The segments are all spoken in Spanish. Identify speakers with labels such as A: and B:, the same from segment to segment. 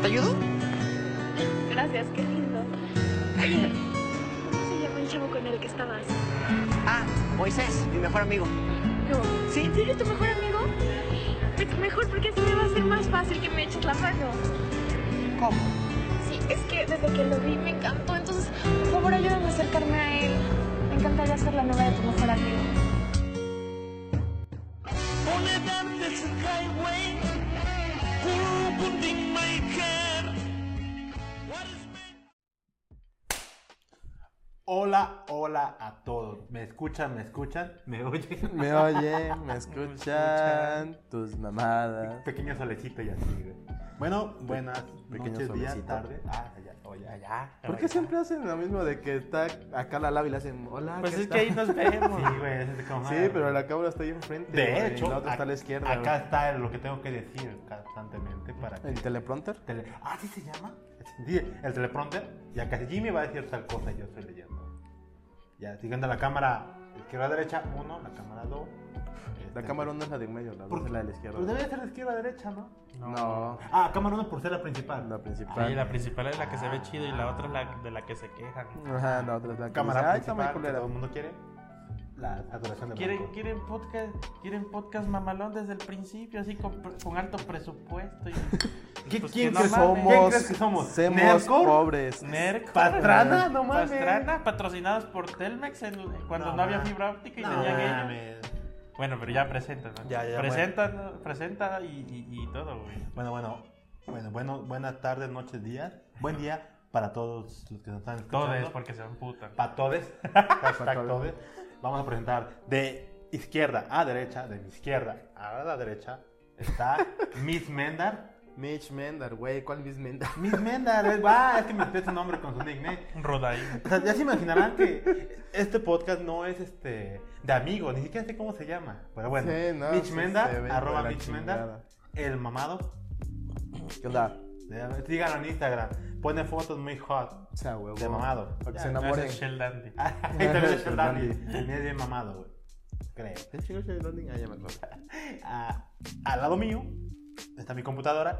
A: ¿Te ayudo?
B: Gracias, qué lindo. Oye, ¿cómo se llama el chavo con el que estabas?
A: Ah, Moisés, mi mejor amigo.
B: No.
A: ¿Sí?
B: ¿En serio es tu mejor amigo? Pues mejor porque así me va a ser más fácil que me eches la mano.
A: ¿Cómo?
B: Sí, es que desde que lo vi me encantó, entonces por favor ayúdame a acercarme a él. Me encantaría ser la novia de tu mejor amigo.
C: Hola, hola a todos. ¿Me escuchan? ¿Me escuchan? ¿Me oyen?
D: Me oyen, me escuchan, tus mamadas.
C: Pequeño solecito y así, güey. Bueno, buenas
D: pequeño
C: noches, días,
D: solecito.
C: tarde. Ah, ya, oh, ya, ya.
D: ¿Por qué siempre hacen lo mismo de que está acá la lava y le hacen hola?
E: Pues
D: ¿qué
E: es
D: tal?
E: que ahí nos vemos.
C: Sí, güey, es como... ah,
D: Sí, pero la cámara está ahí enfrente.
C: De
D: güey,
C: hecho,
D: y la otra está a la
C: ac-
D: izquierda.
C: acá está lo que tengo que decir constantemente para
D: güey.
C: que...
D: ¿El teleprompter?
C: tele- Ah, ¿sí se llama? Sí, el teleprompter. Y acá Jimmy va a decir tal cosa y yo estoy leyendo. Ya, siguiendo la cámara izquierda-derecha, uno, la cámara dos.
D: La
C: este,
D: cámara no es la de en medio, la
C: ¿Por
D: otra es la de la izquierda.
C: Pero Pues debe ser de izquierda a derecha, ¿no?
D: No.
C: Ah, cámara 1 por ser la principal.
D: La principal.
E: Ahí la principal es la que se ve chido y la otra es la de la que se quejan.
D: Ajá, la otra es la que dice,
C: cámara
D: "Ay, está muy
C: principal que
D: culera".
C: todo el mundo quiere. La saturación de
E: ¿Quieren,
C: blanco.
E: quieren podcast, quieren podcast mamalón desde el principio, así con, pre- con alto presupuesto y
C: ¿Qué-
E: Pues
C: ¿Quién
E: que no
C: crees-
E: mames.
D: somos?
C: ¿Quién crees que somos?
D: Semos
C: ¿Nerdcore?
D: pobres.
E: Nerco.
C: ¿Pastrana? No mames.
E: Pastrana, patrocinados por Telmex en- cuando no,
C: No
E: había
C: mames.
E: fibra óptica y
C: No
E: tenían ellos.
C: mames.
E: Bueno, pero ya presentan, ¿no?
D: Ya, ya,
E: presentan, presenta y, y- y todo, güey.
C: Bueno, bueno, bueno, bueno, buenas tardes, noches, días. Buen día para todos los que nos están escuchando.
E: Todo es porque se putas.
C: Para todos.
D: Pa'
C: Hashtag todes.
D: todes.
C: Vamos a presentar de izquierda a derecha, de mi izquierda a la derecha, está Miss Mendar.
D: Mitch Mendar, güey, ¿cuál Mitch Mendar?
C: Miss Mendar, es- va, es que me metí su nombre con su nickname.
E: Rodaín.
C: O sea, ya se imaginarán que este podcast no es este de amigos, ni siquiera sé cómo se llama. Pero bueno,
D: Sí, no,
C: Mitch
D: sí,
C: Menda,
D: se ve
C: arroba
D: de la
C: Mitch Menda,
D: chingada.
C: el mamado.
D: ¿Qué onda?
C: de- Síganlo en Instagram, pone fotos muy hot.
D: O sea, güey.
C: De mamado.
D: Para que
C: Ya,
D: se
C: no
E: No, ese
D: enamoren.
E: es Shell Dandy.
C: Ahí también es
D: Shell
C: Dandy.
D: Dandy.
C: También es bien mamado, güey. Creo.
D: ¿Qué chingo es el landing? Ah, ya me acuerdo.
C: Ah, al lado mío está mi computadora.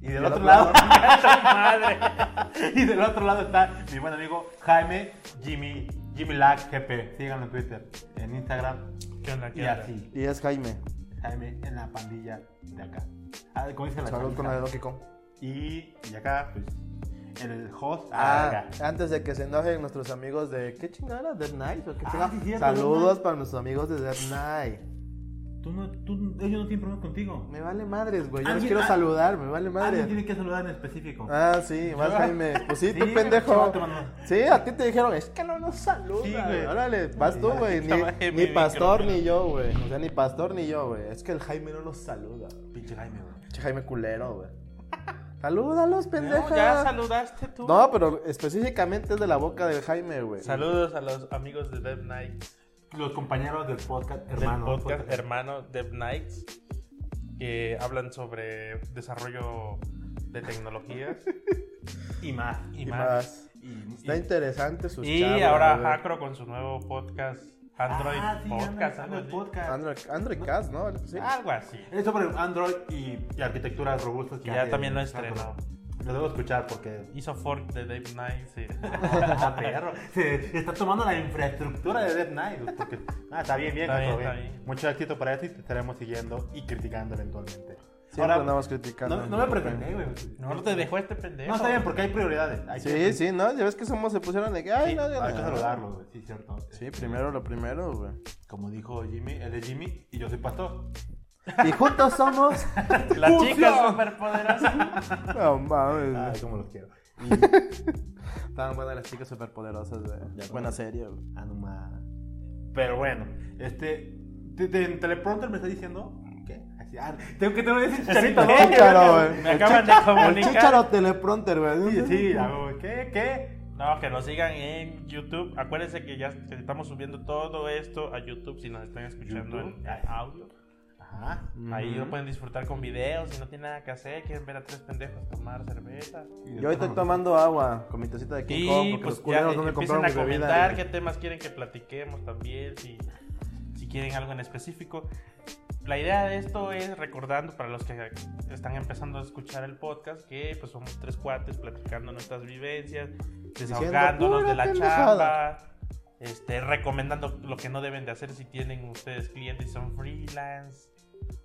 C: Y del
D: al
C: otro
D: otro
C: lado. ¡Ah,
E: madre!
C: y del otro lado está mi buen amigo Jaime Jimmy. Jimmy Lag GP. Síganlo en Twitter, en Instagram.
E: ¿Qué onda, qué
C: Y
E: onda?
C: así.
D: Y es Jaime.
C: Jaime en la pandilla de acá. Ah, ¿cómo dice la
D: Salud
C: pandilla?
D: con la de Donkey Kong.
C: y, y acá, pues, el host.
D: Ah,
C: Ah,
D: antes de que se enojen nuestros amigos de. ¿Qué chingada era? Dead Knight? ¿O qué
C: Ah,
D: chingada?
C: sí, cierto, Dead
D: Saludos
C: Knight.
D: para nuestros amigos de Dead Knight.
C: tú no, tú, ellos no tienen problema contigo.
D: Me vale madres, güey. Yo los
C: Alguien-
D: quiero
C: ah,
D: saludar, me vale
C: Alguien
D: madres.
C: tiene que saludar en específico.
D: Ah, sí, más Jaime. Pues sí,
C: Sí,
D: tú
C: güey,
D: pendejo.
C: chaval, te mandó.
D: Sí, a ti te dijeron, es que no nos saluda.
C: Sí, güey.
D: Órale, vas tú, güey. Ni,
E: Chaval, mi
D: ni
E: micro,
D: pastor
E: güey.
D: ni yo, güey. O sea, ni pastor ni yo, güey. Es que el Jaime no nos saluda.
C: Pinche Jaime, güey.
D: Che, Jaime culero, güey. Salúdalos, pendeja.
E: No, ya saludaste tú.
D: No, pero específicamente es de la boca del Jaime, güey.
E: Saludos a los amigos de Dev Nights,
C: Los compañeros del podcast, pues,
E: del
C: hermano.
E: podcast hermano Dev Nights, que hablan sobre desarrollo de tecnologías
C: Y más.
E: y,
D: Y
E: más.
D: más.
C: Y, y-
D: Está interesante sus
E: Y
D: charlas,
E: ahora
D: güey.
E: Hackro con su nuevo podcast, Android
C: Ah, sí, Android,
E: Podcast, algo así.
C: podcast.
D: Android, Android Cast, ¿no? Sí.
E: Algo así.
C: Es sobre Android y, y arquitecturas robustas. que
E: Y ya
C: hace
E: también lo
C: Sandro.
E: estrenó.
C: Lo debo escuchar porque
E: Hizo fork de Dev Nights. sí.
C: Ah, perro. Se está tomando la infraestructura de Dead Knight. güey, porque- Ah, está bien, bien,
E: Está
C: Jacob,
E: bien, está
C: bien.
E: bien.
C: Mucho éxito para eso y te estaremos siguiendo y criticando eventualmente.
D: Siempre andamos criticando.
C: No, no me presenté, güey.
E: No, no te dejó este pendejo.
C: No, está bien, porque hay prioridades. Hay que-
D: Sí, sí, ¿no? Ya ves que somos, se pusieron de que, ay,
C: Sí,
D: no, ya
C: hay que
D: no.
C: saludarlo, güey. Sí, cierto.
D: Sí, primero lo primero, güey.
C: Como dijo Jimmy, él es Jimmy y yo soy pastor.
D: Y juntos somos.
E: La chica
C: ¡Sucio!
E: superpoderosa.
D: No mames.
C: Ay,
D: güey.
C: como los quiero.
D: Estaban buenas las chicas superpoderosas, güey.
C: Ya,
D: Buena
C: güey.
D: serie, güey.
C: Ah, no más. Pero bueno, este. te- te- En teleprompter me está diciendo. ¿Qué? Así, ah, tengo que te voy a decir chicharito, ¿no? eh,
D: Chícharo, güey.
E: Me acaban de
D: El
E: comunicar.
D: chicharo teleprompter, güey.
C: Sí, sí, hago, ¿qué? ¿Qué?
E: No, que nos sigan en YouTube. Acuérdense que ya que estamos subiendo todo esto a YouTube si nos están escuchando
C: YouTube.
E: en audio.
C: Ajá.
E: Ahí lo
D: Ujú.
E: pueden disfrutar con videos si no tienen nada que hacer, quieren ver a tres pendejos tomar cerveza.
D: Yo hoy estoy tomando agua con mi tacita de King Kong
E: Y
D: porque los
E: pues ya
D: culeros no me
E: empiecen
D: compraron
E: a
D: mi bebida.
E: comentar
D: güey.
E: qué temas quieren que platiquemos también, si, si quieren algo en específico. La idea de esto es recordando para los que están empezando a escuchar el podcast que pues somos tres cuates platicando nuestras vivencias, desahogándonos
D: pura
E: de la
D: pendejada.
E: chamba, este, recomendando lo que no deben de hacer si tienen ustedes clientes y son freelance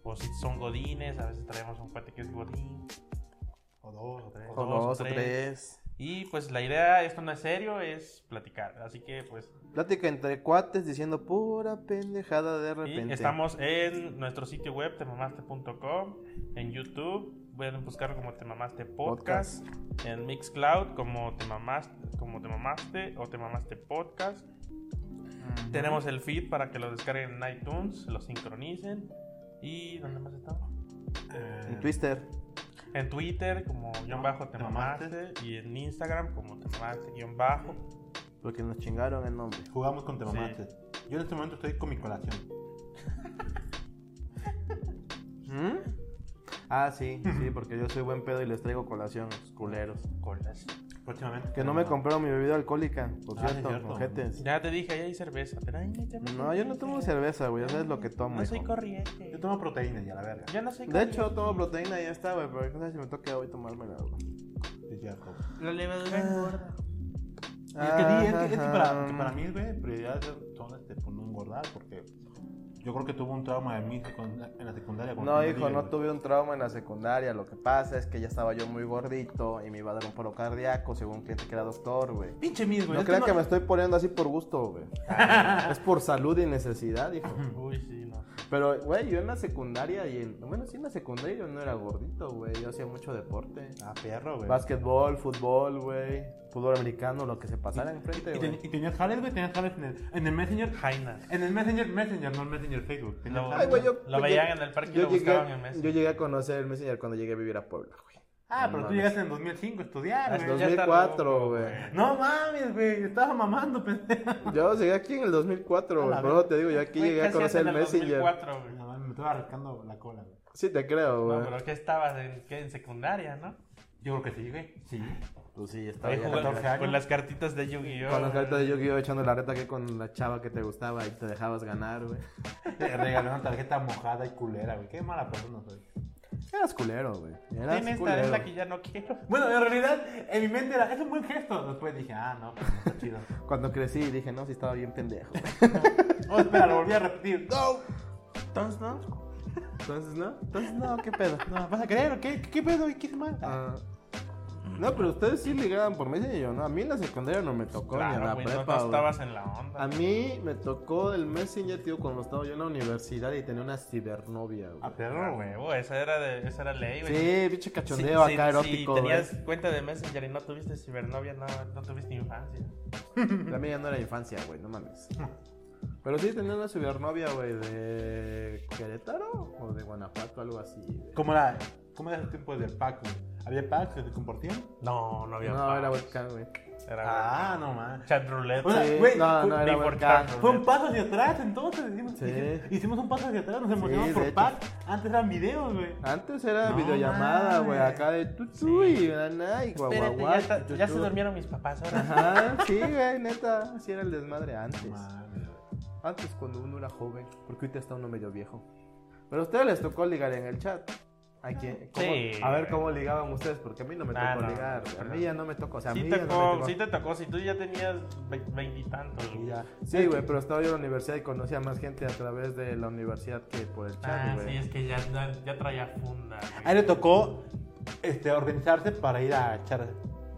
E: o si son godines, a veces traemos un cuate que es godín.
C: O dos, o tres.
E: O
D: O dos o tres.
E: Y pues la idea, esto no es serio, es platicar. Así que pues
D: Plática entre cuates diciendo pura pendejada de
E: Y
D: repente.
E: estamos en nuestro sitio web, temamaste.com, en YouTube, pueden buscar como Te Mamaste Podcast, en Mixcloud como Te Mamaste, como Te Mamaste o Te Mamaste Podcast. Tenemos el feed para que lo descarguen en iTunes, lo sincronicen. ¿Y dónde más estamos?
D: En
C: Eh,
D: Twister.
E: En Twitter como guión bajo Te
C: Te Mamaste.
E: Mamaste y en Instagram como Te Mamaste guión bajo.
D: Porque nos chingaron el nombre.
C: Jugamos con temamates. Yo en este momento estoy con mi colación.
D: ¿Mm? Ah, sí, sí, porque yo soy buen pedo y les traigo colación, los culeros.
E: Colas.
C: Próximamente.
D: Que no me
C: compré
D: compraron mi bebida alcohólica, por
C: Ah, sí,
D: cierto,
C: cierto.
D: mojetes.
E: Ya te dije, ahí hay cerveza. Pero ay, ya me
D: No, yo no tomo cerveza, güey, ya sabes lo que tomo.
E: No soy
D: hijo.
E: corriente.
C: Yo tomo proteína y a la verga.
E: Yo no soy
D: De hecho,
E: corriente.
D: tomo proteína y ya está, güey, pero quién sabe si me toca hoy tomármela, güey.
C: Sí, cierto.
E: La levadura engorda.
D: Ah,
C: Y es que, sí, es que- es que para, que para mí, güey, prioridad son este, pues, no engordar, porque yo creo que tuvo un trauma de mí con- en la secundaria. cuando
D: No,
C: tenía
D: hijo, no
C: güey.
D: tuve un trauma en la secundaria. Lo que pasa es que ya estaba yo muy gordito y me iba a dar un paro cardíaco según un cliente que era doctor, güey.
E: Pues
C: Pinche mis, güey.
D: No
C: es
D: crean que
C: no-
D: me estoy poniendo así por gusto, güey. es por salud y necesidad, hijo.
E: Uy, sí, no.
D: Pero, güey, yo en la secundaria y en... Bueno, sí, en la secundaria yo no era gordito, güey. Yo hacía mucho deporte.
C: Ah, perro, güey.
D: Básquetbol, fútbol, güey. Fútbol americano, lo que se pasara enfrente,
C: Y,
D: güey.
C: ten- y tenías jales, güey, tenías jales en el, en el Messenger.
E: Jaina.
C: En el Messenger, Messenger, no el Messenger Facebook. Tenías
E: No.
C: jales.
D: Ay, güey, yo-
E: Lo
D: yo-
E: veían en el parque y
D: yo
E: lo
D: llegué-
E: buscaban en Messenger.
D: Yo llegué a conocer el Messenger cuando llegué a vivir a Puebla, güey.
C: Ah,
D: No Ah,
C: pero tú
D: mames.
C: llegaste en 2005 a estudiar,
D: Hasta
C: güey.
E: Ah, Ya está
D: 2004,
E: loco,
D: güey.
E: güey.
C: No mames, güey, estaba mamando, pendejo.
D: Yo llegué aquí en el 2004,
C: A
D: güey.
C: la
D: Por
C: verga.
D: eso te digo, yo aquí
E: Güey,
D: llegué a
E: ¿qué hacías
D: conocer el
E: en
D: Messenger.
E: 2004, güey?
C: No mames, me estaba arrancando la cola, güey.
D: Sí, te creo, güey.
E: No, pero que estabas en, ¿qué? en secundaria, ¿no?
C: Yo creo que sí, güey. Sí.
D: Pues sí, estaba
E: Ahí
D: ya
E: jugando
C: 14 años.
E: con las cartitas de Yu-Gi-Oh!
D: Con las cartas de Yu-Gi-Oh! echando la reta que con la chava que te gustaba y te dejabas ganar, güey.
C: Te regalé una tarjeta mojada y culera, güey. Qué mala persona soy.
D: Eras culero, güey. Eras
E: Tiene esta,
D: culero.
E: es la que ya no quiero.
C: Bueno, en realidad, en mi mente era, es un buen gesto. Después dije, ah, no, pero no está chido.
D: Cuando crecí dije, no, sí estaba bien pendejo.
C: Oh, espera, lo volví a repetir. ¡No!
D: Entonces no. Entonces no. Entonces no, qué pedo.
C: No, ¿Vas a creer o qué? ¿Qué, qué pedo? ¿Y qué se manda?
D: Ah. No, pero ustedes sí ligaban por Messenger, ¿no? A mí en la secundaria no me tocó, ni en la
E: Claro, güey, no,
D: prepa,
E: no
D: güey.
E: estabas en la onda.
D: A mí me tocó el Messenger, tío, cuando estaba yo en la universidad y tenía una cibernovia, güey.
C: A
E: Ah,
C: perro, güey.
E: huevo, esa era, de, esa era ley, güey.
D: Sí, pinche cachondeo
E: Si- si-
D: acá erótico,
E: Si
D: güey.
E: tenías cuenta de Messenger y no tuviste cibernovia, no, no tuviste infancia.
D: La mía no era infancia, güey, no mames. Pero sí tenía una cibernovia, güey, de Querétaro o de Guanajuato, algo así, güey.
C: ¿Cómo era? ¿Cómo era el tiempo del pack, güey? ¿Había packs que se compartían?
E: No, no había
D: No,
E: paz.
D: era webcam, güey.
E: Era
C: Ah, no mames.
E: chat roulette.
C: O sea,
D: Sí,
C: güey,
D: no,
C: fue-
D: no,
E: ni
D: era
E: por
D: webcam.
E: tanto.
C: Fue un paso hacia atrás, entonces. Hicimos,
D: Sí.
C: hicimos- hicimos un paso hacia atrás, nos emocionamos
D: de
C: por
D: hecho.
C: packs. Antes eran videos, güey.
D: Antes era
C: No
D: videollamada, güey,
C: mames.
D: acá de tutu
E: Sí.
D: y nana y guaguaguá.
E: Espérate, ya, está-
D: y tutú.
E: ya se durmieron mis papás ahora.
D: Ajá, sí, güey, neta, así era el desmadre antes.
C: Mames, güey.
D: Antes cuando uno era joven, porque ahorita está uno medio viejo. Pero a ustedes les tocó ligar en el chat. ¿A, quién? ¿Cómo?
E: Sí.
D: a ver cómo ligaban ustedes, porque a mí no me tocó
E: Ah, no,
D: ligar. güey.
E: pero-
D: A mí ya no me tocó. O sea, a
E: sí,
D: mí
E: te
D: ya no
E: tocó,
D: me tocó.
E: sí te tocó, si tú ya tenías ve- veintitantos.
D: Y
E: güey.
D: ya. Sí, güey, pero estaba yo en la universidad y conocía más gente a través de la universidad que por el
E: Ah,
D: chat, güey.
E: sí, es que ya, ya, ya traía funda. güey.
C: A él le tocó este, organizarse para ir a echar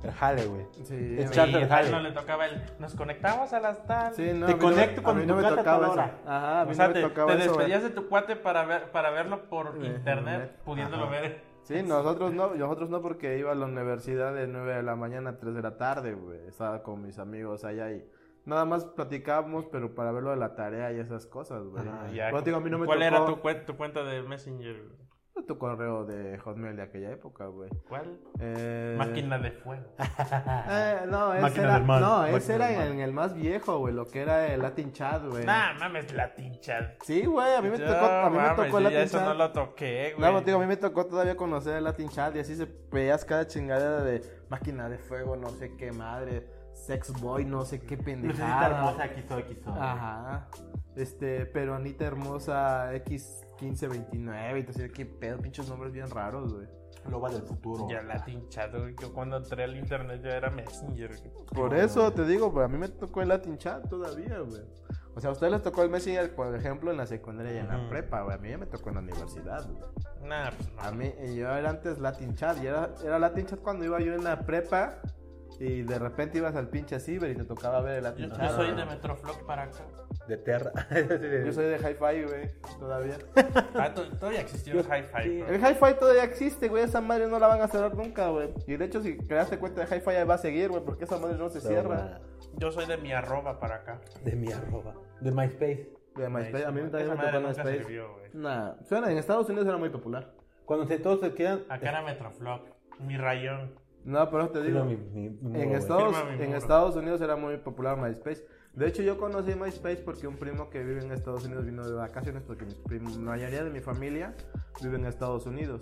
C: el jale, güey.
D: Sí,
C: El
D: güey.
E: Sí,
C: Charter
E: a él
C: Hale.
E: no le tocaba el. Nos conectamos a las tal.
D: Sí, no,
C: Te
D: a mí no-
C: conecto con
D: a mí
C: tu
D: no me
C: cuate a
D: tocaba
C: tal
D: eso.
C: hora.
D: Ajá, a mí
E: o sea,
D: no me
E: te,
D: tocaba
E: te
D: eso. güey.
E: despedías de tu cuate para, ver, para verlo por
D: Eh,
E: internet,
D: internet.
E: pudiéndolo
D: Ajá.
E: ver.
D: Sí, nosotros no, nosotros no porque iba a la universidad de 9 de la mañana a 3 de la tarde, güey. Estaba con mis amigos allá y nada más platicábamos, pero para ver lo de la tarea y esas cosas, güey.
C: Ajá.
E: Ya,
D: Pero te digo, a mí no me
E: ¿Cuál era
D: tocó.
E: tu, cuen- tu cuenta de Messenger? güey?
D: Tu correo de Hotmail de aquella época, güey.
E: ¿Cuál?
D: Eh,
E: Máquina de fuego.
D: eh, no, ese
C: Máquina
D: era,
C: del mal,
D: no,
C: máquina
D: ese era
C: del mal.
D: en el más viejo, güey, lo que era el Latin Chat, güey.
E: Nah, Ah, mames, Latin chat.
D: Sí, güey, a mí me
E: Yo,
D: tocó, a mí me
E: mames,
D: tocó
E: yo
D: el
E: ya
D: Latin
E: Eso
D: Chat.
E: no lo toqué,
D: No,
E: güey.
D: pero te digo, a mí me tocó todavía conocer el Latin Chat y así se veías cada chingadera de máquina de fuego, no sé qué madre. sex boy, no sé qué
C: Lucecita
D: pendejada.
C: hermosa, XOXO.
D: Ajá. Este, pero Anita Hermosa X1529 y todo así, qué pedo, pinches nombres bien raros, güey.
C: Loba del futuro.
E: Ya la tinchado, güey. Yo cuando entré al internet ya era Messenger. güey.
D: Por eso te digo, pues, a mí me tocó el Latin Chat todavía, güey. O sea, a ustedes les tocó el Messenger, por ejemplo, en la secundaria y en la
E: Ujú.
D: prepa, güey. A mí ya me tocó en la universidad, güey.
E: Nah, pues no.
D: A mí, y yo era antes Latin Chat, y era, era Latin Chat cuando iba yo en la prepa y de repente ibas al pinche ciber y te tocaba ver el
E: Yo,
D: Latin
E: yo
D: Chat.
E: soy
D: güey.
E: de Metroflog para acá.
C: De Terra.
D: Yo soy de Hi-Fi, güey, todavía.
E: Ah, to- todavía existió el Hi-Fi.
D: El
E: bro.
D: Hi-Fi todavía existe, güey, esa madre no la van a cerrar nunca, güey. Y de hecho, si creaste cuenta de Hi-Fi, ahí va a seguir, güey, porque esa madre no se cierra.
E: Yo soy de mi arroba para acá.
C: De mi arroba. De MySpace.
D: De MySpace, a mí
E: Esa
D: también me
E: madre
D: tocó
E: nunca
D: MySpace.
E: sirvió, güey.
D: Nah, suena, en Estados Unidos era muy popular.
C: Cuando se, todos se quedan.
E: Acá era Metroflog. Mi rayón.
D: No, pero te
C: Firma
D: digo,
C: mi- mi- mi muro,
D: en,
C: güey.
D: Estados,
E: Firma mi
D: en
E: muro.
D: Estados Unidos era muy popular MySpace. De hecho, yo conocí MySpace porque un primo que vive en Estados Unidos vino de vacaciones, porque mis prim- la mayoría de mi familia vive en Estados Unidos.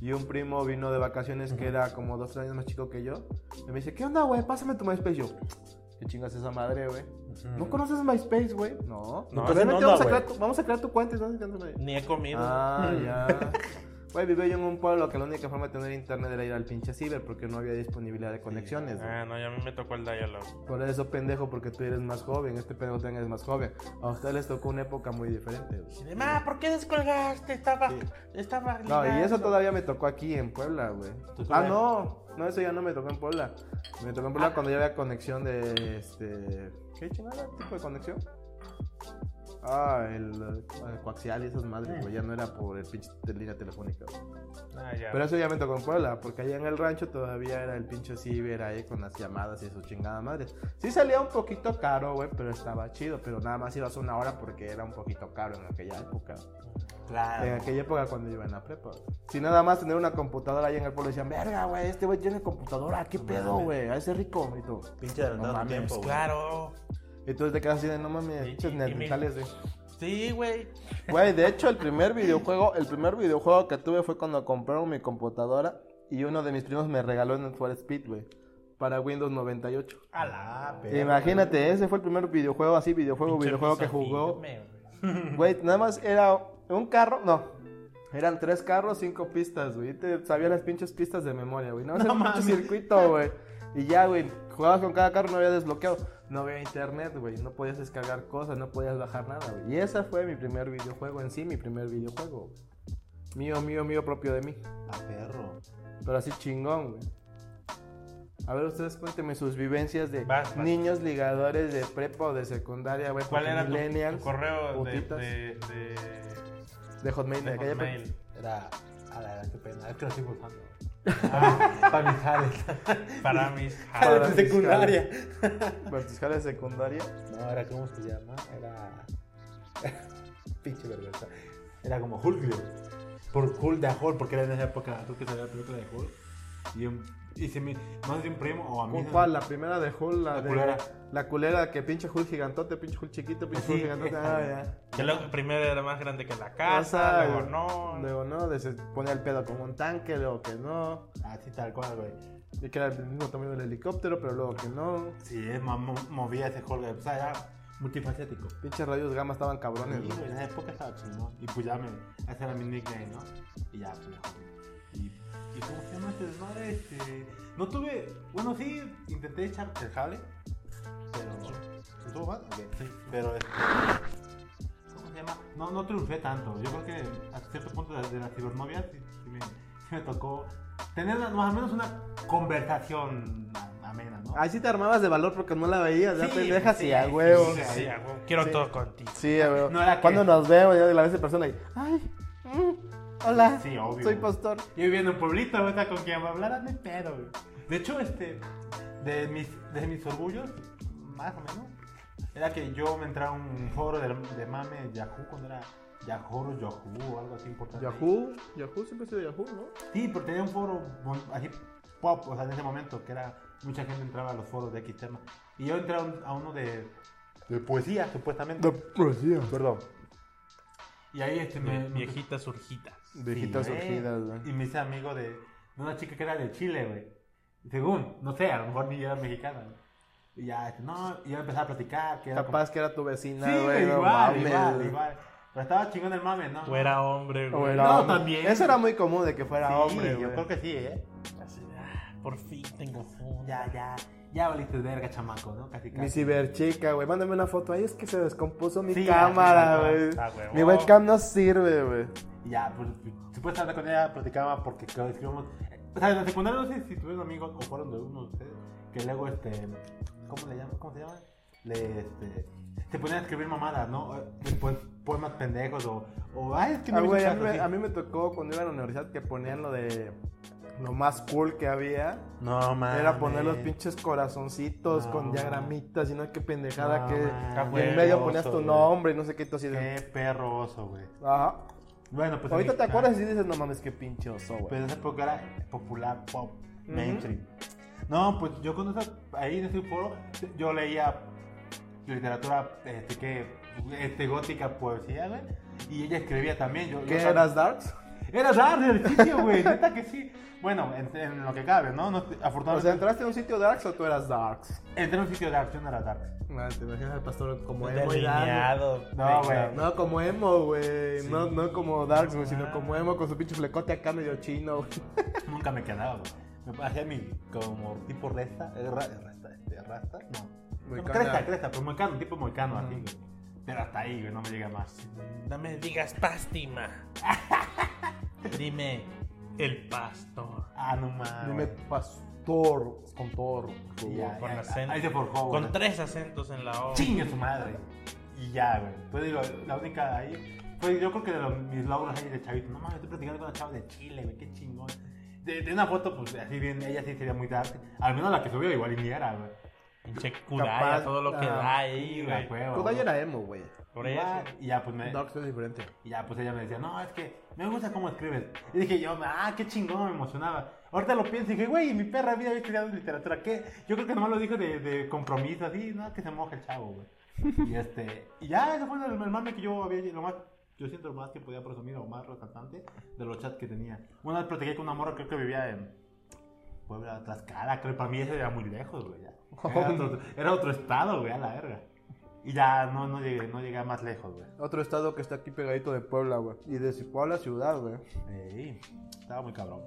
D: Y un primo vino de vacaciones que era como dos tres años más chico que yo. Y me dice, ¿qué onda, güey? Pásame tu MySpace. Yo, ¿qué chingas esa madre, güey? ¿No conoces MySpace, güey? No.
E: No,
D: Pero
C: es
D: vente,
C: onda,
D: vamos, a
C: güey.
D: crear tu, vamos a crear tu cuenta y no sé qué onda, güey.
E: Mm. Ni he comido.
D: Ah, ya. Güey, vivía yo en un pueblo que la única forma de tener internet era ir al pinche ciber porque no había disponibilidad de conexiones. güey.
E: Ah, no, ya a mí me tocó el dialogue.
D: Por eso, pendejo, porque tú eres más joven. Este pendejo también es más joven. A ustedes les tocó una época muy diferente. güey.
E: Ma, ¿por qué descolgaste? Estaba.
D: Sí.
E: Estaba.
D: No, y eso
E: ligando.
D: todavía me tocó aquí en Puebla, güey.
C: ¿Tú
D: Ah,
C: todavía?
D: no. No, eso ya no me tocó en Puebla. Me tocó en Puebla cuando ya había conexión de este. ¿Qué chingada tipo de conexión? Ah, el, eh, coaxial y esas madres, güey. Ya no era por el pinche de línea telefónica. güey.
E: Ah, ya.
D: Pero eso ya me tocó en Puebla, porque allá en el rancho todavía era el pinche ciber ahí con las llamadas y su chingada madre. Sí salía un poquito caro, güey, pero estaba chido, pero nada más ibas una hora porque era un poquito caro en aquella época.
E: Ah.
D: En
C: Claro.
D: aquella época cuando yo iba en la prepa. güey. Si nada más tener una computadora ahí en el pueblo decían, verga, güey, este güey tiene computadora, qué pedo,
C: mames.
D: güey, a ese rico. Y tú,
C: Pinche adelantado
D: No
C: tu
D: mames,
C: tiempo, güey.
E: Claro.
D: entonces te quedas así de, no mames,
E: Y-
D: pinches
E: y- y mi-
D: neandertales, güey.
E: Sí, güey.
D: Güey, de hecho, el primer videojuego, el primer videojuego que tuve fue cuando compraron mi computadora y uno de mis primos me regaló en el For Speed, güey, para Windows 98.
E: A la.
C: Ah, pero-
D: Imagínate, ese fue el primer videojuego así, videojuego,
E: Pinche
D: videojuego que
E: misógino,
D: jugó.
E: me, güey.
D: Güey, nada más era un carro, no, eran tres carros, cinco pistas, güey. Te sabía las pinches pistas de memoria, güey. Nada más era un pinche circuito, güey. Y ya, güey, jugabas con cada carro, no había desbloqueado. No había internet, güey. No podías descargar cosas, no podías bajar nada, güey. Y ese fue mi primer videojuego en sí, mi primer videojuego. güey. Mío, mío, mío propio de mí.
C: Ah, perro.
D: Pero así chingón, güey. A ver, ustedes cuéntenme sus vivencias de
E: Vas, vas.
D: niños ligadores de prepa o de secundaria, güey.
E: ¿Cuál
D: porque
E: era tu- tu,
D: millennials,
E: correo de,
D: putitas,
E: de, de,
D: de Hotmail?
E: de
D: de aquella época.
E: Hotmail?
C: Era. A la gran que pena. Es que lo sigo usando. Ah, para mis jales.
E: Para mis
D: Para
C: Para
D: mis
C: tu secundaria.
D: Vertical de secundaria.
C: No, era ¿cómo se llama? Era. Pinche vergüenza. Era como Hulk, güey. Por Hulk de Hulk, porque era en esa época tú que sabías la película de Hulk. Y, un, y se me. Más de un primo o a mí. se-
D: ¿Cuál? La primera de Hulk, la,
C: La
D: de-
C: culera.
D: La culera que pinche Hulk gigantote, pinche Hulk chiquito, pinche Hulk
C: Sí.
D: gigantote. Ah, ya.
E: Que luego primero era más grande que la casa, luego no.
D: Luego no, de- se pone el pedo como un tanque, luego que no.
C: Así Ah, tal cual, güey.
D: Y que era el mismo tamaño del helicóptero, pero luego que no.
C: Sí, es, mo- mo- movía ese Hulk. O sea, era multifacético.
D: Pinche rayos gamma estaban cabrones,
C: Sí,
D: güey.
C: güey, en esa época estaba chingón. Y pues ya me. Ese era mi nickname, ¿no? Y ya, pues ya. Y, y cómo se llama este desmadre, este. No tuve. Bueno, sí, intenté echar el jale. Pero. ¿No tuvo mal? Ok, sí. Pero este. ¿Cómo se llama? No, no triunfé tanto. Yo creo que a cierto punto de, de la cibernovia sí, sí me, sí me tocó tener una- más o menos una conversación a- amena, ¿no?
D: Ahí sí te armabas de valor porque no la veías, ya
C: Sí,
D: pendeja,
C: sí,
D: sí, a
C: sí,
D: huevo.
E: Sí, sí, a huevo. Quiero
D: Sí.
E: todo contigo.
D: Sí, a huevo.
C: No era que-
D: Cuando nos vemos, ya la ves en persona y. ¡Ay! mm, hola.
C: Sí, obvio.
D: Soy pastor.
C: Yo vivía en un pueblito, o sea, con quien me hablaran de pedo, güey. De hecho, este, de mis, de mis orgullos, más o menos, era que yo me entraba a un foro de, de mame Yahoo cuando era Yahoo o Yahoo o algo así importante.
D: Yahoo. Yahoo siempre ha sido Yahoo, ¿no?
C: Sí, pero tenía un foro bon- así pop, o sea, en ese momento, que era, mucha gente entraba a los foros de X tema. Y yo entré a, un- a uno de, de poesía, supuestamente.
D: poesía. Perdón.
C: Y ahí este me... me-
E: Viejitas surjitas.
D: Viejitas
C: Sí, güey.
D: surgidas, güey.
C: Y me hice amigo de de una chica que era de Chile, güey. Según, no sé, a lo mejor ni era mexicana. güey. Y ya, este, no, y yo empecé a platicar. Que era
D: Capaz que era tu vecina,
C: como- Sí,
D: güey. no
C: igual,
D: mames,
C: igual,
D: güey.
C: igual. Pero estaba chingón el mame, ¿no?
E: O era hombre, güey.
D: O era
C: No,
D: hombre.
C: también.
D: Eso era muy común de que fuera
C: Sí,
D: hombre,
C: yo
D: güey.
C: creo que sí, ¿eh?
E: Así, ah, por fin tengo fun.
C: Ya, ya, ya valiste verga, chamaco, ¿no? Casi, casi.
D: Mi ciberchica, güey. Mándame una foto. Ahí es que se descompuso mi
C: Sí,
D: cámara,
C: ah,
D: güey.
E: ah, huevo.
D: mi webcam no sirve, güey.
C: Y ya, pues, supuestamente con ella platicaba porque creo que íbamos- O sea, en la secundaria no sé si tuvieron amigos o fueron de uno de ustedes que luego, este, ¿cómo le llaman? ¿Cómo se llama? Le, este, te ponían a escribir mamadas, ¿no? Eh, po- Poemas pendejos o, o, ay, es que
D: Ah,
C: me
D: güey,
C: hizo
D: a, mí
C: caso",
D: me,
C: sí.
D: a mí me tocó cuando iba a la universidad que ponían lo de lo más cool que había.
C: No, man.
D: Era poner los pinches corazoncitos
C: Ah, No,
D: con
C: mames.
D: diagramitas y no qué pendejada
C: No, mames.
D: que y
E: Qué
D: en medio ponías
C: oso,
D: tu
C: güey.
D: nombre y no sé qué y tú así de.
C: Qué perro oso, güey.
D: Ajá.
C: Bueno, pues.
D: Ahorita
C: en
D: te
C: mi-
D: acuerdas y dices, no mames, qué pinche oso,
C: Ah,
D: güey.
C: Pero en esa época era popular, pop, mainstream. No, pues yo cuando estaba ahí en ese foro, yo leía literatura, este, que, este, gótica, poesía, güey. Y ella escribía también. Yo, yo
D: ¿Qué
C: estaba-
D: eras Darks?
C: Era Dark del sitio, güey. Neta que sí. Bueno, en, en lo que cabe, ¿no? No-
D: O
C: afortunadamente,
D: sea, ¿entraste en un sitio Darks o tú eras Darks?
C: entré en un sitio Dark, yo no era Dark.
D: No, te imaginas al pastor como emo y Darks.
E: Delineado.
C: No,
E: venga.
C: güey.
D: No, como emo, güey. No, no como Darks, güey, sino como emo con su pinche flecote acá medio chino, güey.
C: Nunca me quedaba, güey. Me hacía mi, como tipo resta, eh, ra- resta, este, rasta, no.
D: Moicano.
C: No, cresta, cresta, pero moicano, tipo moicano, así, güey. Pero hasta ahí, güey, no me llega más.
E: No me digas pástima. Dime el pasto.
C: Ah, no mames.
D: Dime pastor con toro.
C: Y ya,
E: Con
C: ya,
E: acento.
C: Ahí se forjó, güey.
E: Con tres acentos en la O.
C: Chingue su madre. Y ya, güey. Pues digo, la única ahí. Pues yo creo que de los, mis logros ahí de chavito. No mames, estoy platicando con una chava de Chile, güey, qué chingón. De, de una foto, pues así bien, ella sí sería muy dark. Al menos la que subió, igual y ni era, güey.
E: Pinche Kudaya,
D: Capaz-
E: todo lo que
D: ah,
E: da ahí,
C: la
E: güey. Eh.
C: cueva,
D: Todavía
C: güey.
D: era emo, güey.
E: Por
C: Y
E: eso.
C: ya, Y ya, pues me.
D: Darks es diferente.
C: Y ya, pues ella me decía, no, es que me gusta cómo escribes. Y dije yo, ah, qué chingón, me emocionaba. Ahorita lo pienso y dije, güey, mi perra vida había estudiado literatura, ¿qué? Yo creo que nomás lo dijo de, de compromiso, así, no, que se moja el chavo, güey. y este, y ya, ese fue el, el mame que yo había, lo más, yo siento lo más que podía presumir o más resaltante de los chats que tenía. Una vez platiqué con una morra, creo que vivía en Puebla, Tlaxcala, creo, para mí eso era muy lejos, güey, ya. Era otro, era otro estado, güey, a la verga. Y ya, no, no llegué, no llegué más lejos, güey.
D: Otro estado que está aquí pegadito de Puebla, güey. Y de Puebla ciudad, güey.
C: Ey, estaba muy cabrón.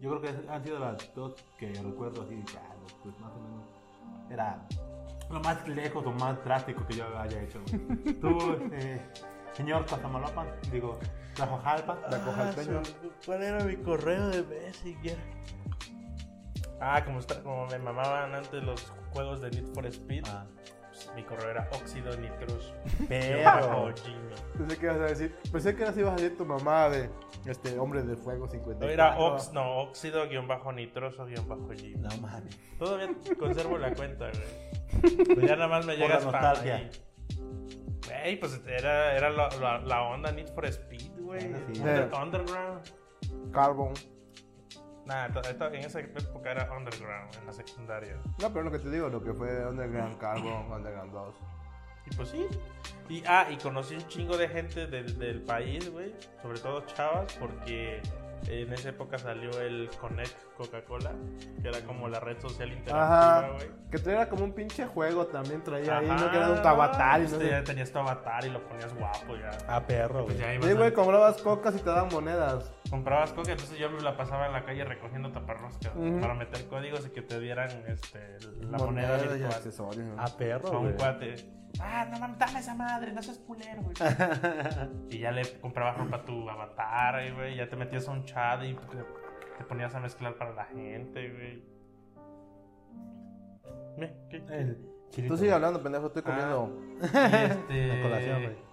C: Yo creo que han sido las dos que recuerdo así, ya, pues más o menos. Era lo más lejos o más drástico que yo haya hecho. güey. Tú, eh, señor Tazamalopan, digo, Tlajojalpan, Tlajojalpeño.
E: Ah, ¿Cuál era mi correo de Messenger? Ah, como, está- como me mamaban antes los juegos de Need for Speed,
C: Ah,
E: pues, mi correo era Óxido Nitrus.
C: Pero.
E: Jimmy.
D: Pensé que ibas a decir, pensé que ahora ibas a decir tu mamá de este hombre de fuego 54.
E: No, era Ox, no, óxido guión bajo nitroso guión bajo Jimmy.
C: No mames.
E: Todavía conservo la cuenta, güey. Pues ya nada más me
C: Por
E: llega
C: la
E: spam
C: nostalgia.
E: ahí. Güey, pues era, era la, la- la onda Need for Speed, güey.
C: Ah, sí.
E: Under- underground.
D: Carbon.
E: Nah, to- to- en esa época era underground, en la secundaria.
D: No, pero lo que te digo, lo que fue Underground Carbon, Underground 2.
E: Y pues sí. Y, ah, y conocí un chingo de gente del, del país, güey. Sobre todo chavas, porque en esa época salió el Connect Coca-Cola, que era como la red social interactiva,
D: Ajá.
E: güey.
D: Que era como un pinche juego también traía ahí, no
E: Ajá,
D: que era un tabatal y no
E: pues,
D: sé.
E: Ya tenías tu avatar y lo ponías guapo ya.
C: Ah, perro,
E: Pues ya ibas
D: Sí, güey,
E: a-
D: comprabas cocas y te daban monedas.
E: comprabas coca, entonces yo me la pasaba en la calle recogiendo taparroscas
D: Ujú.
E: para meter códigos y que te dieran este, la moneda
D: Monedas y
E: virtual.
D: accesorios. ¿no?
E: A
C: Ah, perro,
E: un cuate. Ah, no mames, dame esa madre, no seas culero, güey. y ya le comprabas ropa a tu avatar, eh, güey. Ya te metías a un chat y te te ponías a mezclar para la gente, güey. Ve, ¿Qué,
D: Eh,
E: qué?
D: Tú sigue hablando, pendejo, estoy comiendo.
E: Y, este,
C: La colación, güey.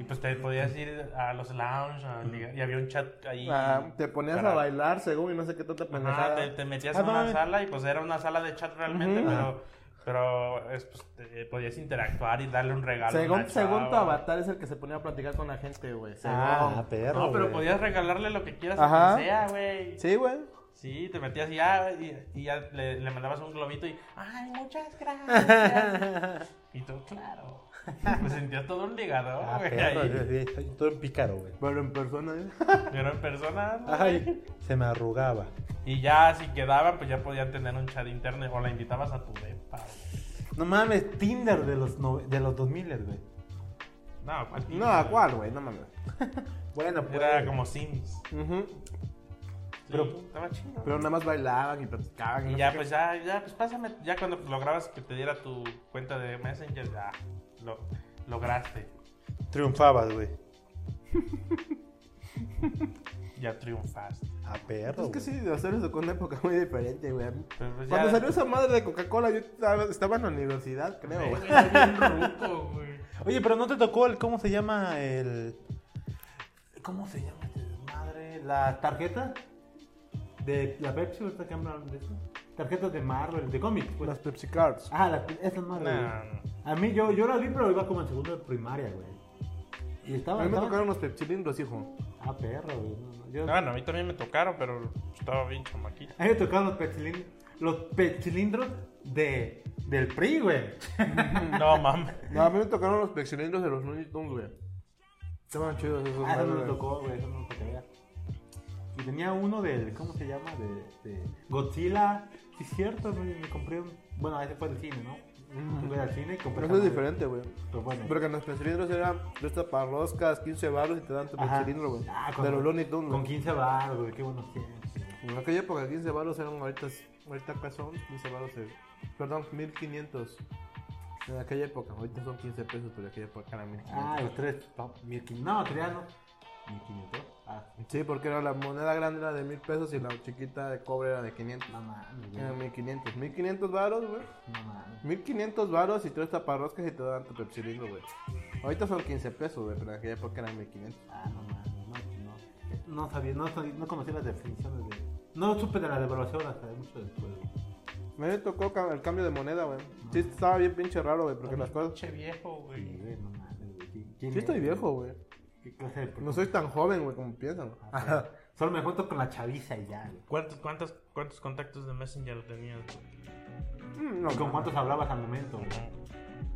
E: Y pues te podías ir a los lounge a ligar, y había un chat ahí.
D: Ah, te ponías
E: para-
D: a bailar según y no sé qué tanta
E: Ajá,
D: pendejada.
E: te, te metías
D: Ah,
E: en una
D: no,
E: sala y pues era una sala de chat realmente,
D: Ujú.
E: pero, pero es, pues, te- podías interactuar y darle un regalo. a
D: Según,
E: una
D: según tu
E: chava.
D: avatar es el que se ponía a platicar con la gente, güey. Según.
C: Ah, perro.
E: No, pero
C: güey.
E: podías regalarle lo que quieras a
D: Ajá.
E: quien sea, güey.
D: Sí, güey.
E: Sí, te metías y ya, y, y ya le, le mandabas un globito y, ay, muchas gracias. y tú, claro. Me sentías todo un ligador,
C: Ah,
E: güey.
C: perro,
E: ahí.
C: sí, sí, soy Todo en pícaro, güey.
D: Pero en persona, ¿eh?
E: Pero en persona. ¿no?
C: Ay, se me arrugaba.
E: Y ya si quedaban, pues ya podían tener un chat interno o la invitabas a tu depa. güey.
C: No mames, Tinder de los, no- de los 2000, güey.
E: No, ¿cuál
D: No,
E: Tinder?
D: ¿cuál, güey? No mames. Bueno, pues.
E: Era como Sims.
D: Ujú.
E: Pero
D: Pero-
E: estaba chido.
D: Pero nada más bailaban y platicaban.
E: y
D: no
E: ya,
D: sé
E: pues ya, ya, pues pásame. Ya cuando lograbas que te diera tu cuenta de Messenger, ya lo lograste.
C: Triunfabas, güey.
E: Ya triunfaste.
C: A
D: qué.
C: perro.
D: Es que
C: güey.
D: sí, o sea, eso con una época muy diferente, güey.
E: Pero, pues, ya-
D: Cuando salió esa madre de Coca-Cola, yo estaba, estaba en la universidad, creo, güey.
C: Oye, pero no te tocó el. ¿Cómo se llama el. ¿Cómo se llama este desmadre? La tarjeta de la Pepsi, ahorita que hablan de eso. Tarjetas de Marvel, de cómic. Pues.
D: Las Pepsi Cards.
C: Ah, las, esas madres.
E: Nah,
C: güey. A mí, yo, yo las vi, pero iba como en segundo de primaria, güey. Y
D: A
C: estaba.
D: mí me
C: estaba-
D: tocaron los pepsilindros, hijo.
C: Ah, perro, güey. no, no, yo-
E: No, bueno, a mí también me tocaron, pero estaba bien chamaquito.
C: A mí me tocaron los pepsilindros, los pepsilindros de, del PRI, güey. Pues,
E: No, mames.
D: No, a mí me tocaron los pepsilindros de los Looney Tunes, güey. Estaban chidos esos,
C: Ah, eso
D: madres,
C: no me
D: güey.
C: tocó, güey, eso no me tocó. ya. Y tenía uno del, ¿cómo se llama? De, de Godzilla. Sí, es cierto, me, me compré un. Bueno, ese fue del cine, ¿no? Fui al cine y compré. esa
D: Pero Mm. eso es
C: madre.
D: diferente, güey.
C: Pero bueno.
D: Porque en los pepsilindros eran de estas parroscas, 15 baros y te dan tu
C: Ajá.
D: pepsilindro, güey.
C: Ah, con-
D: de los Looney Tunes,
C: Con
D: güey.
C: 15 baros, güey, qué buenos tiempos. güey.
D: En aquella época 15 baros eran ahorita, ahorita acá son 15 baros, eh, perdón, 1500. En aquella época, ahorita son 15 pesos, pero en aquella época eran 1500.
C: Ah, los tres. pa- 1500. No, tres no. 1500. Ah,
D: Sí, porque era la moneda grande era de 1000 pesos y la chiquita de cobre era de 500.
C: no mames, güey.
D: Eran 1500. 1500 baros, güey.
C: No mames.
D: 1500 baros y tres taparroscas y te dan tu pepsilindro, güey. Ahorita son 15 pesos, güey, pero en aquella época eran 1500.
C: Ah, no mames, no, no. No sabía, no, sabía- no conocía las definiciones de. No supe de la devaluación hasta mucho después. güey.
D: Me tocó ca- el cambio de moneda, güey. Sí, estaba bien pinche raro, güey, porque las cosas...
E: Che viejo,
C: Sí,
E: güey.
C: güey, no mames, güey. ¿Quién- quién
D: Sí estoy
C: es,
D: viejo,
C: güey?
D: güey.
C: ¿Qué clase de
D: No soy tan joven, güey, como piensan. güey.
C: persona? Solo me junto con la chaviza y ya, güey.
E: ¿Cuántos, cuántos, cuántos contactos de Messenger tenías? güey?
D: Mm, no,
C: ¿Y con cuántos hablabas al momento, güey?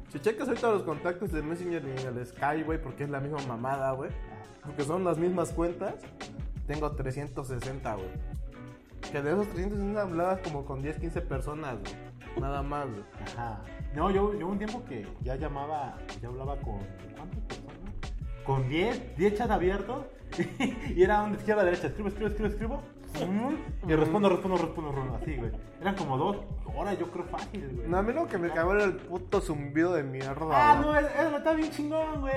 D: Si checas ahorita los contactos de Messenger y el Sky, güey, porque es la misma mamada, güey. Porque son las mismas cuentas. Tengo 360, güey. Que de esos 360 hablabas como con 10, 15 personas, güey. Nada más, güey.
C: Ajá. No, yo, yo un tiempo que ya llamaba, ya hablaba con. ¿Cuántas personas? Con 10, 10 chats abiertos. y era un de izquierda a derecha. Escribo, escribo, escribo, escribo. mm, Y respondo, respondo, respondo, respondo. Así, güey. Eran como dos horas, yo creo, fáciles, güey.
D: No, a mí lo que me cagó era el puto zumbido de mierda.
C: Ah,
D: güey.
C: no, el- el- está bien chingón, güey.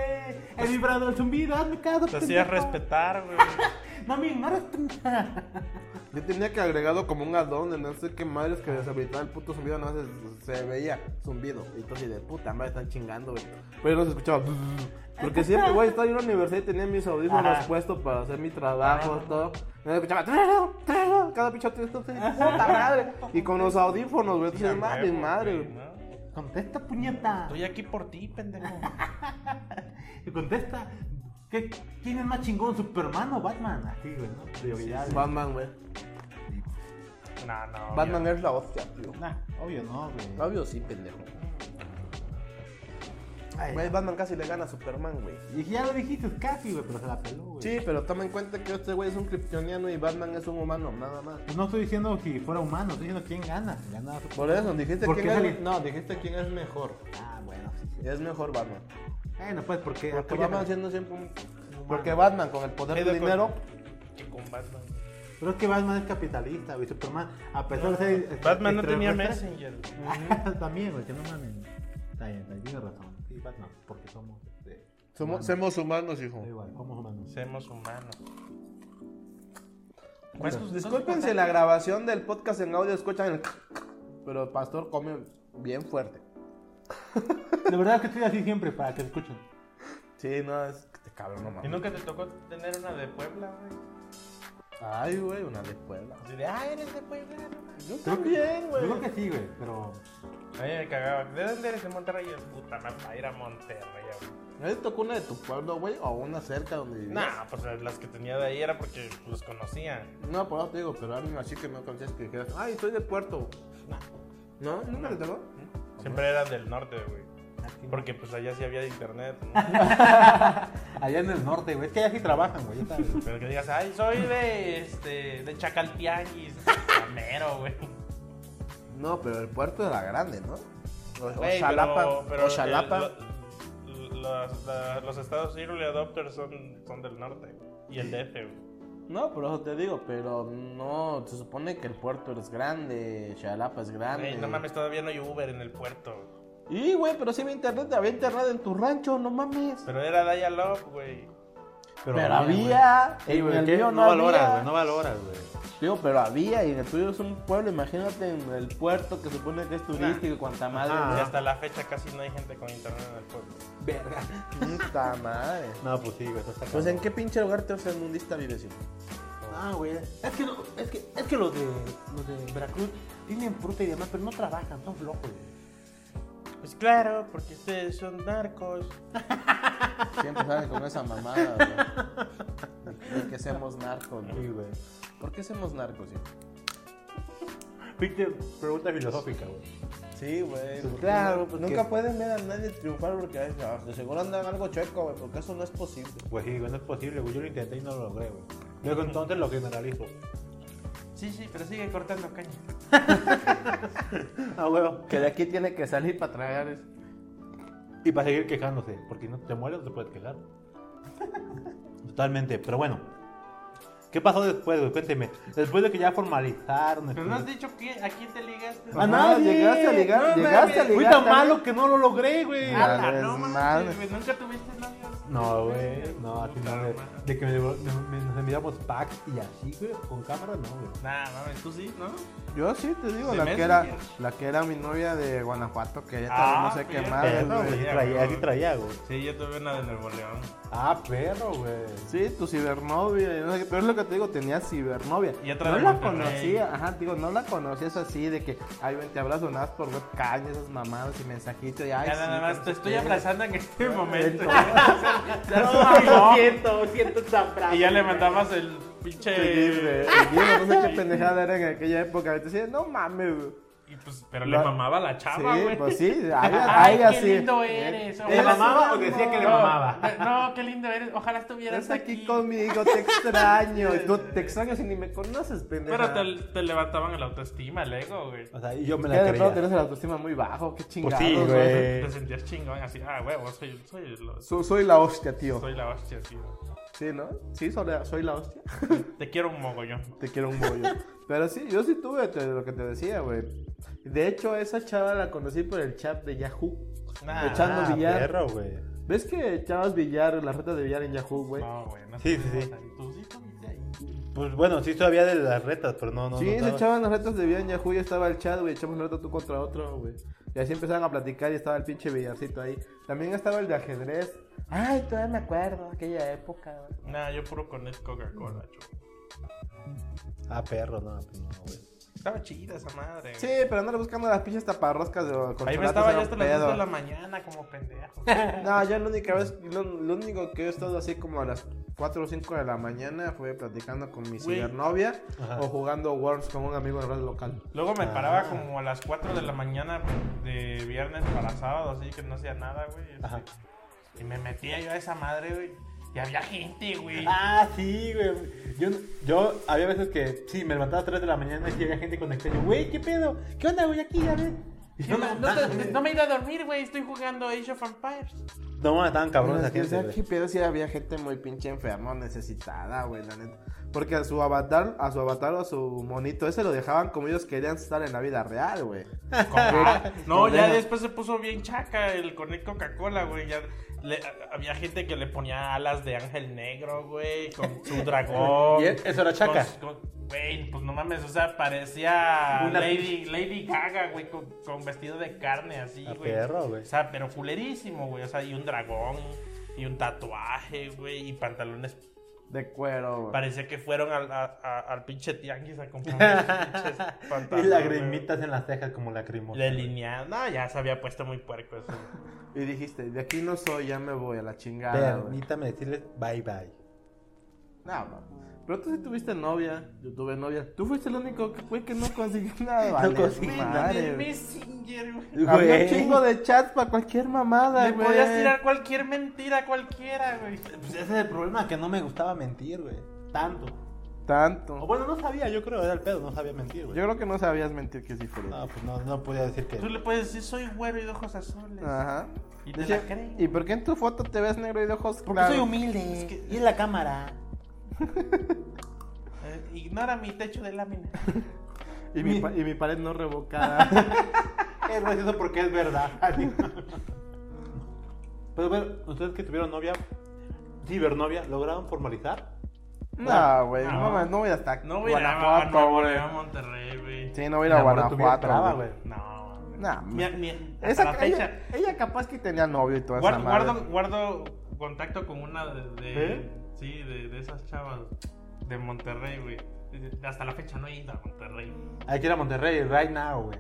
C: El vibrador, el zumbido, hazme caso.
E: Te hacías
C: pendejo.
E: respetar, güey.
C: No me ignoras, pendeja.
D: Yo tenía que agregado como un addon de no sé qué madres que deshabilitaba el puto zumbido, no se, se veía zumbido. Y entonces de puta madre están chingando, güey. Pero yo no se escuchaba. Porque siempre, güey, estaba en la universidad y tenía mis audífonos
C: Ajá.
D: puestos para hacer mi trabajo, todo. Y no se escuchaba. Cada pichote, entonces, puta madre. Y con los audífonos, güey, entonces, madre,
E: Huevo,
D: madre,
E: güey,
D: güey.
E: ¿no?
C: Contesta, puñeta.
E: Estoy aquí por ti, pendejo.
C: Y contesta. ¿qué- ¿Quién es más chingón, Superman o Batman? Así, güey, ¿no? Prioridades.
D: Batman, güey.
E: No, no.
D: Batman
E: obvio.
D: es la hostia, tío.
C: Nah, obvio no, güey.
D: Obvio sí, pendejo.
C: Ay,
D: Güey, Batman casi le gana a Superman, güey.
C: Y ya lo dijiste casi, güey, pero se la peló, güey.
D: Sí, pero toma en cuenta que este güey es un kryptoniano y Batman es un humano, nada más.
C: Pues no estoy diciendo si fuera humano, estoy diciendo quién gana. Gana
D: Por eso, dijiste
C: ¿Por
D: quién
C: qué
D: es,
C: sali-
D: no, dijiste quién es mejor.
C: Ah, bueno, sí, sí.
D: Es mejor Batman.
C: Bueno, pues porque.
D: Porque
C: apoyan-
D: Batman siendo siempre un porque Batman con el poder
E: Estoy
D: del
E: de
D: dinero,
E: acuerdo. Que con Batman.
C: Pero es que Batman es capitalista, güey. Superman, a pesar de ser. este,
E: Batman no tenía
C: extraterrestre-
E: Messenger. güey.
C: También, güey, que no mames. Está bien, está bien, tiene razón. Sí, Batman, porque somos. Este,
D: somos, somos humanos, hijo.
C: da igual, somos humanos.
E: Somos humanos.
C: Pues,
D: Bueno, discúlpense la grabación del podcast en audio, escuchan el pero el pastor come bien fuerte.
C: De verdad es que estoy así siempre para que escuchen.
D: Sí, no, es que te cabrón, no
E: ¿Y
D: mames.
E: nunca te tocó tener una de Puebla, güey?
D: Ay, güey, una de Puebla.
E: Así de, ah, eres de Puebla. no mames".
D: Yo también,
C: Yo
D: güey.
C: creo que sí, güey, pero.
E: A mí me cagaba. ¿De dónde eres? De Monterrey. Yo, puta, me para ir a Monterrey, güey.
D: ¿No te tocó una de tu pueblo, güey? O una cerca donde vivías.
E: Nah, pues las que tenía de ahí era porque los conocía.
D: No, por eso te digo, pero a mí así que no conocías que dijeras, ay, soy de Puerto. No, nunca le tocó.
E: Siempre eran del norte, güey. Porque pues allá sí había internet, ¿no?
C: Allá en el norte, güey. Es que allá sí trabajan, güey. ya sabes.
E: Pero que digas, ay, soy de este, de Chacaltianguis, Camero, güey.
D: No, pero el puerto era grande, ¿no? O, o
E: Güey,
D: Xalapa,
E: pero- pero
D: o Xalapa.
E: el- lo- las- la- los estados early adopters son, son del norte güey, y el DF. güey.
D: No, por eso te digo, pero no, se supone que el puerto es grande, Xalapa es grande.
E: Güey, no mames, todavía no hay Uber en el puerto.
D: Y, güey, pero sí había internet, había internet en tu rancho, no mames.
E: Pero era Dialog, güey.
D: Pero, había,
C: Sí, güey,
D: en el
C: ¿qué?
D: mío
C: No,
D: no,
C: valoras,
D: había.
C: güey, no valoras, güey.
D: Digo, pero había, y en el tuyo es un pueblo, imagínate en el puerto que supone que es turístico y cuanta madre.
E: Y
C: Ah.
E: hasta la fecha casi no hay gente con internet en el pueblo.
D: Verga. Puta madre.
C: No, pues sí, güey, eso está
D: Pues, ¿en
C: cabrón.
D: qué pinche lugar tercermundista vives, hijo?
F: Ah, güey. Es que, no- es que, es que los, de, los de Veracruz tienen fruta y demás, pero no trabajan, son flojos, güey.
E: Pues claro, porque ustedes son narcos.
D: Siempre salen con esa mamada, güey. Y creen que seamos narcos, güey.
C: Sí, güey.
D: ¿Por qué somos narcos, hijo?
C: Pinche pregunta filosófica, güey.
D: Sí, güey.
C: Pues
D: porque
C: claro,
D: no-
C: pues,
D: nunca
C: ¿qué?
D: pueden ver a nadie triunfar porque ay, no, de seguro andan algo chueco, güey, porque eso no es posible.
C: Pues sí, güey, no es posible, güey. Yo lo intenté y no lo logré, güey. Luego entonces lo generalizo.
E: Sí, sí, pero sigue cortando caña.
C: Ah, güey.
D: Que de aquí tiene que salir para tragar eso.
C: Y para seguir quejándose, porque no te mueres, no te puedes quejar. Totalmente, pero bueno. ¿Qué pasó después, güey? Cuénteme. Después de que ya formalizaron.
E: Pero no has dicho que, a quién te ligaste.
C: A
D: Ajá,
C: nadie.
D: llegaste a ligar-
C: No,
D: llegaste
C: mames.
D: a
C: Fui
D: ligar
C: tan
D: también. Ah,
C: malo que no lo logré, güey.
D: Ya.
E: Ala, no
D: ves,
E: mames,
D: madre.
E: güey, Nunca tuviste novios.
C: No, güey. No, así no, güey. De que me, me- nos enviamos packs y así, güey. Con cámara, no, güey.
E: Nah, mames, tú sí, ¿no?
D: Yo sí te digo,
E: De
D: la que,
E: Messenger.
D: era, la que era mi novia de Guanajuato, que ya
E: Ah,
D: no sé qué
E: fíjate.
D: madre,
C: Perro,
D: güey.
C: güey. sí
E: güey.
C: traía- Así traía, güey.
E: Sí, yo tuve una de Nuevo León.
C: Ah, perro, güey.
D: Sí, tu cibernovia, y no sé qué, pero es lo que te digo, tenía cibernovia.
E: Y otra
D: no
E: de
D: la
E: Monterrey.
D: conocía, ajá, digo, no la conocías así de que, ay, ven, te abrazo nada más por webcam y esas mamadas y mensajitos y ay,
E: Ya
D: sí,
E: nada
D: que
E: más
D: no
E: te
D: sé
E: estoy
D: qué".
E: abrazando en este momento.
D: No,
C: siento, siento tan bravo.
E: y ya le mandabas el pinche.
D: Terrible, terrible, no sé qué pendejada era en aquella época. Decía, no mames, güey.
E: Y pues, pero le
D: La-
E: mamaba a la chava,
D: sí,
E: güey.
D: pues sí, había,
E: Ah, Ay,
D: había
E: qué
D: así.
E: lindo eres.
C: ¿Le
E: ojalá
C: mamaba o
E: estuvieras-
C: decía que le
E: No,
C: mamaba?
E: No, qué lindo eres. Ojalá estuvieras
D: Estás
E: aquí.
D: aquí conmigo, te extraño. No, te extraño si ni me conoces, pendejo.
E: Pero te, te levantaban el autoestima, el ego, güey.
C: O sea, y yo me
D: Ya
C: la
D: de pronto
C: creía.
D: tienes el autoestima muy bajo, qué chingados,
C: Pues sí, güey. Eh.
E: Te sentías chingón, así, ah, huevo, soy, soy, lo-
D: So- soy la hostia, tío.
E: soy la hostia, tío.
D: Sí, ¿no? Sí, soy la, soy la hostia.
E: Te quiero un mogollón.
D: te quiero un bollo. Pero sí, yo sí tuve te- lo que te decía, güey. De hecho, a esa chava la conocí por el chat de Yahoo.
E: Nah,
D: Echando
C: Ah,
D: billar.
C: perro, güey.
D: ¿Ves que echabas billar, la reta de billar en Yahoo, güey?
E: No, güey, no
C: Sí, sí,
E: te-
C: sí.
E: Tú sí comiste ahí.
C: Pues bueno, sí todavía de las retas, pero no, no.
D: sí,
C: no
D: se
C: estaba-
D: echaban las retas de billar en Yahoo y estaba el chat, güey. Echamos la reta tú contra otro, güey. Y así empezaban a platicar y estaba el pinche billarcito ahí. También estaba el de ajedrez. Ay, todavía me acuerdo, aquella época, güey.
E: Nah, yo puro con el Coca-Cola, chulo.
C: Ah, perro, no, pues no, güey.
E: Estaba chida esa madre. güey.
D: Sí, pero andar buscando las pinches taparroscas de con
E: Ahí me
D: chocolates
E: estaba
D: era
E: yo
D: un
E: hasta las 2
D: pedo.
E: de la mañana como pendejo.
D: No, yo la única vez, lo, lo único que he estado así como a las 4 o 5 de la mañana fue platicando con mi
E: Güey.
D: cibernovia
C: Ajá.
D: o jugando Worms con un amigo de red local.
E: Luego me
C: Ah.
E: paraba como a las 4 de la mañana de viernes para sábado, así que no hacía nada, güey. este,
C: Ajá.
E: Y me metía yo a esa madre, güey. Y había gente, güey.
C: Ah, sí, güey. Yo, yo había veces que sí, me levantaba a 3 de la mañana y había gente conectada. Yo, güey, ¿qué pedo? ¿Qué onda, güey? Aquí, a ver. Y
E: No,
C: yo,
E: me- no te- no me he ido a dormir, güey. Estoy jugando Age of Empires.
C: No, mames, estaban cabrones
D: Pero
C: la
D: es que,
C: gente,
D: o sea,
C: güey.
D: qué pedo si había gente muy pinche enferma, necesitada, güey, la neta. Porque a su avatar, a su avatar o a su monito ese lo dejaban como ellos querían estar en la vida real, güey.
E: Ah, no, ya
D: Pendejo.
E: después se puso bien chaca el Connect Coca-Cola, güey. Ya le- había gente que le ponía alas de ángel negro, güey, con su dragón.
C: ¿Y eso era chaca?
E: Con- con- Güey, pues no mames, o sea, parecía
C: Una-
E: Lady, Lady Gaga, güey, con, con vestido de carne así,
C: Ah,
E: güey.
C: perro, güey.
E: O sea, pero culerísimo, güey. O sea, y un dragón, y un tatuaje, güey, y pantalones.
D: De cuero, güey.
E: Parecía que fueron al, a- a- al pinche tianguis a comprar los pinches
C: Y
E: pantalones.
C: lagrimitas en las cejas como lacrimosa.
E: Delineado. No, Ah, ya se había puesto muy puerco eso.
D: Y dijiste, de aquí no soy, ya me voy a la chingada, güey.
C: Permítame decirles bye bye.
D: No, no. Pero tú sí tuviste novia. Yo tuve novia. Tú fuiste el único que fue que no consiguió nada. Vale,
C: conseguí
D: su
C: nada.
D: madre,
E: el
D: güey.
E: Messenger, güey.
D: Había un
C: Güey.
D: chingo de chats para cualquier mamada,
E: Le
D: güey.
E: podías tirar cualquier mentira a cualquiera, güey.
C: Pues ese es el problema, que no me gustaba mentir, güey. Tanto.
D: Tanto.
G: O bueno, no sabía, yo creo, era el pedo, no sabía mentir, güey.
D: Yo creo que no sabías mentir que es diferente.
C: Ah,
G: No, pues no, no podía decir que.
E: Tú le puedes decir, soy güero y de ojos azules.
D: Ajá.
E: Y
D: Ah, De
E: te la
D: hecho,
E: creen.
D: ¿Y por qué en tu foto te ves negro y de ojos
G: Porque
D: claros?
G: soy humilde. Y es la cámara.
E: Eh, ignora mi techo de lámina.
D: Y mi, pa- y mi pared no revocada.
G: Es gracioso porque es verdad. Así. Pero bueno, ustedes que tuvieron novia, cibernovia, ¿lograron formalizar?
D: no, güey. No, mames, no voy hasta
E: No voy a ir a
D: Guanajuato,
E: no voy a
D: güey.
E: ir a Monterrey, güey.
D: Sí, no voy a ir a
G: Enamoró tu vida brava,
D: Guanajuato, güey.
G: güey.
E: No.
D: Nah,
E: Ni- ni- hasta
D: Esa,
E: la fecha.
D: ella, ella capaz que tenía novio y toda
E: Guar-
D: esa madre.
E: guardo, guardo contacto con una de, de-
G: ¿Eh?
E: sí, de, de esas chavas de Monterrey, güey. Hasta la fecha no he ido a Monterrey.
G: Hay que ir a Monterrey, right now, güey.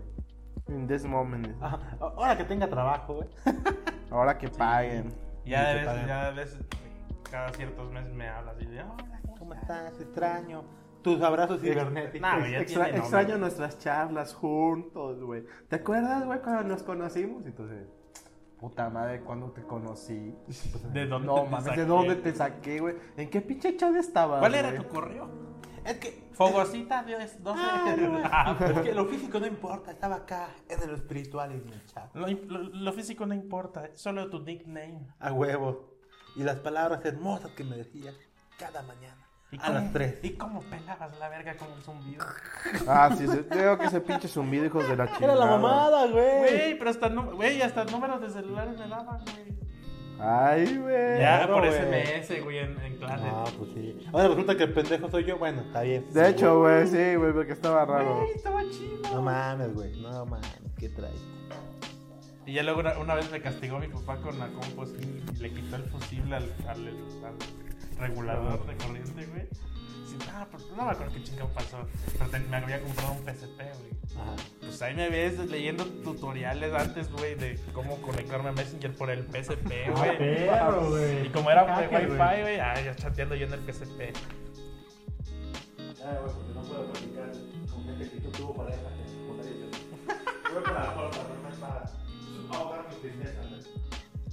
D: In this moment.
G: Ah, Ahora que tenga trabajo, güey.
D: Ahora que paguen.
E: Ya
G: Ni
E: de
G: que
E: vez,
G: paguen.
E: ya de vez, cada ciertos meses me hablas y de, "Hola,
G: ¿Cómo estás? Extraño. Tus abrazos cibernéticos.
E: Nah, "Ah, güey, ya
D: Extra-
E: tiene novio.
D: extraño nuestras charlas juntos, güey. ¿Te acuerdas, güey, cuando nos conocimos? Entonces, puta madre, cuando te conocí.
E: ¿de dónde
D: No
E: te
D: mames,
E: saqué?"
D: ¿de dónde te saqué, güey? ¿En qué pinche chat estabas?
E: ¿Cuál era
D: güey?
E: tu correo?
G: Es que,
E: Fogosita, Dios, 12.
G: Ah, no, güey.
E: Ah,
G: es que lo físico no importa, estaba acá, es de lo espiritual en el chat.
E: lo, lo- lo físico no importa, solo tu nickname.
G: A huevo. Y las palabras hermosas que me decías cada mañana.
E: ¿Y
G: A las tres.
E: ¿Y cómo pelabas la verga con un zumbido?
D: Ah, sí, se- creo que ese pinche zumbido, hijos de la chingada.
G: güey.
E: Güey, pero hasta, nu- güey, hasta números de celulares me daban, güey.
D: Ay, güey.
E: Ya,
G: Claro,
E: por
G: güey.
E: SMS, güey, en, en clase.
G: Ah, pues sí. Ahora resulta que el pendejo soy yo. Bueno, está bien.
D: De hecho, güey, sí, güey, porque estaba raro.
E: Güey, estaba chido.
G: No mames, güey. No mames, ¿qué traes?
E: Y ya luego una, una vez me castigó mi papá con la compu así, y le quitó el fusible al, al- al regulador de corriente, güey. Sí, ah, pues no me acuerdo qué chingón pasó. Pero te- me había comprado un PSP, güey.
G: Ajá.
E: Pues ahí me ves leyendo tutoriales antes, güey, de cómo conectarme a Messenger por el PSP, güey.
G: Ah,
C: Perro, güey.
E: Y como era de
C: Hacker,
E: Wi-Fi, güey, ah, ya chateando yo en el PSP.
C: Ah, güey, porque no puedo platicar con gente que tú tuvo pareja en secundaria. Voy para la puerta, no me para. Para ahogar mi tristeza, güey.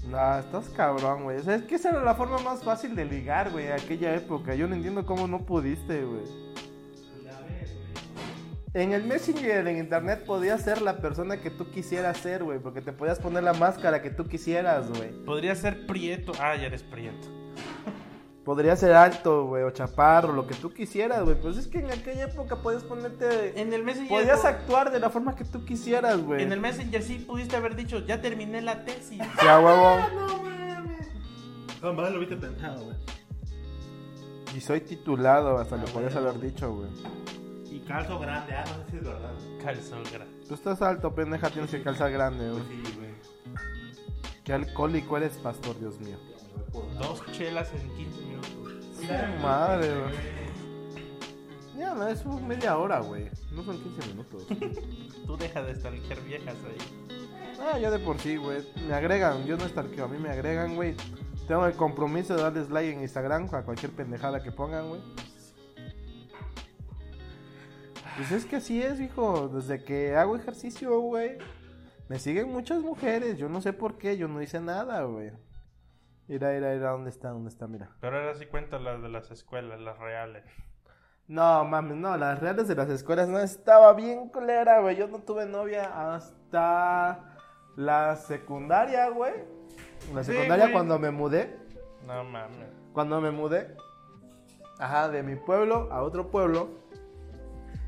D: No, estás cabrón, güey. O sea, es que esa era la forma más fácil de ligar, güey, en aquella época. Yo no entiendo cómo no pudiste, güey. En el Messenger, en internet, podías ser la persona que tú quisieras ser, güey. Porque te podías poner la máscara que tú quisieras, güey.
E: Podría ser Prieto. Ah, ya eres Prieto.
D: Podrías ser alto, güey, o chaparro, lo que tú quisieras, güey. Pues es que en aquella época podías ponerte.
E: En el Messenger.
D: Podías actuar de la forma que tú quisieras, güey.
E: En el Messenger sí pudiste haber dicho, ya terminé la tesis.
D: Sí, a
E: Ah,
D: huevo.
G: Jamás lo viste pensado, güey.
D: Y soy titulado, hasta
E: Ah,
D: lo podías haber dicho, güey.
C: Y calzo grande, ah, no sé si es verdad.
E: Calzón grande.
D: Tú estás alto, pendeja, tienes que calzar grande, güey.
C: Pues sí, güey.
D: Qué alcohólico eres, pastor, Dios mío.
E: Dos chelas en 15 minutos.
D: Sí, madre, güey. Ya, no, es un media hora, güey. No son 15 minutos.
E: Tú deja de estalquear viejas ahí.
D: ah, yo de por sí, güey. Me agregan, yo no estarqueo, a mí me agregan, güey. Tengo el compromiso de darles like en Instagram a cualquier pendejada que pongan, güey. Pues es que así es, hijo. Desde que hago ejercicio, güey. Me siguen muchas mujeres. Yo no sé por qué, yo no hice nada, güey. Mira, mira, mira, ¿dónde está? ¿Dónde está? Mira.
E: Pero ahora sí cuenta las de las escuelas, las reales.
D: No, mames, no, las reales de las escuelas no estaba bien culera, güey. Yo no tuve novia hasta la secundaria, güey. La
E: Sí,
D: secundaria
E: güey.
D: cuando me mudé,
E: No mames.
D: cuando me mudé, ajá, de mi pueblo a otro pueblo.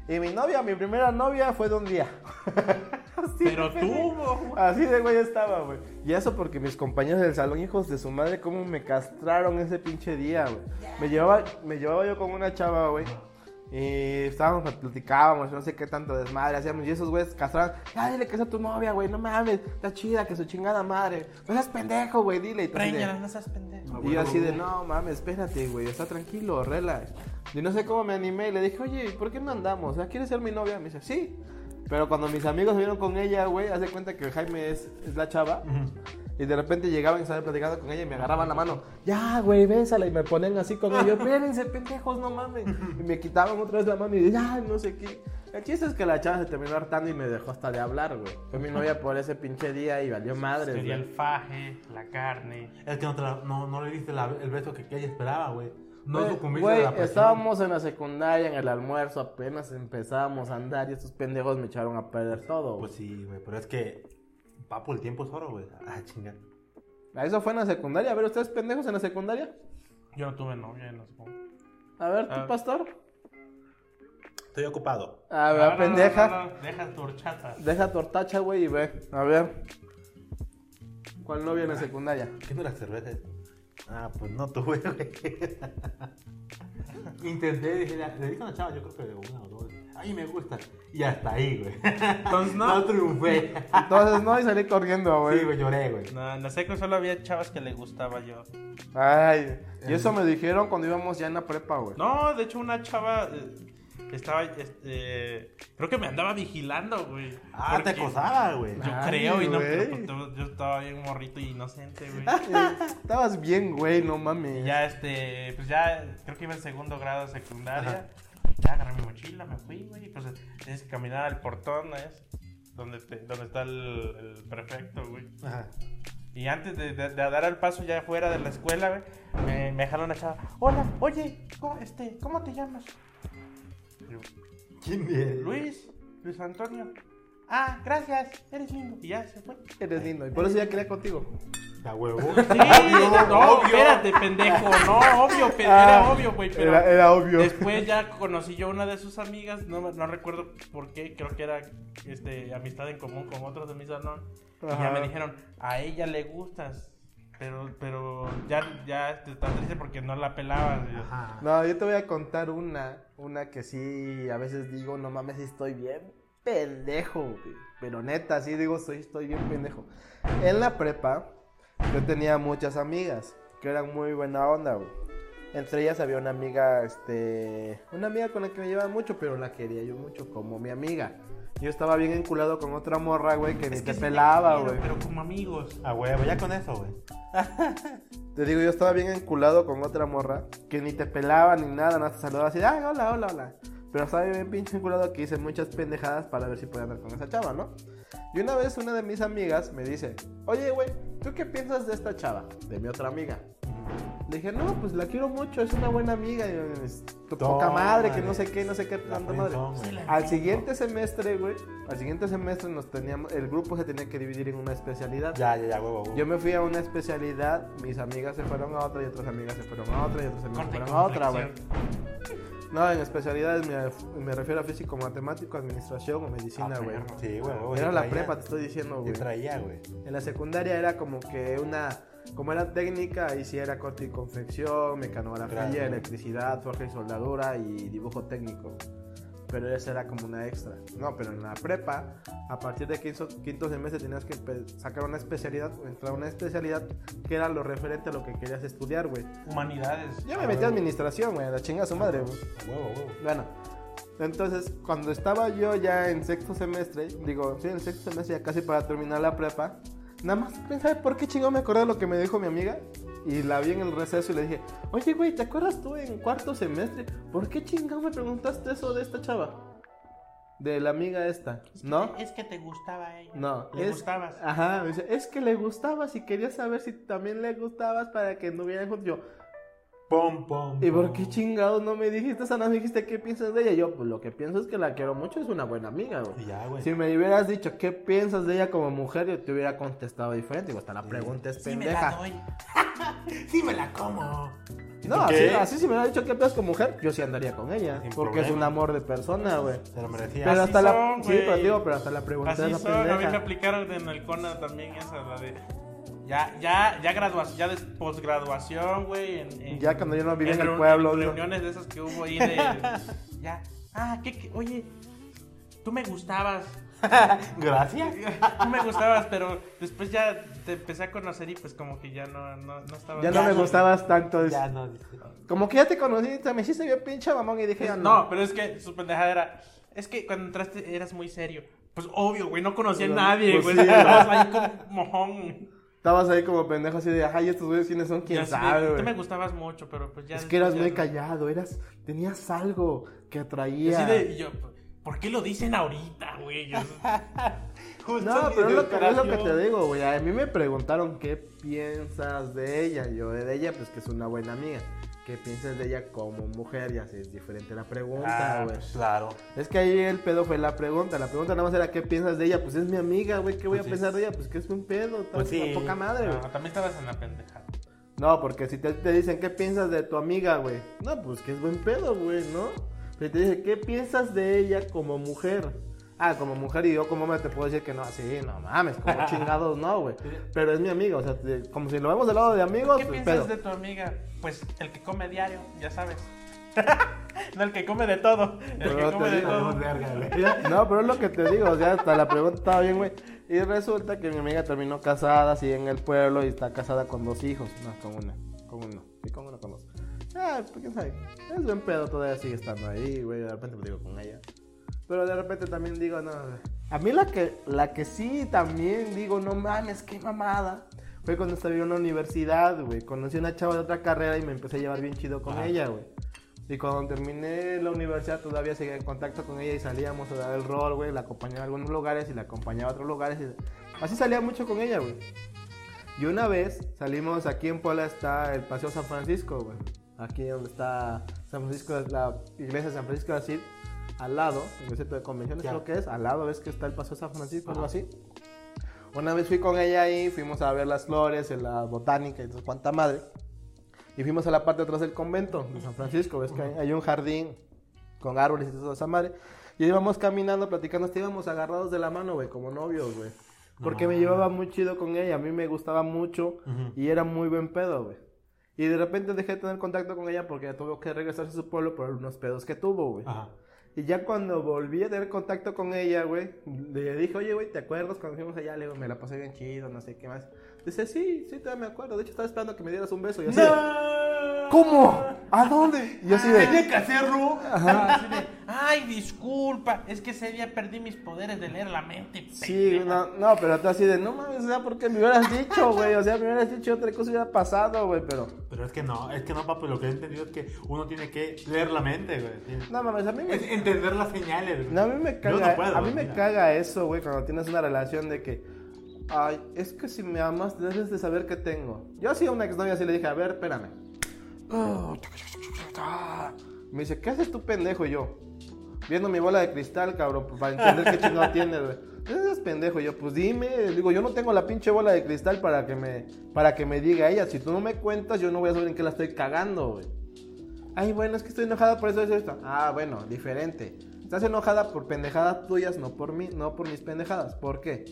D: Y mi novia, mi primera novia fue de un día. Así de
E: Pero tú,
D: Así de güey estaba, güey. Y eso porque mis compañeros del salón, hijos de su madre, cómo me castraron ese pinche día, güey. Me llevaba, me llevaba yo con una chava, güey. Y estábamos, pues, platicábamos, no sé qué tanto desmadre hacíamos. Y esos güeyes castraban. Ya, dile que es a tu novia, güey. No mames, está chida, que su chingada madre. No seas pendejo, güey, dile. Y tú así de-
E: preñala, no seas pendejo.
D: y yo así de, no mames, espérate, güey, está tranquilo, relax. Y no sé cómo me animé y le dije, oye, ¿por qué no andamos? ¿Ah, ¿Quieres ser mi novia? Me dice, sí. Pero cuando mis amigos vieron con ella, güey, haz de cuenta que Jaime es, es la chava. Y de repente llegaban y estaban platicando con ella y me agarraban la mano. Ya, güey, bésala. Y me ponían así con ellos. Espérense, pendejos, no mames. Y me quitaban otra vez la mano y ya, no sé qué. El chiste es que la chava se terminó hartando y me dejó hasta de hablar, güey. Fue mi novia por ese pinche día y valió madre,
E: Sería el faje, la carne.
G: Es que no, te la- no, no le diste la- el beso que, que ella esperaba, güey.
C: No
D: Güey,
C: sucumbiste
D: güey,
C: a la presión.
D: estábamos en la secundaria, en el almuerzo, apenas empezábamos a andar y estos pendejos me echaron a perder todo.
C: Pues
D: güey.
C: sí, güey, pero es que. Papo, el tiempo es oro, güey. Ah, chinga.
E: Pues-
D: Eso fue en la secundaria. A ver, ¿ustedes pendejos en la secundaria?
E: Yo no tuve novia en la secundaria.
D: A ver, tú,
E: Ah.
D: pastor.
C: Estoy ocupado.
D: A
E: No,
D: ver,
E: no, no,
D: pendeja.
E: no, no, Deja tu horchata.
D: Deja tu hortacha, güey, y ve. A ver. ¿Cuál novia en la secundaria?
C: ¿Qué no las cervezas? Ah, pues no tuve, güey. Intenté, dije, le le dije a una chava, yo creo que una o dos. Ay, me gusta. Y hasta ahí, güey.
E: Entonces
C: Pues No,
E: no.
C: triunfé.
D: Entonces no, y salí corriendo, güey.
C: Sí, güey, lloré, güey.
E: No, en la seco solo había chavas que le gustaba yo.
D: Ay, y eso me dijeron cuando íbamos ya en la prepa, güey.
E: Eh. No, de hecho una chava eh, estaba, este, creo que me andaba vigilando, güey.
C: Ah, te
E: Porque
C: acosaba, güey.
E: Yo
D: Ay,
E: creo y no, pero
D: güey.
E: pues, yo- yo estaba bien morrito y inocente, güey.
D: Eh, Estabas bien, güey, no mames.
E: Y ya, este, pues ya, creo que iba en segundo grado de secundaria. Ya agarré mi mochila, me fui, güey. y Pues tienes que caminar al portón, ¿es? Donde, te- donde está el, el prefecto, güey.
C: Ajá.
E: Y antes de, de- de dar el paso ya fuera de la escuela, güey, me, me jaló una chava. Hola, oye, ¿cómo, este, ¿cómo te llamas? Y yo,
C: ¿Quién eres?
E: Luis, Luis Antonio. Ah, gracias, eres lindo. Y ya se fue.
D: Eres lindo. Y por eso ya quería contigo.
C: La huevo.
E: Sí, no, espérate, pendejo. No, obvio, pe-
D: Ah,
E: era obvio, güey. Pero
D: Era, era obvio.
E: Después ya conocí yo a una de sus amigas, no, no recuerdo por qué, creo que era este, amistad en común con otros de mi salón. Y
D: Ajá.
E: ya me dijeron, a ella le gustas, pero, pero ya, ya te estás triste porque no la pelabas. Y yo,
C: Ajá.
D: No, yo te voy a contar una. Una que sí, a veces digo, no mames, estoy bien pendejo, güey. Pero neta, sí digo, soy, estoy bien pendejo. En la prepa, yo tenía muchas amigas que eran muy buena onda, güey. Entre ellas había una amiga, este. Una amiga con la que me llevaba mucho, pero la quería yo mucho, como mi amiga. Yo estaba bien enculado con otra morra, güey, que ni te
E: sí te
D: pelaba,
E: quiero,
D: güey.
E: Pero como amigos.
C: A huevo, ya con eso, güey.
D: Te digo, yo estaba bien enculado con otra morra que ni te pelaba ni nada, nada te saludaba así, ah, hola, hola, hola. Pero estaba bien pinche enculado que hice muchas pendejadas para ver si podía andar con esa chava, ¿no? Y una vez una de mis amigas me dice, oye, güey, ¿tú qué piensas de esta chava? De mi otra amiga. Le dije, no, pues la quiero mucho, es una buena amiga. Y yo, "Es tu poca madre, que no sé qué, no sé qué,
C: La
D: tanta madre.
C: friendzone, güey.
D: Al siguiente semestre, güey, al siguiente semestre nos teníamos, el grupo se tenía que dividir en una especialidad.
C: Ya, ya, ya, huevo. huevo. Ah,
D: Yo me fui a una especialidad, mis amigas se fueron a otra y otras amigas se fueron a otra y otras amigas se
E: Corte y
D: fueron a otra, güey.
E: confección.
D: No, en especialidades me, me refiero a físico, matemático, administración o medicina,
E: Ah,
D: güey.
E: perro.
C: Sí, güey, huevo.
D: Era
C: yo
D: la
C: traía-
D: prepa, te estoy diciendo,
C: Yo
D: güey.
C: traía, güey.
D: En la secundaria era como que una... Como era técnica, ahí sí era corte y confección, mecanografía,
C: Claro.
D: electricidad, forja y soldadura y dibujo técnico. Pero esa era como una extra. No, pero en la prepa, a partir de quinto, quinto semestre tenías que empe- sacar una especialidad, o entrar a una especialidad que era lo referente a lo que querías estudiar, güey.
E: Humanidades.
D: Yo me metí a administración, güey, a la chinga su madre, güey.
C: A huevo, huevo.
D: Bueno, entonces cuando estaba yo ya en sexto semestre, digo, sí, en sexto semestre ya casi para terminar la prepa, nada más, ¿quién sabe por qué chingón me acordé de lo que me dijo mi amiga? Y la vi en el receso y le dije, oye, güey, ¿te acuerdas tú en cuarto semestre? ¿Por qué chingón me preguntaste eso de esta chava? De la amiga esta, ¿no?
E: Es que te gustaba eh. ella.
D: No,
E: Le
D: es-
E: gustabas.
D: Ajá, me dice, es que le gustabas y quería saber si también le gustabas para que no hubieran juntos. Yo,
C: Pom, pom.
D: ¿Y por
C: pom.
D: qué chingados no me dijiste esa? No me dijiste qué piensas de ella. Yo, pues lo que pienso es que la quiero mucho, es una buena amiga,
C: Y
D: güey.
C: Ya, güey.
D: Si me hubieras dicho qué piensas de ella como mujer, yo te hubiera contestado diferente. Digo, hasta la pregunta es
E: Sí, me la
D: pendeja.
E: doy.
C: Sí me la como.
D: no,
C: ¿Por
D: así,
C: qué?
D: así si me hubiera dicho qué piensas como mujer, yo sí andaría con ella.
C: Sin
D: porque es
C: problema.
D: un amor de persona, güey.
C: Se lo merecía.
D: Pero
E: así
D: hasta la.
E: son,
D: Sí,
E: güey.
D: pero digo, pero hasta la pregunta
E: Pues Así
D: es la
E: son, a mí me
D: pendeja.
E: aplicaron en el CONA también esa, la de... Ya, ya, ya graduación, ya de posgraduación, güey. en- en-
D: Ya cuando yo no vivía en el
E: reun-
D: pueblo,
E: en
D: digo.
E: reuniones de esas que hubo ahí de... ya, ah, ¿qué, qué? oye, tú me gustabas,
C: Gracias.
E: tú me gustabas, pero después ya te empecé a conocer y pues como que ya no, no, no estaba...
D: Ya no me
C: no.
D: gustabas tanto. es-
C: Ya no. dice.
D: Como que ya te conocí, te me hiciste bien pinche mamón y dije, ya
E: No, pero es que su pendejada era... Es que cuando entraste eras muy serio. Pues obvio, güey, no conocía a
D: Pues,
E: nadie,
D: pues,
E: güey.
D: sí.
E: Estabas ahí como mojón.
D: Estabas ahí como pendejo así de, ay, estos güeyes quiénes son, quién
E: Ya sé,
D: sabe,
E: Tú
D: güey.
E: me gustabas mucho, pero pues ya.
D: Es que eras
E: ya
D: muy
E: no.
D: callado, eras, tenías algo que
E: Y
D: atraía.
E: así de- y yo, ¿por qué lo dicen ahorita, güey? Yo-
C: Justo
D: No,
C: mi
D: pero es lo, que, es lo que
C: desesperación.
D: te digo, güey. A mí me preguntaron qué piensas de ella. Yo de ella, pues que es una buena amiga. ¿Qué piensas de ella como mujer? Ya sé, es diferente la
E: Ah,
D: pregunta, güey.
C: Claro.
D: Es que ahí el pedo fue la pregunta. La pregunta nada más era ¿qué piensas de ella? Pues es mi amiga, güey. ¿Qué voy a
C: Pues sí.
D: pensar de ella? Pues que es un pedo. Está
C: Pues sí.
D: una poca madre, güey.
E: No, también estabas en la pendejada.
D: No, porque si te, te dicen ¿qué piensas de tu amiga, güey? No, pues que es buen pedo, güey, ¿no? Pero te dicen ¿qué piensas de ella como mujer? Ah, como mujer y yo como hombre te puedo decir que no, sí, no mames, como chingados no, güey. Pero es mi amiga, o sea, te- como si lo vemos del lado de amigos,
E: ¿Qué
D: pues
E: piensas
D: pedo.
E: de tu amiga? Pues el que come diario, ya sabes. no, el que come de todo. El
D: Pero
E: que
D: te
E: come de
D: digo,
E: todo.
C: Vamos, verga, güey.
D: No, pero es lo que te digo, o sea, hasta la pregunta estaba bien, güey. Y resulta que mi amiga terminó casada, sigue en el pueblo y está casada con dos hijos. No, con una, con uno. Y con uno, con dos. Ah, pues quién sabe. Es buen pedo, todavía sigue estando ahí, güey. De repente me digo con ella. Pero de repente también digo, no. A mí la que, la que sí también digo, no mames, qué mamada. Fue cuando estaba en la universidad, güey. Conocí a una chava de otra carrera y me empecé a llevar bien chido con ella, güey. Y cuando terminé la universidad todavía seguía en contacto con ella y salíamos a dar el rol, güey. La acompañaba a algunos lugares y la acompañaba a otros lugares. y- Así salía mucho con ella, güey. Y una vez salimos aquí en Puebla está el Paseo San Francisco, güey. Aquí donde está San Francisco, la iglesia de San Francisco de Asís, al lado, en el centro de convenciones
C: Ya.
D: creo que es, al lado ves que está el Paseo San Francisco, algo así. Una vez fui con ella ahí, fuimos a ver las flores, en la botánica y todo, cuánta madre. Y fuimos a la parte de atrás del convento de San Francisco, ves que hay, hay un jardín con árboles y toda esa madre. Y íbamos caminando, platicando, hasta íbamos agarrados de la mano, güey, como novios, güey. Porque me llevaba muy chido con ella, a mí me gustaba mucho y era muy buen pedo, güey. Y de repente dejé de tener contacto con ella porque tuvo que regresarse a su pueblo por unos pedos que tuvo, güey.
C: Ajá.
D: Y ya cuando volví a tener contacto con ella, güey, le dije, oye, güey, ¿te acuerdas cuando fuimos allá? Le digo, me la pasé bien chido, no sé qué más. Dice, sí, sí, todavía me acuerdo. De hecho, estaba esperando que me dieras un beso. Y así, de, ¿cómo? ¿A dónde? Y yo así de,
C: que hacerlo.
E: Así Ah, de, Ay, disculpa, es que ese día perdí mis poderes de leer la mente.
D: sí,
E: pendeja".
D: no, no, pero tú así de, no mames, o sea, porque me hubieras dicho, güey? O sea, me hubieras dicho otra cosa hubiera pasado, güey, pero...
C: Pero es que no, es que no, papi. Lo que he entendido es que uno tiene que leer la mente, güey. Tiene-
D: No mames, a mí me
C: Es entender las señales, güey.
D: No, a mí me
C: Yo
D: caga,
C: no puedo,
D: a mí
C: güey,
D: me
C: mira.
D: caga eso, güey, cuando tienes una relación de que, ay, es que si me amas debes de saber qué tengo. Yo hacía una exnovia así le dije, a ver, espérame. Me dice, ¿qué haces tú, pendejo? Y yo, viendo mi bola de cristal, cabrón, pues, para entender qué chingado tienes, güey. Eres pendejo, Y yo, pues dime, digo, yo no tengo la pinche bola de cristal para que me, para que me diga ella. Si tú no me cuentas, yo no voy a saber en qué la estoy cagando, güey. Ay, bueno, es que estoy enojada por eso, eso, esto. Ah, bueno, diferente. Estás enojada por pendejadas tuyas, no por mí, no por mis pendejadas. ¿Por qué?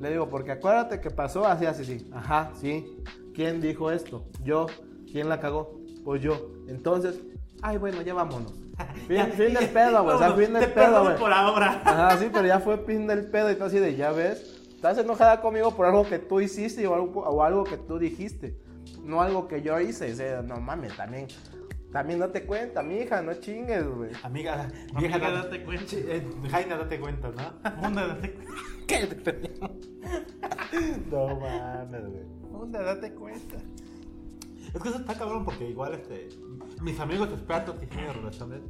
D: Le digo, porque acuérdate que pasó así, así, sí. Ajá, sí. ¿Quién dijo esto? Yo. ¿Quién la cagó? Pues yo. Entonces, ay, bueno, ya vámonos. Fin, fin del pedo, güey. O sea, fin
C: Te
D: del pedo,
C: perdono
D: güey.
C: por ahora.
D: Ajá, sí, pero ya fue pin del pedo y todo así de, ya ves, estás enojada conmigo por algo que tú hiciste o algo, o algo que tú dijiste, no algo que yo hice, o sea, no mames, también, también date cuenta, mija, no chingues, güey.
C: Amiga,
E: Amiga,
C: vieja,
E: date cuenta.
C: Che, eh, Jaina, date cuenta, ¿no?
E: Munda, date,
C: No mames, güey.
E: Munda, date cuenta.
C: Es que eso está cabrón porque igual este, mis amigos expertos que tienen relaciones,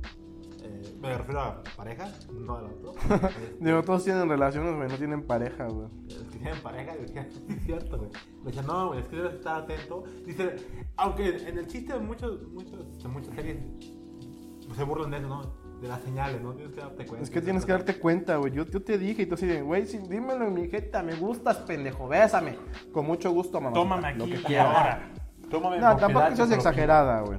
C: eh, me refiero a parejas, no a otro, eh,
D: Digo, todos tienen relaciones, güey, no tienen pareja, güey.
C: los que tienen pareja, y decían, sí, es cierto, güey. Me decían, no, güey, es que debes estar atento. Dice, aunque en el chiste de muchos, muchos, de muchas series se burlan de eso, ¿no? De las señales, ¿no? Tienes que darte cuenta.
D: Es que tienes que darte cuenta, güey. Yo, yo te dije y tú así de, güey, sí, dímelo en mi jeta, me gustas, pendejo, bésame. Con mucho gusto, mamá.
E: Tómame aquí
D: Lo que
E: y
D: quieras.
E: ahora.
C: Tómame
D: No,
C: con
D: tampoco
C: cuidado,
D: seas
C: pero-
D: exagerada, güey.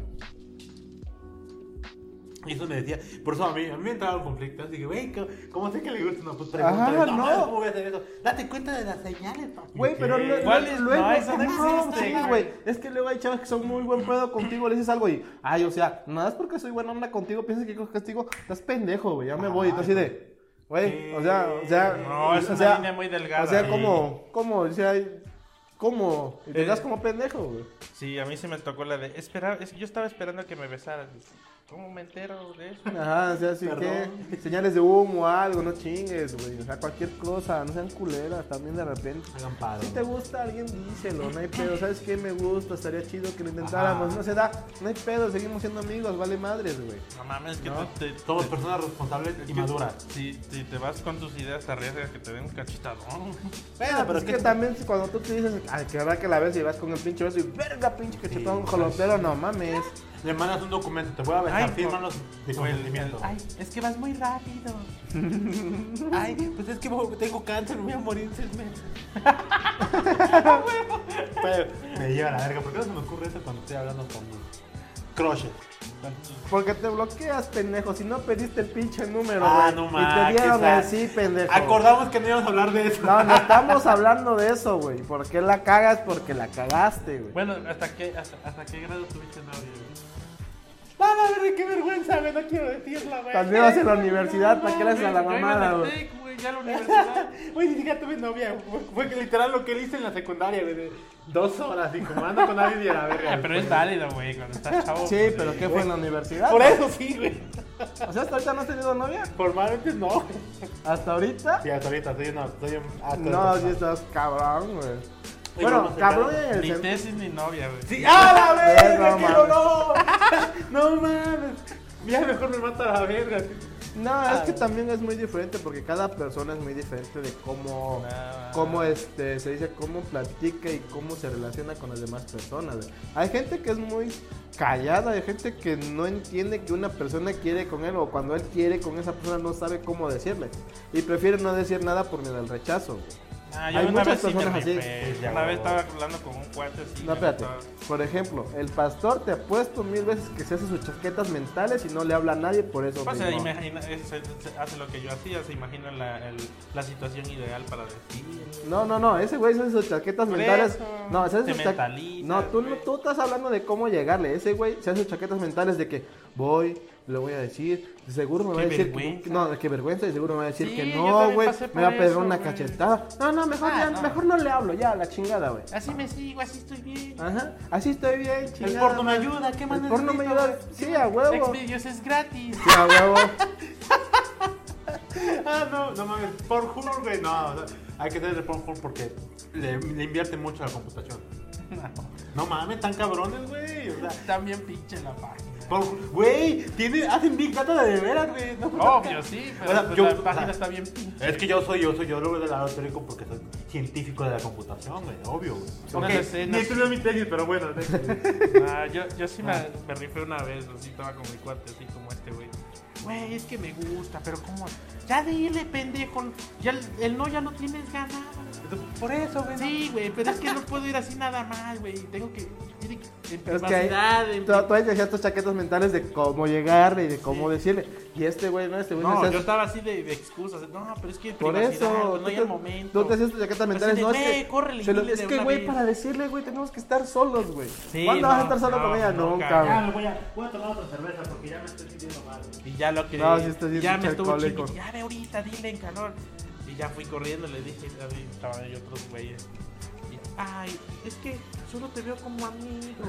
C: Y eso me decía, por eso a mí, a mí me entraba un conflicto. Así que, güey, ¿cómo- ¿cómo sé que le gusta? No, pues pregúntale, no,
D: Ajá, no.
C: mames, ¿cómo voy a hacer eso? Date cuenta de las señales, papi.
D: Güey, pero
C: ¿Qué?
D: lu-
E: ¿Cuál
D: lu-
E: es?
D: luego,
E: No, esa no
D: no,
E: existe,
D: sí,
E: güey.
D: güey. Es que luego hay chavas que son muy buen pedo contigo, le dices algo y, ay, o sea, nada es porque soy buena onda contigo, piensas que castigo, estás pendejo, güey, ya me voy, y tú así de, güey, o sea, o sea,
E: No, es
D: o
E: una
D: sea,
E: línea muy delgada.
D: O sea,
E: Sí. Eh.
D: como, como, o sea, como, y te das como pendejo, güey.
E: Sí, a mí se me tocó la de. Espera, es- yo estaba esperando que me besaras. ¿Cómo me entero de eso?
D: Ajá, o sea, así
C: Perdón.
D: que señales de humo, algo, no chingues, güey, o sea, cualquier cosa, no sean culeras también de repente.
C: Hagan paro.
D: Si te gusta alguien, díselo, no hay pedo. ¿Sabes qué? Me gusta, estaría chido que lo intentáramos.
C: Ajá.
D: No se da, no hay pedo, seguimos siendo amigos, vale madres, güey.
E: No mames, que
D: No.
E: te, te-
C: Somos
E: te-
C: personas responsables y
E: es que
C: maduras.
E: Si, si te vas con tus ideas, te arriesgas que te den un cachetadón.
D: Bueno, pero Ah, pues es que, también cuando tú te dices, ay, que verdad que la ves y vas con el pinche beso y verga, pinche cachetón,
C: Sí.
D: jolotero, no mames.
C: Le mandas un documento, te voy a
E: Ay,
C: aventar,
E: por-
C: fírmalos de
E: por el-
C: consentimiento.
E: Ay, es que vas muy rápido.
C: Ay, pues es que tengo cáncer, me voy a morir en seis meses. Pero me lleva la verga, ¿por qué no se me ocurre eso cuando estoy hablando con mi crushes?
D: Porque te bloqueas, pendejo. Si no pediste el pinche número,
C: Ah,
D: güey.
C: no
D: Y
C: ma,
D: te dieron
C: que sa-
D: el sí, pendejo.
C: Acordamos que no íbamos a hablar de eso.
D: No, no estamos hablando de eso, güey. ¿Por qué la cagas? Porque la cagaste, güey.
E: Bueno, ¿hasta qué, hasta, hasta qué grado tuviste novio? güey?
C: No, no, verga, qué vergüenza, güey, no quiero decirla, güey.
D: Cuando ibas a la universidad, ¿para qué le haces a la
E: Yo iba
D: mamada,
E: al
D: güey?
E: Tec, güey? Ya a la universidad.
C: Güey, ni siquiera tuve novia. Fue, fue que literal lo que él hice en la secundaria, güey. de Dos horas y como ando con nadie y a la verga.
E: Ah, pero es válido, güey, cuando estás chavo.
D: Sí,
E: pues,
D: pero
E: sí.
D: ¿qué fue en la universidad?
C: Por eso sí, güey.
D: O sea, hasta ahorita no has tenido novia.
C: Formalmente no. güey.
D: ¿Hasta ahorita?
C: Sí, hasta ahorita, soy una. Soy un, hasta
D: No,
C: ahorita.
D: sí estás cabrón, güey.
C: Oye,
D: Bueno,
C: vamos a
D: cabrón
C: sacar-
D: en el
E: Ni
D: sentido.
E: tesis ni novia, güey.
C: Sí, ¡ah, la verga!
D: No
C: ¡Qué dolor! No mames. Ya mejor me mata la verga.
D: No, es que también es muy diferente porque cada persona es muy diferente de cómo,
E: Ah.
D: cómo este, se dice, cómo platica y cómo se relaciona con las demás personas. güey. Hay gente que es muy callada, hay gente que no entiende que una persona quiere con él o cuando él quiere con esa persona no sabe cómo decirle y prefiere no decir nada por miedo al rechazo. güey.
E: Ah, yo
D: Hay
E: una
D: muchas
E: vez sí me
D: personas así.
E: rifé,
C: Sí, ya,
E: Una
C: güey.
E: vez estaba hablando con un cuate así.
D: No,
E: me
D: espérate.
E: gustaba.
D: Por ejemplo, el pastor te ha puesto mil veces que se hace sus chaquetas mentales y no le habla a nadie por eso.
E: Pues se
D: mismo.
E: imagina, es- se- se hace lo que yo hacía, se imagina la, el- la situación ideal para decir.
D: No, no, no, ese güey se hace sus chaquetas
E: Por
D: mentales.
E: eso,
D: No, se hace
E: te
D: sus cha-
E: mentalizas,
D: No, tú no,
E: güey.
D: tú estás hablando de cómo llegarle. Ese güey se hace sus chaquetas mentales de que voy, le voy a decir, seguro me va a
E: Qué
D: decir. Que,
E: vergüenza.
D: no, que vergüenza, y seguro me va a decir
E: Sí,
D: que
E: yo
D: no,
E: también
D: güey. Me
E: pasé por
D: va a pegar
E: eso,
D: una
E: güey.
D: cachetada. No, no, mejor
E: Ah,
D: ya,
E: no.
D: mejor no le hablo, ya, a la chingada, güey.
E: Así me sigo, así estoy bien.
D: Ajá, así estoy bien, chingada.
C: El porno me ayuda, ¿qué más
D: El Pues porno me
C: necesito,
D: ayuda. Sí, a huevo. Sí,
E: Xvideos es gratis.
D: a huevo.
C: güey? Ah, no, no mames. Pornhub, güey. No, o sea, hay que ser de Pornhub porque le, le invierte mucho a la computación. No mames, tan cabrones, güey. O sea,
E: También pinche la página.
C: Pornhub- güey, tiene, hacen Big Data de veras, güey. No,
E: Obvio, sí, pero
C: O sea,
E: pues,
C: yo-
E: la
C: o
E: página
C: sea,
E: está bien pinche.
C: Es que yo soy, yo soy, yo lo veo del lado teórico porque soy científico de la computación, güey, obvio, güey.
E: Son
C: Ok,
E: las escenas.
C: Ni tú no es mi tesis, pero bueno.
E: Ah, yo, yo sí me, me rifé una vez, así estaba con mi cuate, así como este güey. Güey, es que me gusta, pero como. Ya de irle, pendejo. Ya el, el no ya no tienes ganas.
C: Por eso, güey.
E: Sí, güey, pero es que no puedo ir así nada más, güey. Tengo que. Tiene que. En
D: Es que ahí-
E: privacidad, en
D: tú, tú ahí te hacías tus chaquetas mentales de cómo llegarle y de cómo
E: Sí.
D: decirle. Y este güey, no, este güey
E: No,
D: se hace-
E: yo estaba así de, de excusas. No, pero es que en
D: Por
E: privacidad,
D: eso,
E: pues, no hay
D: tú
E: el
D: te-
E: momento.
D: tú te haces tus chaquetas
E: Así
D: mentales.
E: de,
D: No, es
E: "Güey,
D: que,
E: córrele,
D: se lo-
E: dile
D: es
E: de
D: que,
E: una
D: güey,
E: vez".
D: para decirle, güey, tenemos que estar solos, güey.
E: Sí,
D: ¿Cuándo vas a estar
E: no,
D: solo con
E: no,
D: ella?
E: nunca,
D: Nunca,
E: ya,
D: güey.
C: voy a, voy a tomar otra cerveza porque ya me estoy sintiendo mal.
E: Y ya lo que.
D: No, sí estás bien
E: ya
D: pinche
E: me estuvo
D: alcohólico.
E: chiqui- Ya ve ahorita, dile en calor. Y ya fui corriendo, le dije, a ver, estaban ahí otros güeyes. Y, Ay, es que solo te veo como amigo.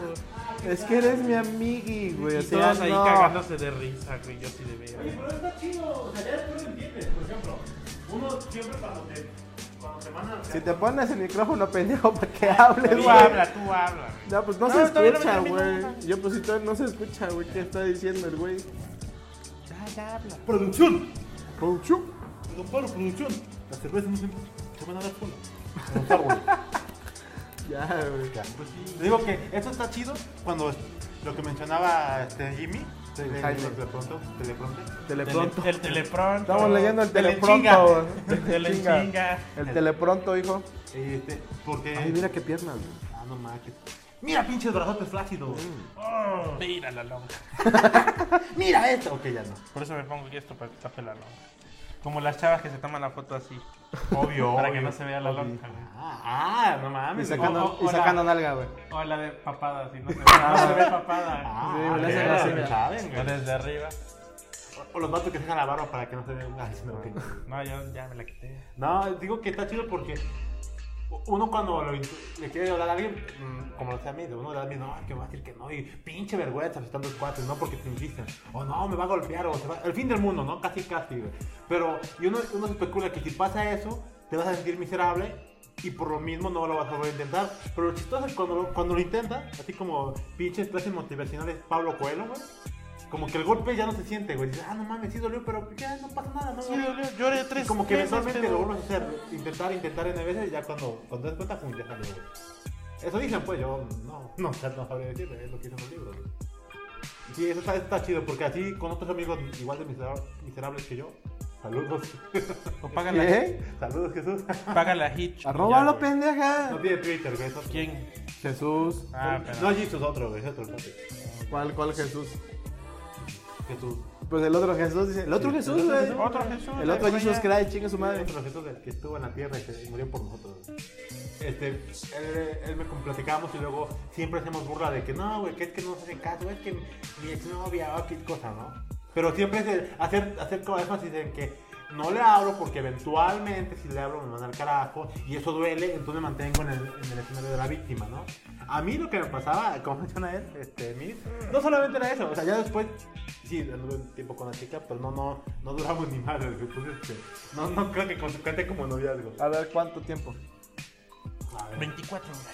D: Es que eres mi amigui, güey. O
E: y
D: sea,
E: todos ahí
D: no.
E: cagándose de risa, güey. Yo sí de
C: Oye,
E: ver.
C: pero está chido, o sea, ya después lo entiendes. Por ejemplo, uno siempre cuando te, cuando te mandan...
D: Si te pones el micrófono, pendejo, para que hables,
E: Tú
D: güey.
E: habla, tú habla, güey.
D: No, pues no,
E: No,
D: se
E: todavía no me
D: escucha,
E: termino una.
D: güey. Yo, pues si todavía no se escucha, güey, ¿qué está diciendo el güey?
E: Ya, ya habla.
C: ¡Producción!
D: Rouchu.
C: ¡Comparo, producción! Las cervezas no se, se van a dar cola. En los árboles.
D: Ya, güey.
E: Pues sí.
C: Te digo que eso está chido cuando lo que mencionaba este Jimmy, de, de,
D: Jaime.
C: de pronto, teleprompter.
D: Telepronto.
E: Tele- El telepronto.
D: Estamos leyendo el
C: Telechinga.
D: telepronto,
E: El
D: güey.
E: telechinga.
D: El telepronto, hijo.
C: Este, porque.
D: Ay, mira qué piernas, güey.
C: Ah, no mames. que- Mira, pinches brazotes flácidos. Oh,
E: Mira la longa.
C: mira esto. Ok, ya no.
E: Por eso me pongo aquí esto para que tape la lonja. Como las chavas que se toman la foto así.
C: Obvio.
E: para que
C: obvio.
E: no se vea la
C: Obvio.
E: lonja. güey.
C: Ah, ah, no
D: Y
C: mames.
D: sacando,
E: o-
D: y
E: o la-
D: sacando nalga, güey.
E: O la de papada, así no se ve, no se ve papada.
C: Ah,
D: Sí, le hacen
C: verga,
D: así,
C: me
D: mira.
C: saben,
E: O
C: güey.
E: desde arriba.
C: O- O los vatos que se dejan la barba para que no se vean. Ah, sí, no, ok.
E: No, yo ya me la quité.
C: No, digo que está chido porque uno cuando lo in- le quiere hablar a alguien, mm, como lo sea a mí, de uno le da miedo, "Ay, que me va a decir que no, y pinche vergüenza, si están dos cuates, no porque te insisten, o no, me va a golpear, o se va, el fin del mundo, ¿no? Casi, casi, güey. Pero, y uno, uno se especula que si pasa eso, te vas a sentir miserable y por lo mismo no lo vas a volver a intentar. Pero lo chistoso es cuando lo, cuando lo intentas, así como pinches clases motivacionales Pablo Coelho, güey. Como que el golpe ya no se siente, güey. Dices, ah, no mames, sí dolió, pero ya no pasa nada, no dolió".
E: lloré
C: Y como que eventualmente lo vuelves a hacer, intentar, intentar N veces y ya cuando, cuando te das cuenta, pum, ya salió. Eso dicen, pues yo no, no, o sea, no sabría decirle, es lo que dicen los libros. Sí, eso está, está chido, porque así con otros amigos igual de misera- miserables que yo. Saludos.
E: O paga la,
D: ¿Qué?
C: Saludos, Jesús.
E: paga la hitch.
D: Arróbalo,
E: Ya, güey.
D: pendeja.
C: No tiene Twitter, güey. eso-
E: ¿Quién?
D: Jesús.
E: Ah,
C: No,
E: pero.
C: Jesús, otro, güey. es Otro, cuate.
D: ¿Cuál, cuál Jesús?
C: Jesús.
D: Pues el otro Jesús dice. El otro Jesús, güey.
E: Otro Jesús.
D: El otro
E: ahí
D: Jesús
E: está ya.
D: Christ, chingue su madre.
C: Otro Jesús el que estuvo en la tierra y se murió por nosotros. güey. Este, él, él me platicábamos y luego siempre hacemos burla de que no, güey, que es que no se hacen caso, es que mi exnovia o qué cosa, ¿no? Pero siempre es el hacer, hacer como énfasis en que no le hablo porque eventualmente si le hablo me manda al carajo y eso duele, entonces me mantengo en el, en el escenario de la víctima, ¿no? A mí lo que me pasaba, como menciona él, este, Miss, no solamente era eso, o sea, ya después, sí, anduve un tiempo con la chica, pero no, no, no duramos ni madre, entonces, este, no, no creo que con- cuente como noviazgo.
D: A ver, ¿cuánto tiempo?
C: A ver,
E: 24 horas.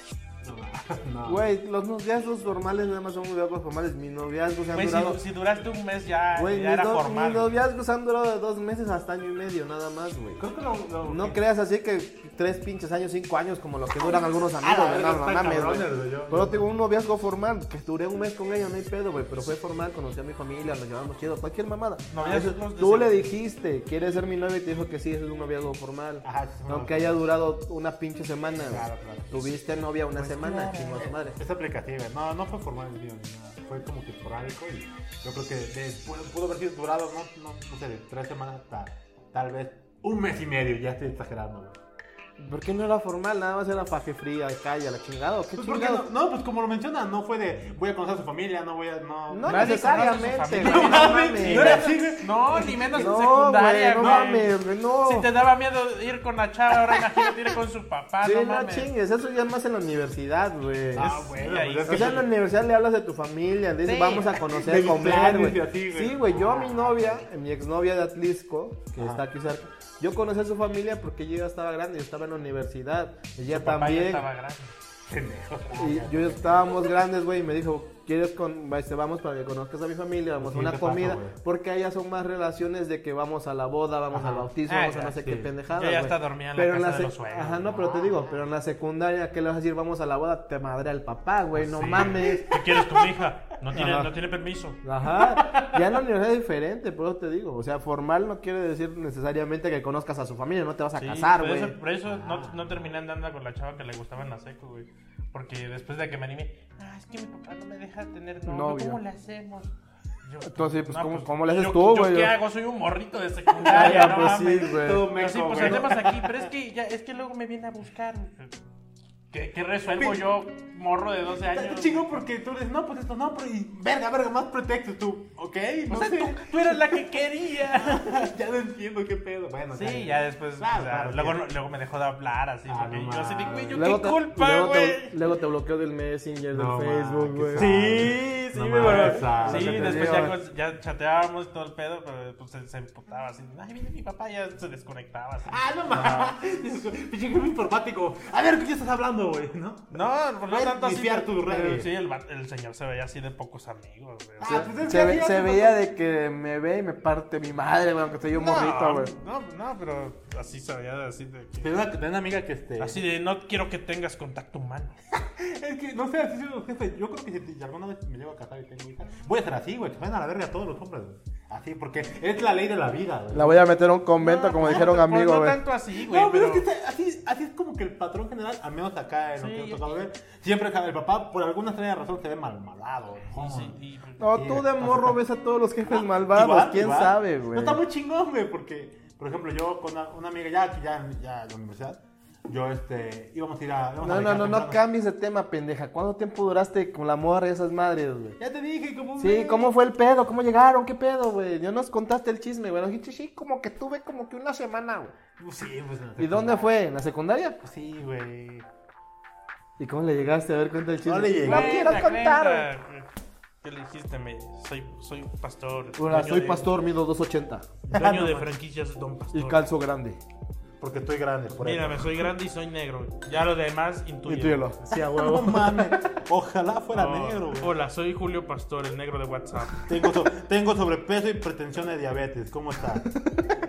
C: no, no.
D: Güey, los noviazgos normales nada más son noviazgos formales. Mis noviazgos han
E: Güey,
D: durado.
E: si, si duraste un mes ya,
D: Güey,
E: ya
D: mis,
E: era
D: no-
E: formal.
D: mis noviazgos han durado de dos meses hasta año y medio, nada más, güey.
C: Creo que lo- lo-
D: No creas así que tres pinches años, cinco años, como los que duran algunos amigos,
C: Ah,
D: güey,
C: la
D: no, no
C: verdad,
D: mames, güey.
C: cabrones, güey, yo-
D: Pero tengo un noviazgo formal, que duré un mes con ella, no hay pedo, güey, pero fue formal, conocí a mi familia, nos llevamos chido, cualquier mamada.
E: Noviazgos
D: Entonces,
E: de
D: tú
E: cinco.
D: le dijiste, ¿quieres ser mi novia? Y te dijo que sí, eso es un noviazgo formal.
C: Ajá, eso es un
D: Aunque
C: noviazgo.
D: haya durado una pinche semana, güey.
C: Claro, claro.
D: Tuviste novia una semana, chingo a tu madre.
C: Es aplicativa, no, no fue formal el mío, ni nada. fue como que esporádico y yo creo que de- pudo, pudo haber sido durado, no, no, no sé, de tres semanas hasta tal vez un mes y medio, ya estoy exagerando. güey.
D: ¿Por qué no era formal? Nada más era faje fría, calla, la chingada, ¿o qué
C: Pues porque
D: chingado?
C: no, no, pues como lo mencionas, no fue de voy a conocer a su familia, no voy a, no.
D: No
E: Nadie
D: necesariamente,
E: conoce a su
D: güey.
E: familia.
D: No mames.
E: No, era así, güey. No, ni menos en
D: No, güey,
E: secundaria,
D: no
E: güey.
D: mames, güey, no.
E: Si te daba miedo ir con la chava, ahora imagínate ir con su papá,
D: Sí,
E: Ah, no
D: no,
E: mames.
D: chingues, eso ya es más en la universidad, güey.
C: Ah,
E: es-
C: bueno,
E: sí, ahí
C: pues es
D: O
C: que
D: sea, en la universidad le hablas de tu familia, le dices,
E: Sí.
D: vamos a
C: De
D: conocer,
C: mis
D: comer,
C: planes
D: güey.
C: y así, güey.
D: Sí, güey, yo a mi novia, a mi exnovia de Atlisco, que
C: Ajá.
D: está aquí cerca, yo conocí a su familia porque ella ya estaba grande, yo estaba en la universidad, ella
E: Papá ya
D: también,
E: estaba grande.
C: pendejo.
D: y yo ya estábamos grandes, güey, y me dijo, ¿quieres con, este, vamos para que conozcas a mi familia, vamos a
C: Sí,
D: una
C: te pasa,
D: comida?
C: güey.
D: porque allá son más relaciones de que vamos a la boda, vamos
C: Ajá.
D: al bautismo,
E: Ah,
D: vamos a
E: ya,
D: no sé
C: sí.
D: qué pendejada,
E: Yo ya
D: güey.
E: hasta dormía en la casa de
D: sec-
E: los suegros,
D: Ajá, no,
E: ¿no?
D: pero te digo, pero en la secundaria, ¿qué le vas a decir? Vamos a la boda, te madre al papá, güey, no mames.
E: ¿Qué quieres tu hija? No tiene,
D: Ajá.
E: no tiene permiso.
D: Ajá, ya en la universidad es diferente, por eso te digo. O sea, formal no quiere decir necesariamente que conozcas a su familia, no te vas a
E: Sí,
D: casar,
E: por
D: güey. Ah.
E: eso, por eso no, no terminé andando con la chava que le gustaba en la seco, güey. Porque después de que me animé, ah, es que mi papá no me deja tener novio,
D: Novio.
E: ¿cómo le hacemos? Yo,
D: Entonces, pues, ¿cómo- cómo le haces tú,
E: yo
D: güey? Ah,
E: ¿Qué hago? Soy un morrito de secundaria, no
D: pues
E: mames.
D: sí, güey.
C: Todo
E: Pero sí,
C: meco,
E: pues
C: güey.
E: andemos aquí, pero es que, ya, es que luego me viene a buscar. ¿Qué, qué resuelvo
C: Pi-
E: yo, morro de 12
C: Está
E: años?
C: chingón porque tú dices, no, pues esto no, pero y verga, verga, más pretextos tú, ¿ok?
E: O
C: No
E: sea,
C: sé.
E: tú, tú eras la que quería.
C: ya no entiendo qué pedo. Bueno,
E: Sí, ya después.
C: Claro,
E: o sea,
C: claro,
E: luego,
C: sí.
E: no- luego me dejó de hablar así.
C: Ah,
E: porque
C: no
E: yo así de,
C: mames.
E: güey, yo
D: Luego
E: qué
D: te-
E: culpa,
D: luego te-
E: güey.
D: Luego te bloqueó del Messenger, del
C: No,
D: Facebook,
C: ma,
D: güey.
C: qué
E: Sí, sí,
C: No
E: me
C: mames,
E: sí,
C: ah,
D: lo que te
E: después
D: digo.
E: ya, cos- ya chateábamos todo el pedo, pero pues se, se emputaba así. Ay, viene mi papá, ya se desconectaba. Así.
C: Ah, no mames. Pinche jefe informático. A ver, ¿qué estás hablando, güey? ¿No?
E: No, pues no
C: Ven,
E: tanto así.
C: viciar tus
E: pero
C: redes.
E: Sí, el, va- el señor se veía así de pocos amigos, güey. o
C: Ah,
E: sea,
C: pues es que
D: Se, ve-
C: así
D: se
C: hace,
D: veía
C: ¿no?
D: de que me ve y me parte mi madre, güey, aunque soy yo Ah, morrito, güey.
E: no, no, pero así se veía así de que-
C: Tengo una, tengo una amiga que este.
E: Así de, no quiero que tengas contacto humano.
C: Es que, no sé, así son los jefes. Yo creo que si alguna vez me llego a casar y tengo hija, voy a ser así, güey. Que vayan a la verga todos los hombres, güey. Así, porque es la ley de la vida, güey.
D: La voy a meter a un convento, como dijeron
E: Pues
D: amigos,
E: No
D: güey.
E: tanto así, güey.
C: No, pero,
E: pero
C: es que está- así, así es como que el patrón general, al menos acá en lo que
E: Sí,
C: me ha tocado ver, siempre el papá, por alguna extraña razón, se ve malmalado. ¿no?
E: pues Sí, sí, y-
D: No, tú de morro ves a todos los jefes malvados,
C: Igual,
D: quién
C: igual.
D: sabe,
C: No
D: güey.
C: está muy chingón, güey, porque, por ejemplo, yo con una, una amiga ya, que ya, ya en la universidad, yo, este, íbamos a ir a... íbamos a
D: No, no,
C: viajar
D: no, no
C: temprano.
D: cambies de tema, pendeja. ¿Cuánto tiempo duraste con la morra de esas madres, güey?
C: Ya te dije, como...
D: Sí, ¿cómo fue el pedo? ¿Cómo llegaron? ¿Qué pedo, güey? Ya nos contaste el chisme, güey. Nos dijiste, sí, como que tuve como que una semana, güey.
C: Sí, pues... en la
D: ¿Y dónde
C: secundaria.
D: fue? ¿En la secundaria?
C: Pues sí, güey.
D: ¿Y cómo le llegaste a ver cuenta el chisme?
C: No le llegué.
D: No quiero
E: Cuenta,
D: contar.
E: cuenta. ¿Qué le dijiste? Me, soy, soy pastor.
D: Hola,
E: dueño
D: soy Ah,
E: de-
D: pastor, mido 280.
E: Dueño de franquicias, don pastor.
D: Y calzo grande.
C: Porque estoy grande, por eso.
E: Mírame, soy grande y soy negro. Ya lo demás intuye.
D: Intuyelo.
C: Sí, a huevo. No mames. Ojalá fuera negro, güey.
E: Hola, soy Julio Pastor, el negro de WhatsApp.
C: Tengo, so- tengo sobrepeso y pretensión de diabetes. ¿Cómo está?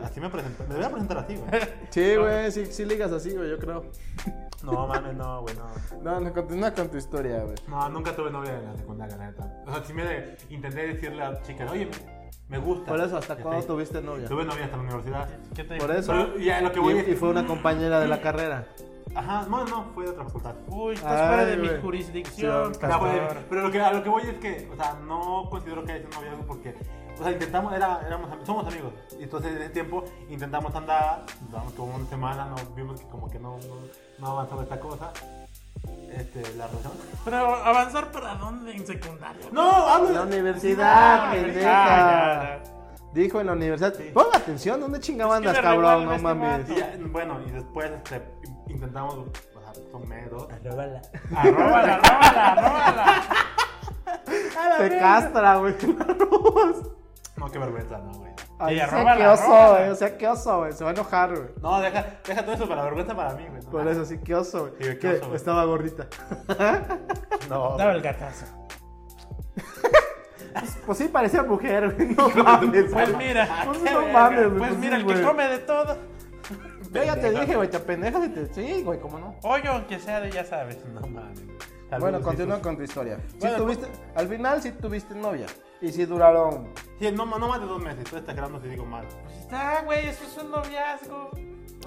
C: Así me presenté. Me debería presentar así, güey.
D: Sí, güey, sí, sí ligas así, güey, yo creo.
C: No, mames, no, güey, no.
D: No, no, continúa con tu historia, güey.
C: No, nunca tuve novia en la secundaria, la neta. O sea, sí me de- intenté decirle a chicas, oye, me, me gusta.
D: Por eso, ¿hasta
C: Ya
D: cuándo
C: sé.
D: tuviste novia?
C: Tuve novia hasta la universidad.
E: ¿Qué te
D: Por eso.
C: Pero ya lo que voy es-
D: Y, y fue una compañera de la carrera.
C: Ajá, no, no, fue de otra facultad.
E: Uy, estás
D: Ay,
E: fuera de mi
D: güey.
E: jurisdicción.
D: Sí,
C: Ya,
D: Hasta
C: güey,
E: ahora.
C: pero lo que, a lo que voy es que, o sea, no considero que haya sido un noviazgo porque, o sea, intentamos, era, éramos, am- somos amigos. Y entonces en ese tiempo intentamos andar, duramos como una semana, nos vimos que como que no, no, no avanzaba esta cosa. Este, la razón.
E: Pero avanzar para dónde en secundaria.
C: No, hablo de
D: La universidad,
E: Ah,
D: pendeja.
E: ya, ya.
D: Dijo en la universidad. Ponga atención, ¿dónde chingaban
E: Es que
D: andas,
E: le regalan
D: cabrón?
E: a
D: No mames.
E: este
C: Y ya, bueno, y después este, intentamos, o sea, comer dos.
E: Róbala, róbala, róbala.
D: Te castra, güey.
C: No, qué vergüenza, no, güey.
D: Ay,
E: Sí,
D: o sea,
E: arróbala,
D: qué oso,
E: arróbala.
D: güey. O sea, qué oso, güey. Se va a enojar, güey.
C: No, deja, deja todo eso para vergüenza para mí, güey. ¿no?
D: Por eso, sí, qué oso,
C: Sí,
D: güey.
C: qué
D: Que
C: oso, güey.
D: estaba gordita.
C: No.
E: Daba el gatazo.
D: Pues sí, parecía mujer, güey. No mames.
E: Pues
D: güey.
E: mira,
D: Pues
E: qué
D: no
E: verga.
D: mames, güey,
E: Pues
D: pues
E: mira,
D: sí,
E: el que
D: güey.
E: come de todo.
D: Yo ya te dije, güey, te pendejas y te. Sí, güey, cómo no.
E: Hoyo, aunque sea de ya sabes. Pues
C: No mames.
D: Bueno,
C: Saludos,
D: continúa
C: hijos.
D: con tu historia. Sí
C: Bueno,
D: tuviste, al final sí tuviste novia. Y sí duraron.
C: Sí, no, no más de dos meses, tú estás grabando si digo mal.
E: Pues está, güey, eso es un noviazgo.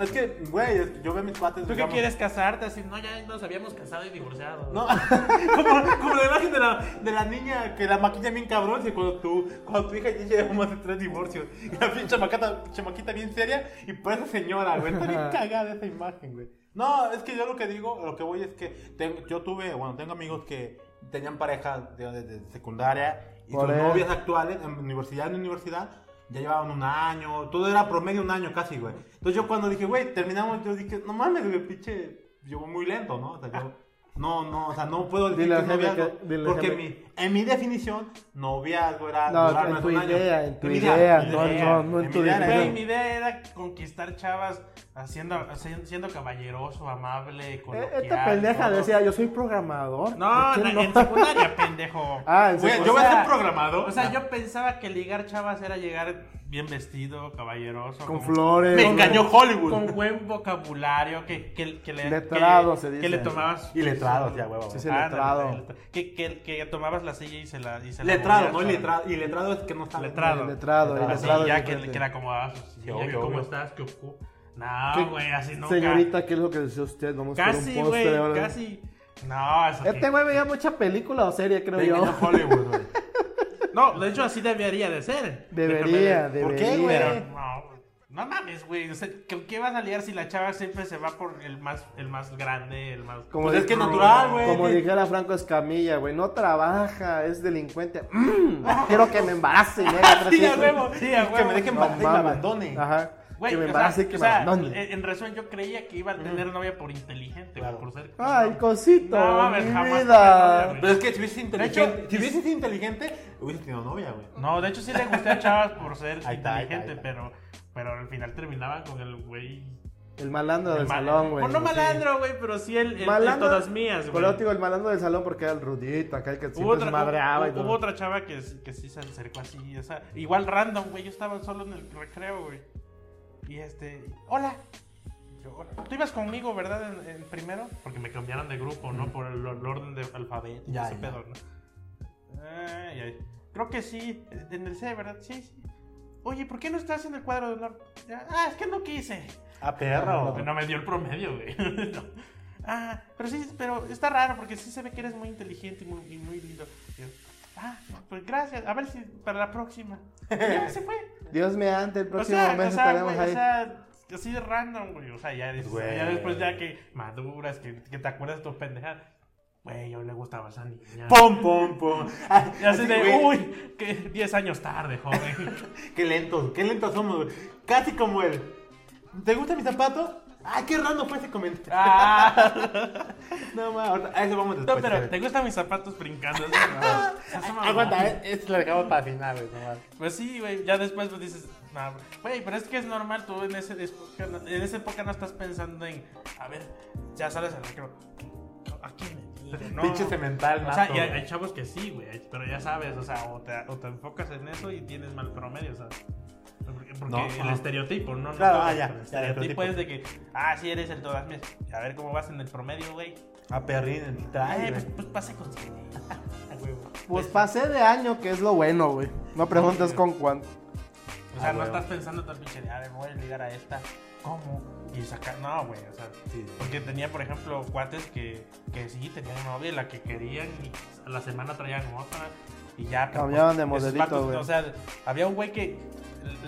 C: Es que, güey, es que yo veo a mis cuates.
E: ¿Tú qué
C: digamos-
E: quieres casarte? Así, no, ya nos habíamos casado y divorciado.
C: No, como, como la imagen de la, de la niña que la maquilla bien cabrón. Y cuando tu, cuando tu hija ya lleva más de tres divorcios. Y la pinche maquita, chamaquita bien seria. Y parece señora, güey. Está bien cagada esa imagen, güey. No, es que yo lo que digo, lo que voy es que tengo- yo tuve, bueno, tengo amigos que tenían parejas desde secundaria. Y
D: Por
C: sus
D: eso.
C: novias actuales, en universidad, en universidad. Ya llevaban un año, todo era promedio un año casi, güey. Entonces yo cuando dije, güey, terminamos, yo dije, no mames, güey, pinche, yo voy muy lento, ¿no? O sea, yo, no, no, o sea, no puedo decir que
D: Dile a
C: es
D: Jaime
C: noviazgo,
D: que- dile a
C: porque
D: Jaime.
C: mi- en mi definición, noviazgo era
D: No,
C: durar
D: en
C: más
D: tu
C: un año.
D: idea, en tu
C: mi
D: idea,
C: mi
D: no, no, no en
C: mi
D: tu
C: idea era
D: definición.
E: Güey,
C: eso.
E: mi idea era conquistar chavas haciendo, haciendo- siendo caballeroso, amable,
D: Eh,
E: coloquial.
D: Esta pendeja
E: todo.
D: decía, yo soy programador.
E: No, eh,
D: ¿Por qué
E: en, en secundaria, pendejo.
D: Ah, en
C: Güey,
D: serio.
C: yo voy a
E: sea,
C: ser programador.
E: O sea, yo pensaba que ligar chavas era llegar bien vestido, caballeroso.
D: Con
E: como-
D: flores.
E: Me
D: güey.
E: engañó
C: Hollywood.
E: Con buen vocabulario, que, que, que le...
D: Letrado,
E: que-
D: se dice.
E: Que le tomabas...
C: Y letrados, ya, huevo.
D: Sí,
C: güey.
D: sí,
E: Ándale,
D: letrado.
E: letra- Que, que, que tomabas la silla y se la... Y se la
C: Letrado, no
E: movías,
C: y
E: ¿sabes?
C: letrado. Y letrado es que no está
E: Letrado.
D: Ah, Letrado,
E: Así,
D: letrado
E: ya
D: es
E: que,
D: diferente.
E: que la acomodabas. ah, sí, ya
C: obvio,
E: que cómo
C: obvio.
E: estás, que ocu-
D: ¿Qué-
E: No, güey, así nunca.
D: Señorita, ¿qué es lo que decía usted? Vamos por un
E: Casi,
D: postre.
E: güey,
D: ahora.
E: casi. No, eso
D: Este
E: que-
D: güey veía mucha película o serie, creo
C: Me
D: yo.
C: engañó Hollywood, güey.
E: No, de hecho así debería de ser.
D: Debería,
E: Déjame ver.
C: ¿Por qué,
D: debería.
E: Pero no, no mames, güey. O sea, ¿con qué vas a liar si la chava siempre se va por el más, el más grande, el más...
D: Como
C: Pues es que es
D: como-
C: natural, güey.
D: Como dijera Franco Escamilla, güey, no trabaja, es delincuente. Mm, quiero que me embarace, nega,
E: Sí, a
D: tres hijos.
E: huevo, sí, a
C: Que
E: huevo.
C: me dejen
D: No
C: embarazar y me
D: mames.
C: abandone.
D: Ajá.
E: Güey,
D: que me
E: o
D: embarace,
E: sea,
D: que
E: o
D: me
E: sea, eh,
D: abandone.
E: en, en resumen yo creía que iba a tener novia por inteligente, güey,
C: Claro.
E: por ser...
D: Ay, cosito.
E: No mames,
D: mi
E: jamás tuve novia,
D: vida.
E: güey.
C: Pero es que si hubieses inteligente,
E: hecho,
C: si hubieses sido inteligente, hubieses tenido novia, güey.
E: No, de hecho sí le gusté a chavas por
C: Ahí
E: ser
C: está, ahí está,
E: inteligente,
C: ahí está.
E: pero pero al final terminaban con el güey.
D: El malandro
E: el
D: del
E: ma-
D: salón, güey.
E: Pues no
D: Sí.
E: malandro, güey, pero sí el, el, el
D: Malandro-
E: todas mías, güey.
D: Por eso te digo, el malandro del salón porque era el rudito, acá el que
E: Hubo
D: siempre
E: otra,
D: se madreaba ah, y
E: hubo-
D: todo.
E: hubo otra chava que, sí- que sí se acercó así, o sea, igual random, güey. Yo estaba solo en el recreo, güey. Y este, hola. Yo, "Hola". Tú ibas conmigo, ¿verdad? En, en primero. Porque me cambiaron de grupo, ¿no? Por el, el orden de alfabeto y
C: Ya,
E: ese
C: ya.
E: pedo, ¿no? Ay, ay. Creo que sí, en el C, ¿verdad? Sí, sí. Oye, ¿por qué no estás en el cuadro de honor? Ya, Ah, es que no quise.
C: A perro.
E: Ah, No me dio el promedio, güey. No. Ah, pero sí, pero está raro porque sí se ve que eres muy inteligente y muy, y muy lindo. Y yo, ah, pues gracias. A ver si para la próxima. Y ya se fue.
D: Dios me ante, el
E: O
D: próximo
E: sea,
D: mes
E: o sea,
D: estaremos
E: güey,
D: ahí.
E: o sea, así de random, güey. O sea, ya, dices,
C: Güey.
E: ya después ya que maduras, que, que te acuerdas de tus pendejadas. Güey, yo le gustaba esa niña.
C: Pum, pum, pum. Ay,
E: Ya se
C: así,
E: de,
C: güey,
E: uy, que 10 años tarde, joven.
C: Qué lentos, qué lentos somos, güey. Casi como él. ¿Te gustan mis zapatos? Ay, qué raro fue ese comentario.
E: ah.
C: No, ma, ahorita- a eso vamos
E: No,
C: después.
D: Pues
E: pero ¿te gustan mis zapatos brincando?
C: Aguanta, eh, esto lo dejamos para el final, güey. no más.
E: Pues sí, güey, ya después pues dices, No, güey, pero es que es normal, tú en, ese, es- en esa época no estás pensando en, a ver, ya sales al recreo. ¿A quién le digo? No.
C: Pinche cemental,
E: O sea,
C: nato,
E: y hay,
C: güey.
E: hay chavos que sí, güey, hay- pero ya sabes, o sea, o te, o te enfocas en eso y tienes mal promedio, ¿sabes? Porque, porque
C: No,
E: el
C: ajá.
E: estereotipo, no, no.
C: Claro,
E: no,
C: ah,
E: el
C: ya,
E: estereotipo,
C: ya, el estereotipo.
E: es de que, ah, sí eres el todas mías. A ver cómo vas en el promedio, güey.
C: A perrín en el traje,
E: Ay,
C: güey.
E: pues, pues pasé con siete. A huevo.
D: Pues pasé de año, que es lo bueno, güey. No preguntes con cuánto.
E: O sea,
C: Ah,
E: no
C: huevo.
E: estás pensando tan pinche de, ah, me voy a ligar a esta. ¿Cómo? Y sacar, no, güey, o sea,
C: Sí.
E: porque tenía, por ejemplo, cuates que, que sí tenían novia, la que querían, y a la semana traían otra, y ya. pero, pues,
D: Cambiaban de
E: esos
D: modelito,
E: vatos,
D: güey.
E: O sea, había un güey que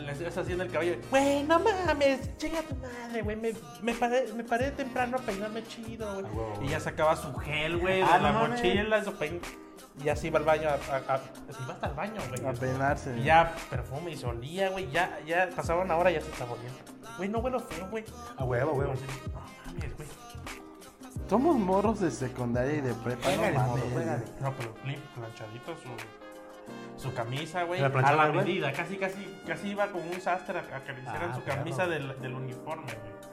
E: le hacía así en el cabello, güey, no mames, chinga tu madre, güey, me, me, paré, me paré temprano a peinarme chido, güey.
C: Ah, huevo.
E: y ya sacaba su gel, güey, de
C: Ah,
E: la
C: no mames.
E: mochila, su pein... Y así iba al baño, a, a- a- se iba hasta el baño, güey.
D: A
E: O sea,
D: peinarse.
E: y ya perfume y solía, güey. Ya, ya pasaba una hora y ya se está volviendo. Güey, no huelo feo, güey.
C: A huevo, a huevo.
E: No mames, güey.
D: Somos morros de secundaria y de prepa. no
C: Pégale,
D: mames,
C: morro,
D: güey.
C: pégale.
E: No, pero lim- planchadito su, su camisa, güey.
C: ¿La
E: A
C: planchaba,
E: la
C: güey?
E: medida. Casi, casi, casi iba como un sastre a a que le hicieran
C: Ah,
E: su
C: claro.
E: camisa del, del uniforme, güey.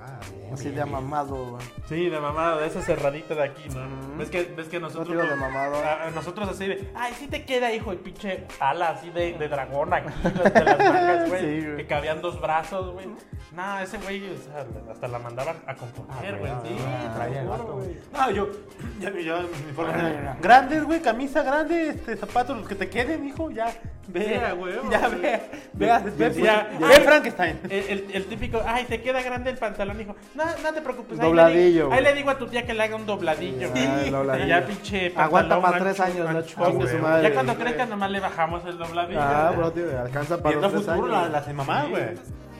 C: Ah, bien,
D: Así
C: bien,
D: de
C: bien.
D: amamado, güey.
E: Sí, de mamada, de esa cerradita de aquí, ¿no?
D: Mm.
E: ¿Ves, que, ves que nosotros.
D: tiro de
E: nos-
D: mamado.
E: a- a nosotros así de. Ay, sí te queda, hijo, el pinche ala así de, de dragón aquí, de, de las mangas, güey.
D: Sí, güey.
E: Que cabían dos brazos, güey. No, ese güey, o sea, hasta la mandaban a componer, güey. sí,
C: Ah, traía el
E: seguro,
C: vato,
E: güey. Ah,
C: güey. No, yo, yo, yo, mi uniforme. Grandes, güey, camisa grande, este, zapatos, los que te queden, hijo, ya.
E: Sí,
C: Ve,
E: a huevo,
C: ya
E: güey.
C: ve, ve, ve, ve,
E: Ya.
C: ve Frankenstein.
E: El, el- el típico, ay, te queda grande el pantalón, hijo. No, no te preocupes. ahí
D: Dobladillo,
E: le digo- Ahí,
D: güey.
E: le digo a tu tía que le haga un dobladillo.
D: Sí, ah, el dobladillo.
E: Y ya pinche
D: Aguanta
E: pantalón
D: para
E: ancho,
D: tres años, no
E: ancho,
D: chingues
E: güey.
D: su madre.
E: Ya cuando crezca nomás le bajamos el dobladillo.
D: Ah,
E: Ya.
D: bro, tío, alcanza para
C: Viendo a
D: los tres
C: futuro
D: años.
C: la, las de mamá,
E: Sí,
C: güey.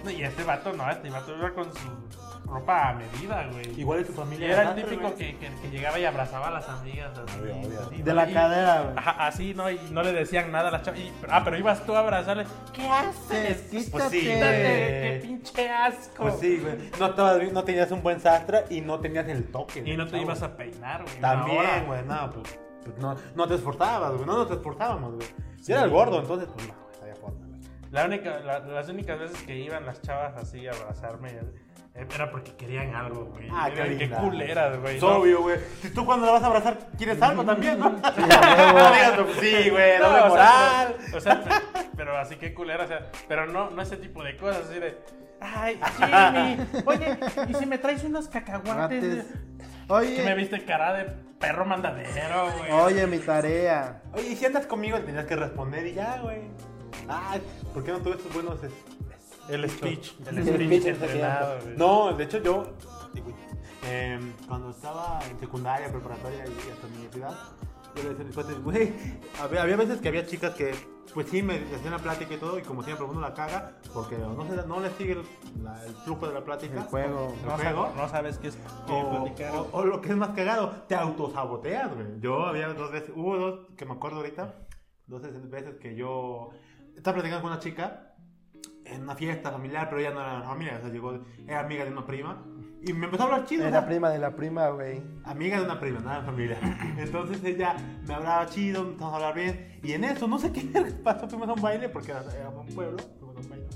E: No, y este vato no, este vato iba con su ropa a medida, güey.
C: Igual de tu
E: Y
C: familia.
E: era el
C: ¿verdad,
E: típico
C: güey?
E: que, que- que llegaba y abrazaba a las amigas. así, así,
D: De
E: ¿no?
D: la
E: Y-
D: cadera, güey.
E: Ajá, así, ¿no? Y no le decían nada a las chavas. Y- Ah, pero ibas tú a abrazarle. ¿Qué haces?
C: Pues sí,
E: Quítate,
C: güey.
E: ¡Qué pinche asco!
C: Pues sí, güey. No, estabas bien, no tenías un buen sastra y no tenías el toque.
E: Y
C: güey,
E: no te
C: chavo.
E: ibas a peinar, güey. una hora.
C: También, güey, no, pues, pues no, no te esforzabas, güey, no nos esforzábamos, güey. Si era el gordo, entonces, pues no, güey, había forma, güey.
E: La única, la- las únicas veces que iban las chavas así a abrazarme eh, era porque querían algo, güey.
C: Ah,
E: Era-
C: qué linda.
E: culeras, güey.
C: Es
E: ¿no?
C: obvio, güey. Si tú cuando la vas a abrazar quieres algo también, ¿no? pues, Sí, güey,
E: No,
C: doble
E: o sea,
C: moral.
E: pero- O sea, pe- pero, así que culera, o sea, pero no, no ese tipo de cosas, así de, ay, Jimmy, oye, ¿y si me traes unos cacahuates?
D: Mates.
E: Que me
D: Oye,
E: viste cara de perro mandadero, güey.
D: oye, mi tarea.
C: Oye, y si andas conmigo tenías que responder y ya, güey. Ay, ¿por qué no tuve estos buenos es-
E: El speech, el
C: El
E: speech
C: speech en ese
E: entrenado,
C: tiempo.
E: güey.
C: No, de hecho yo, digo, em, cuando estaba en secundaria, preparatoria y y hasta mi universidad, yo le decía a mis cuates, güey, había, había veces que había chicas que, pues sí, me hacían la plática y todo, y como siempre uno la caga, porque no, se, no le sigue el, la- el flujo de la plática.
D: El juego.
C: El
E: No,
C: juego.
E: sab- no sabes qué es qué
C: O,
E: platicar.
C: o- o lo que es más cagado, te autosaboteas, güey. Yo había dos veces, hubo dos que me acuerdo ahorita, dos veces que yo estaba platicando con una chica en una fiesta familiar, pero ella no era familia, o sea, llegó, era amiga de una prima y me empezó a hablar chido. o sea,
D: Era prima de la prima, güey.
C: Amiga de una prima, nada de familia. Entonces ella me hablaba chido, me empezamos a hablar bien. Y en eso, no sé qué les pasó, fuimos a un baile porque era era un pueblo, fuimos a un baile.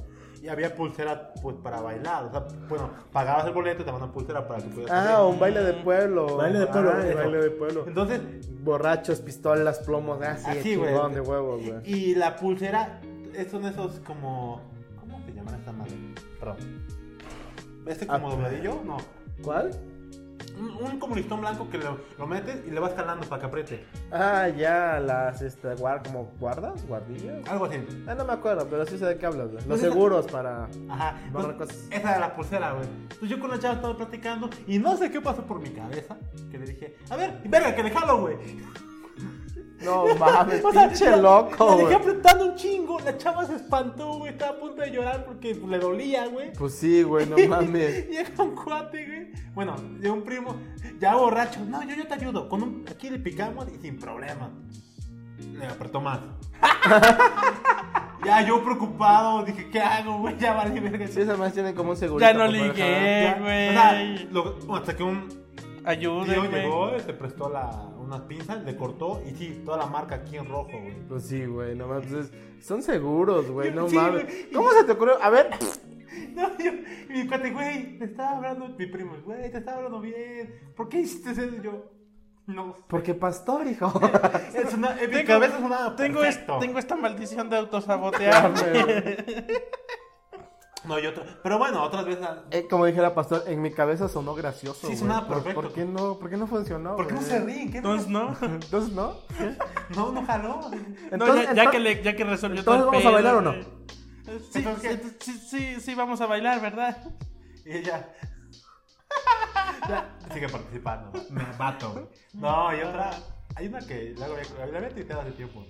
C: Y había pulsera pues, para bailar. O sea, bueno, pagabas el boleto y te mandan pulsera para que pudieras
D: Ah,
C: salir.
D: un baile de pueblo.
C: Baile de pueblo,
D: Ah, el
C: eso.
D: baile de pueblo.
C: Entonces,
D: Borrachos, pistolas, plomos, así,
C: así, güey.
D: chingón de huevos, güey.
C: Y la pulsera, es- son esos como. ¿Cómo se llaman esta madre? Perdón. ¿Este como
D: Ah,
C: dobladillo? No.
D: ¿Cuál?
C: Un, un como listón blanco que lo, lo metes y le vas jalando para que apriete.
D: Ah, ya, las, este, guar, como guardas, guardillas.
C: Algo así.
D: Ah, no me acuerdo, pero sí sé de qué hablas, güey. Los
C: Pues esa-
D: seguros para...
C: Ajá.
D: Borrar
C: Entonces,
D: cosas.
C: Esa era la pulsera, güey. Entonces yo con la chava estaba platicando y no sé qué pasó por mi cabeza. Que le dije, a ver, verga, que déjalo, güey.
D: No mames,
C: O sea, la-
D: pinche loco,
C: La dejé
D: güey.
C: apretando un chingo. La chava se espantó, güey. Estaba a punto de llorar porque le dolía, güey.
D: Pues sí, güey, no mames.
C: Llega un cuate, güey. Bueno, llega un primo, ya borracho. No, yo, yo te ayudo. Con un, aquí le picamos y sin problema. Le apretó más. ya yo preocupado, dije, ¿qué hago, güey? Ya vale verga.
D: Sí, esas más tienen como un seguro.
E: Ya no ligué,
C: Ya,
E: güey.
C: o sea, lo- hasta que un,
E: Ayúdenme.
C: Tío llegó, te prestó la, unas pinzas, le cortó y sí, toda la marca aquí en rojo, güey.
D: Pues sí, güey, no mames. pues es- son seguros, güey, no
C: Sí,
D: mames.
C: güey.
D: ¿Cómo se te ocurrió? A ver,
C: No, yo, y mi cuate, güey, te estaba hablando, mi primo, güey, te estaba hablando bien. ¿Por qué hiciste eso? Y Yo, no.
D: porque pastor, hijo.
C: Es una, en mi
E: Tengo-
C: cabeza es una.
E: Tengo, es- tengo esta maldición de autosabotearme.
C: No, y otra. Pero bueno, otras veces.
D: Eh, como dijera pastor, en mi cabeza sonó gracioso.
C: Sí,
D: güey. Pues,
C: sonaba
D: ¿Por-
C: perfecto.
D: ¿Por qué no, por qué no funcionó?
C: ¿Por qué no
D: güey?
C: se ríen? ¿Qué
E: Entonces, ¿no?
D: Entonces, ¿no?
C: No, no jaló.
E: No,
D: Entonces,
E: ya, ya
D: ento-
E: que le, ya que resolvió
D: entonces,
E: todo el
D: ¿vamos a bailar
E: pedo,
D: o no?
E: güey. Sí,
C: Entonces, ¿qué?
E: entonces, sí, sí, sí, vamos a bailar, ¿verdad?
C: Y ella. Ya, sigue participando. Me mato, güey. No, y otra. Hay una que la hago ya- la había tuiteado hace tiempo.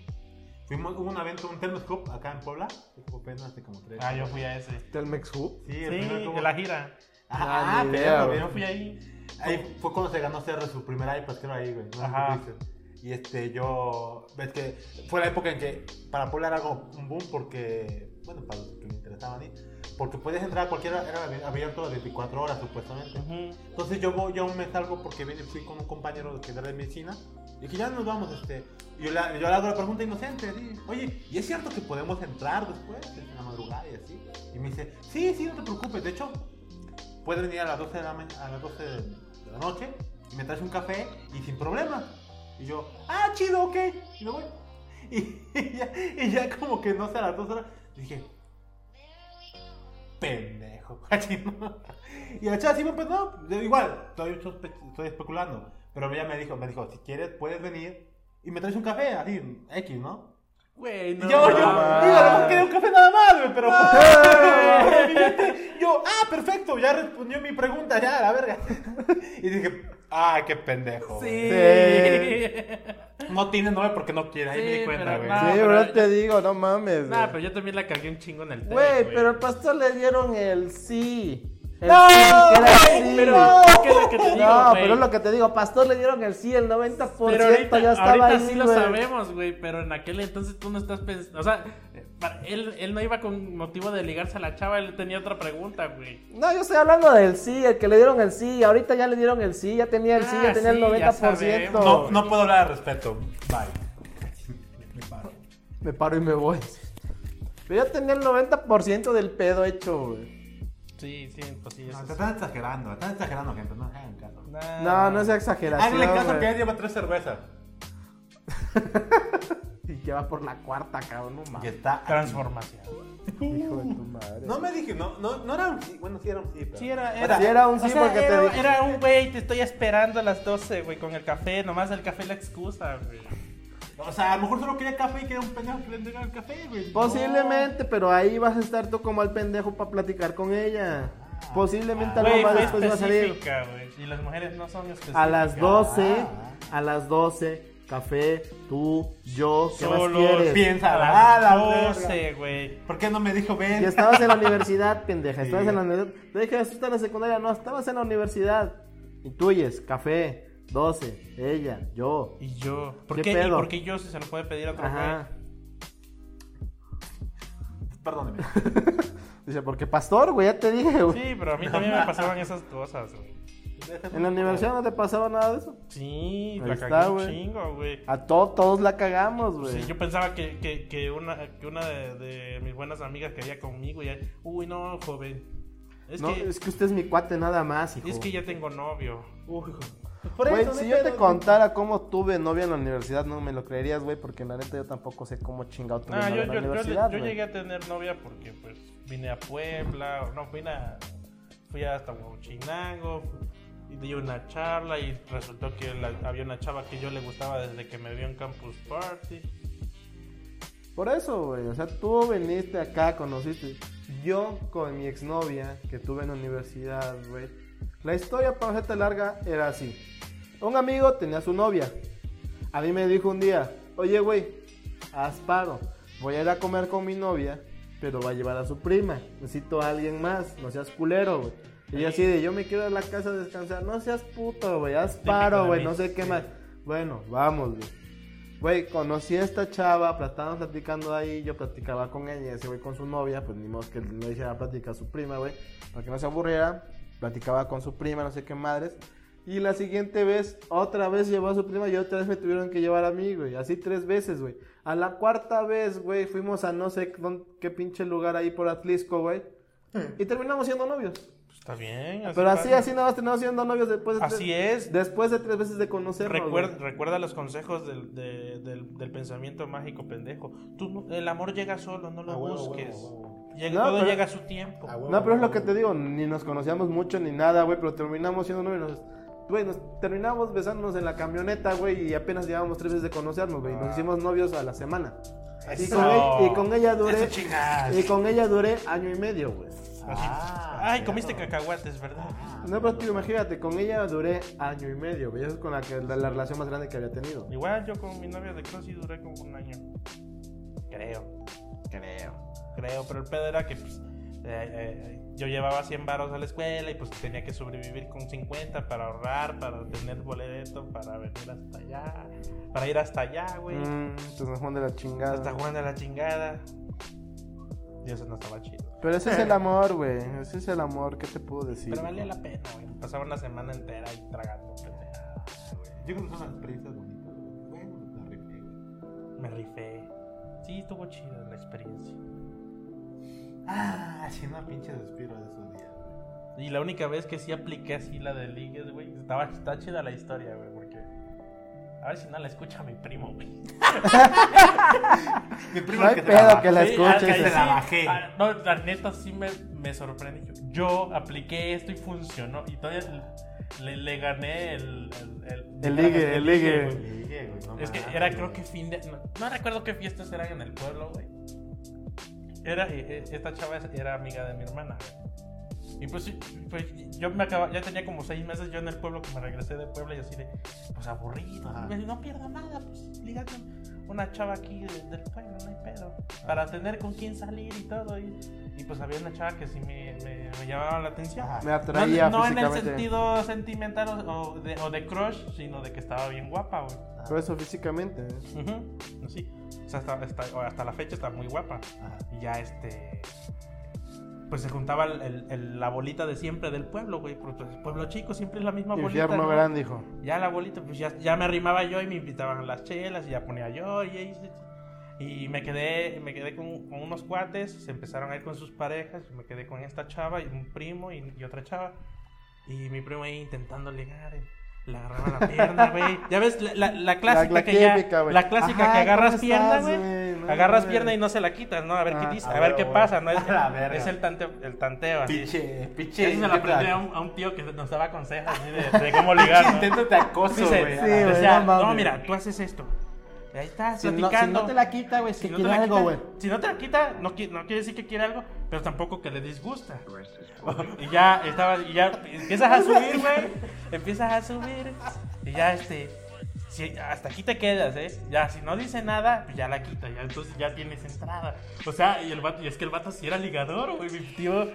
C: Fuimos, hubo un evento, un Telmoscope acá en Puebla. que fue apenas hace como tres.
E: Ah, yo fui a ese.
D: Telmex Hub.
C: Sí,
E: Sí,
C: el primer como-
E: en la gira.
C: Ah,
D: Ah,
C: ah,
D: ni idea,
C: pero
D: güey.
E: Yo fui ahí.
C: Ahí fue cuando se ganó Cerro su primer iPad, creo ahí, güey. No sé si
E: Ajá.
C: tuviste. Y este, yo. Ves que fue la época en que para Puebla era como un boom porque. Bueno, para los que me interesaban a mí. Porque podías entrar a cualquiera, era abierto las 24 horas supuestamente.
E: Ujú.
C: Entonces yo, voy- yo me salgo porque vine- fui con un compañero que era de medicina. Y que ya nos vamos, este. y Yo le, yo le hago la pregunta inocente, así, oye, ¿y es cierto que podemos entrar después, en la madrugada y así? Y me dice, sí, sí, no te preocupes, de hecho, puedes venir a las 12 de la, ma- a las 12 de de la noche y me traes un café y sin problema. Y yo, ah, chido, ok, y me voy. Y, y ya, y ya como que no sé, a las 12 horas, dije, pendejo. así, ¿no? y la chava sí me empezó, igual, estoy, sospe- estoy especulando, pero ella me dijo, me dijo, si quieres puedes venir y me traes un café, así, X, ¿no?
E: Güey,
C: y yo, yo, digo, a lo mejor quería un café nada más, güey, pero... pero mi mente, yo, ah, perfecto, ya respondió mi pregunta, ya, la verga. y dije, ah, qué pendejo. güey. No tiene nombre porque no quiere, ahí me di
E: Sí,
C: cuenta,
E: pero
C: güey.
E: no.
D: sí,
E: pero
D: bro,
E: ya-
D: te digo, no mames.
E: Nah,
D: güey.
E: pero yo también la cagué un chingo en el tema.
D: Güey, pero al pastor le dieron el sí. El
E: ¡No!
D: sí, era
E: Güey,
D: sí.
E: pero es que es lo que te digo,
D: No,
E: güey.
D: pero es lo que te digo, pastor le dieron el sí, el 90%
E: Pero ahorita,
D: ya estaba
E: ahorita
D: ahí,
E: sí lo
D: güey.
E: sabemos, güey, pero en aquel entonces tú no estás pensando, o sea, para- él, él no iba con motivo de ligarse a la chava, él tenía otra pregunta, güey.
D: No, yo estoy hablando del sí, el que le dieron el sí, ahorita ya le dieron el sí, ya tenía el sí,
E: Ah,
D: ya tenía
E: sí,
D: el
E: ya
D: 90%.
E: sabemos.
C: No, no puedo hablar al respeto. Bye.
D: Me paro y me voy. Pero ya tenía el 90% del pedo hecho, güey.
E: Sí, sí, pues sí,
C: No, te
E: eso es-
C: están exagerando, te están exagerando, gente, no hagan caso.
E: Nah.
D: No, no es exageración.
C: Háganle caso
D: güey.
C: que ya lleva tres cervezas.
D: Y que va por la cuarta, cabrón, no
C: Y
D: mames.
C: está.
E: Transformación.
D: Hijo de tu madre.
C: No me dije, no, no, no era un sí. Bueno, sí era un sí, pero.
E: Sí, era,
D: era- sí era un sí porque te
E: era,
D: dije-
E: era un güey, te estoy esperando a las 12, güey, con el café, nomás el café la excusa, güey.
C: O sea, a lo mejor solo quería café y quería un pendejo que le entregara el café, güey.
D: Posiblemente, pero ahí vas a estar tú como al pendejo para platicar con ella. Posiblemente algo
E: Güey,
D: más
E: fue
D: después va a salir.
E: específica, güey, y las mujeres no son específicas.
D: A las 12, a las 12, café, tú, yo, ¿qué
E: Solo
D: más quieres?
C: bien.
E: piensa,
C: Ah,
E: a
C: la
E: las
C: verga.
E: 12, güey.
C: ¿Por qué no me dijo ven?
D: Y estabas en la universidad, pendeja, estabas
C: Sí.
D: en la universidad. Te dije, estás en la secundaria, no, estabas en la universidad. Intuyes, café, 12, ella, yo.
E: Y yo. ¿Por
D: ¿Qué
E: qué, ¿Y
D: pedo?
E: por qué yo si se lo puede pedir a otro
D: Ajá.
E: güey?
C: Perdóneme.
D: Dice, porque pastor, güey, ya te dije, güey.
E: Sí, pero a mí también me pasaban esas cosas, güey.
D: En la universidad no te pasaba nada de eso.
E: Sí,
D: Ahí
E: la
D: está,
E: cagué un
D: güey.
E: chingo, güey.
D: A todos, todos la cagamos, güey.
E: Sí, yo pensaba que, que, que una, que una de, de mis buenas amigas quería conmigo y ya, uy, no, joven. Es,
D: no,
E: que,
D: es que usted es mi cuate nada más, hijo.
E: es que ya tengo novio. Uy,
C: Por
D: Güey,
C: eso, no
D: si
C: hay
D: yo
C: pedo,
D: te
C: güey.
D: contara cómo tuve novia en la universidad, no me lo creerías, güey, porque la neta yo tampoco sé cómo chingado tuve
E: no,
D: novia
E: Ah, yo,
D: en la
E: yo, yo,
D: universidad,
E: yo
D: güey.
E: llegué a tener novia porque, pues, vine a Puebla, o no, vine a, fui hasta Huachinango, y di una charla y resultó que la- había una chava que yo le gustaba desde que me vio en Campus Party.
D: Por eso, güey, o sea, tú viniste acá, conociste. Yo con mi exnovia que tuve en la universidad, güey. La historia para hacerte larga era así. Un amigo tenía su novia. A mí me dijo un día, oye, güey, haz paro. Voy a ir a comer con mi novia, pero va a llevar a su prima. Necesito a alguien más, no seas culero, güey. Y yo así de, yo me quiero ir a la casa a descansar. No seas puto, güey, haz
E: Típico de
D: paro, güey,
E: mí,
D: no sé qué
E: sí.
D: más. Bueno, vamos, güey. Güey, conocí a esta chava, pl- estábamos platicando ahí, yo platicaba con ella, ese güey con su novia, pues ni modo que le hiciera plática a su prima, güey, para que no se aburriera, platicaba con su prima, no sé qué madres, Y la siguiente vez, otra vez llevó a su prima y otra vez me tuvieron que llevar a mí, güey. Así tres veces, güey. A la cuarta vez, güey, fuimos a no sé dónde- qué pinche lugar ahí por Atlisco, güey. Y terminamos siendo novios.
E: Pues está bien.
D: Pero así,
E: pasa.
D: así nada más terminamos siendo novios después de
E: Así
D: tres-
E: es.
D: Después de tres veces de conocernos.
E: Recuer-
D: güey.
E: recuerda los consejos del, de- del, del pensamiento mágico pendejo. Tú no- el amor llega solo, no lo
G: A Ah, huevo, a huevo, Ah,
E: busques.
G: a huevo.
E: Llega-
D: No,
E: todo
D: pero-
E: llega a su tiempo.
G: A huevo,
D: No, pero es lo que
G: a
D: te digo, ni nos conocíamos mucho ni nada, güey, pero terminamos siendo novios. Nos- Güey, nos terminamos besándonos en la camioneta, güey, y apenas llevábamos tres veces de conocernos, güey.
E: Ah.
D: Nos hicimos novios a la semana. Y
E: Eso.
D: con, ella, y con ella duré.
E: Eso chingas.
D: Y con ella duré año y medio, güey.
G: Ah,
E: Ay, comiste cacahuates, ¿verdad?
D: No, pero tú imagínate, con ella duré año y medio, güey. Esa es con la, que, la, la relación más grande que había tenido.
E: Igual yo con mi novia de Crossy duré como un año. Creo,
A: Creo.
E: creo, pero el pedo era que pues, eh, eh, yo llevaba 100 varos a la escuela y pues tenía que sobrevivir con 50 para ahorrar, para tener boleto, para venir hasta allá, para ir hasta allá, güey.
D: Mm, pues nos Juan de la chingada.
E: Hasta jugando a la chingada. Y eso no estaba chido.
D: Pero ese es el amor, güey. Ese es el amor, ¿qué te puedo decir?
E: Pero valía la pena, güey. Pasaba una semana entera ahí tragando pendejadas, güey.
G: Yo creo que son las experiencias bonitas. güey. Bueno, la rifé, güey.
E: Me rifé. Sí, estuvo chida la experiencia.
G: Ah, sí, una pinche suspiro de esos días, güey.
E: Y la única vez que sí apliqué así la de ligues, güey, estaba está chida la historia, güey, porque a ver si no la escucha mi primo, güey.
G: Mi primo
D: No hay
G: el que te
D: pedo
G: la
D: que la
E: Sí, ah, al-
D: escuches.
E: al-
G: se la
E: sí,
G: bajé.
E: al- Ah, no, la neta sí me, me sorprende. Yo, yo apliqué esto y funcionó. Y todavía le, le gané el... El,
D: El ligue, el ligue.
E: güey.
G: Le dije, güey, no
E: Es que
G: mames,
E: era,
G: güey.
E: creo que fin de. No, no recuerdo qué fiestas eran en el pueblo, güey. Era, eh, eh, esta chava es- era amiga de mi hermana, güey. Y pues, sí, pues, yo me acababa, ya tenía como seis meses yo en el pueblo que me regresé de Puebla y así de, pues aburrido.
G: Ajá.
E: Y me dice, no pierdo nada, pues lígate una chava aquí de- del pueblo, no hay pedo. Para tener con quién salir y todo. Y, y, pues había una chava que sí me, me- me llamaba la atención.
G: Ajá.
D: Ah, Me atraía
E: no, no en el
D: físicamente.
E: sentido sentimental o, o de, o de crush, sino de que estaba bien guapa, güey.
D: Pero eso físicamente. ¿eh?
E: Ujú, pues Sí. O sea, hasta, hasta- hasta la fecha está muy guapa.
C: Ah,
G: Ajá.
E: Y ya este. Pues se juntaba el- el- el- la bolita de siempre del pueblo, güey. Porque pues, pueblo chico siempre es la misma bolita.
D: Infierno
E: ¿no?
D: grande, hijo.
E: Ya la bolita, pues ya, ya me arrimaba yo y me invitaban a las chelas y ya ponía yo y ahí se- y me quedé, me quedé con, con unos cuates, se empezaron a ir con sus parejas, me quedé con esta chava y un primo y, y otra chava. Y mi primo ahí intentando ligar, eh, le agarraba la pierna, güey. Ya ves, la, la- la clásica
D: la
E: que ya-
D: típica, güey.
E: la clásica
D: Ajá,
E: que agarras
D: ¿cómo
E: pierna,
D: estás,
E: güey.
D: güey? No,
E: agarras
D: güey.
E: pierna y no se la quitas, ¿no? A ver
D: Ah,
E: qué dice,
G: a
E: a ver
G: ver,
E: qué
G: güey.
E: pasa, ¿no? Es,
G: A la verga.
E: es el, tante, el tanteo, así.
G: Piche, piche.
E: Eso se lo aprendí a un, a un tío que nos daba consejos así de, de cómo ligar, ¿no?
G: Intento de acoso,
E: Dice,
G: güey.
D: sí,
G: a la-
D: güey.
E: o sea,
D: no mames.
E: no, mira, tú haces esto. Y Ahí estás
D: Si no, si
E: platicando.
D: no te la quita, güey, si
E: Si no te
D: quiere
E: la
D: algo,
E: quita-
D: güey.
E: Si no te la quita, no, qui- no quiere decir que quiere algo, pero tampoco que le disgusta. Y ya estaba, y ya empiezas a subir, güey. Empiezas a subir. Y ya este. si- hasta aquí te quedas, ¿eh? Ya, si no dice nada, pues ya la quita, ya entonces ya tienes entrada. O sea, y, el vato, y es que el vato sí era ligador, güey, mi tío.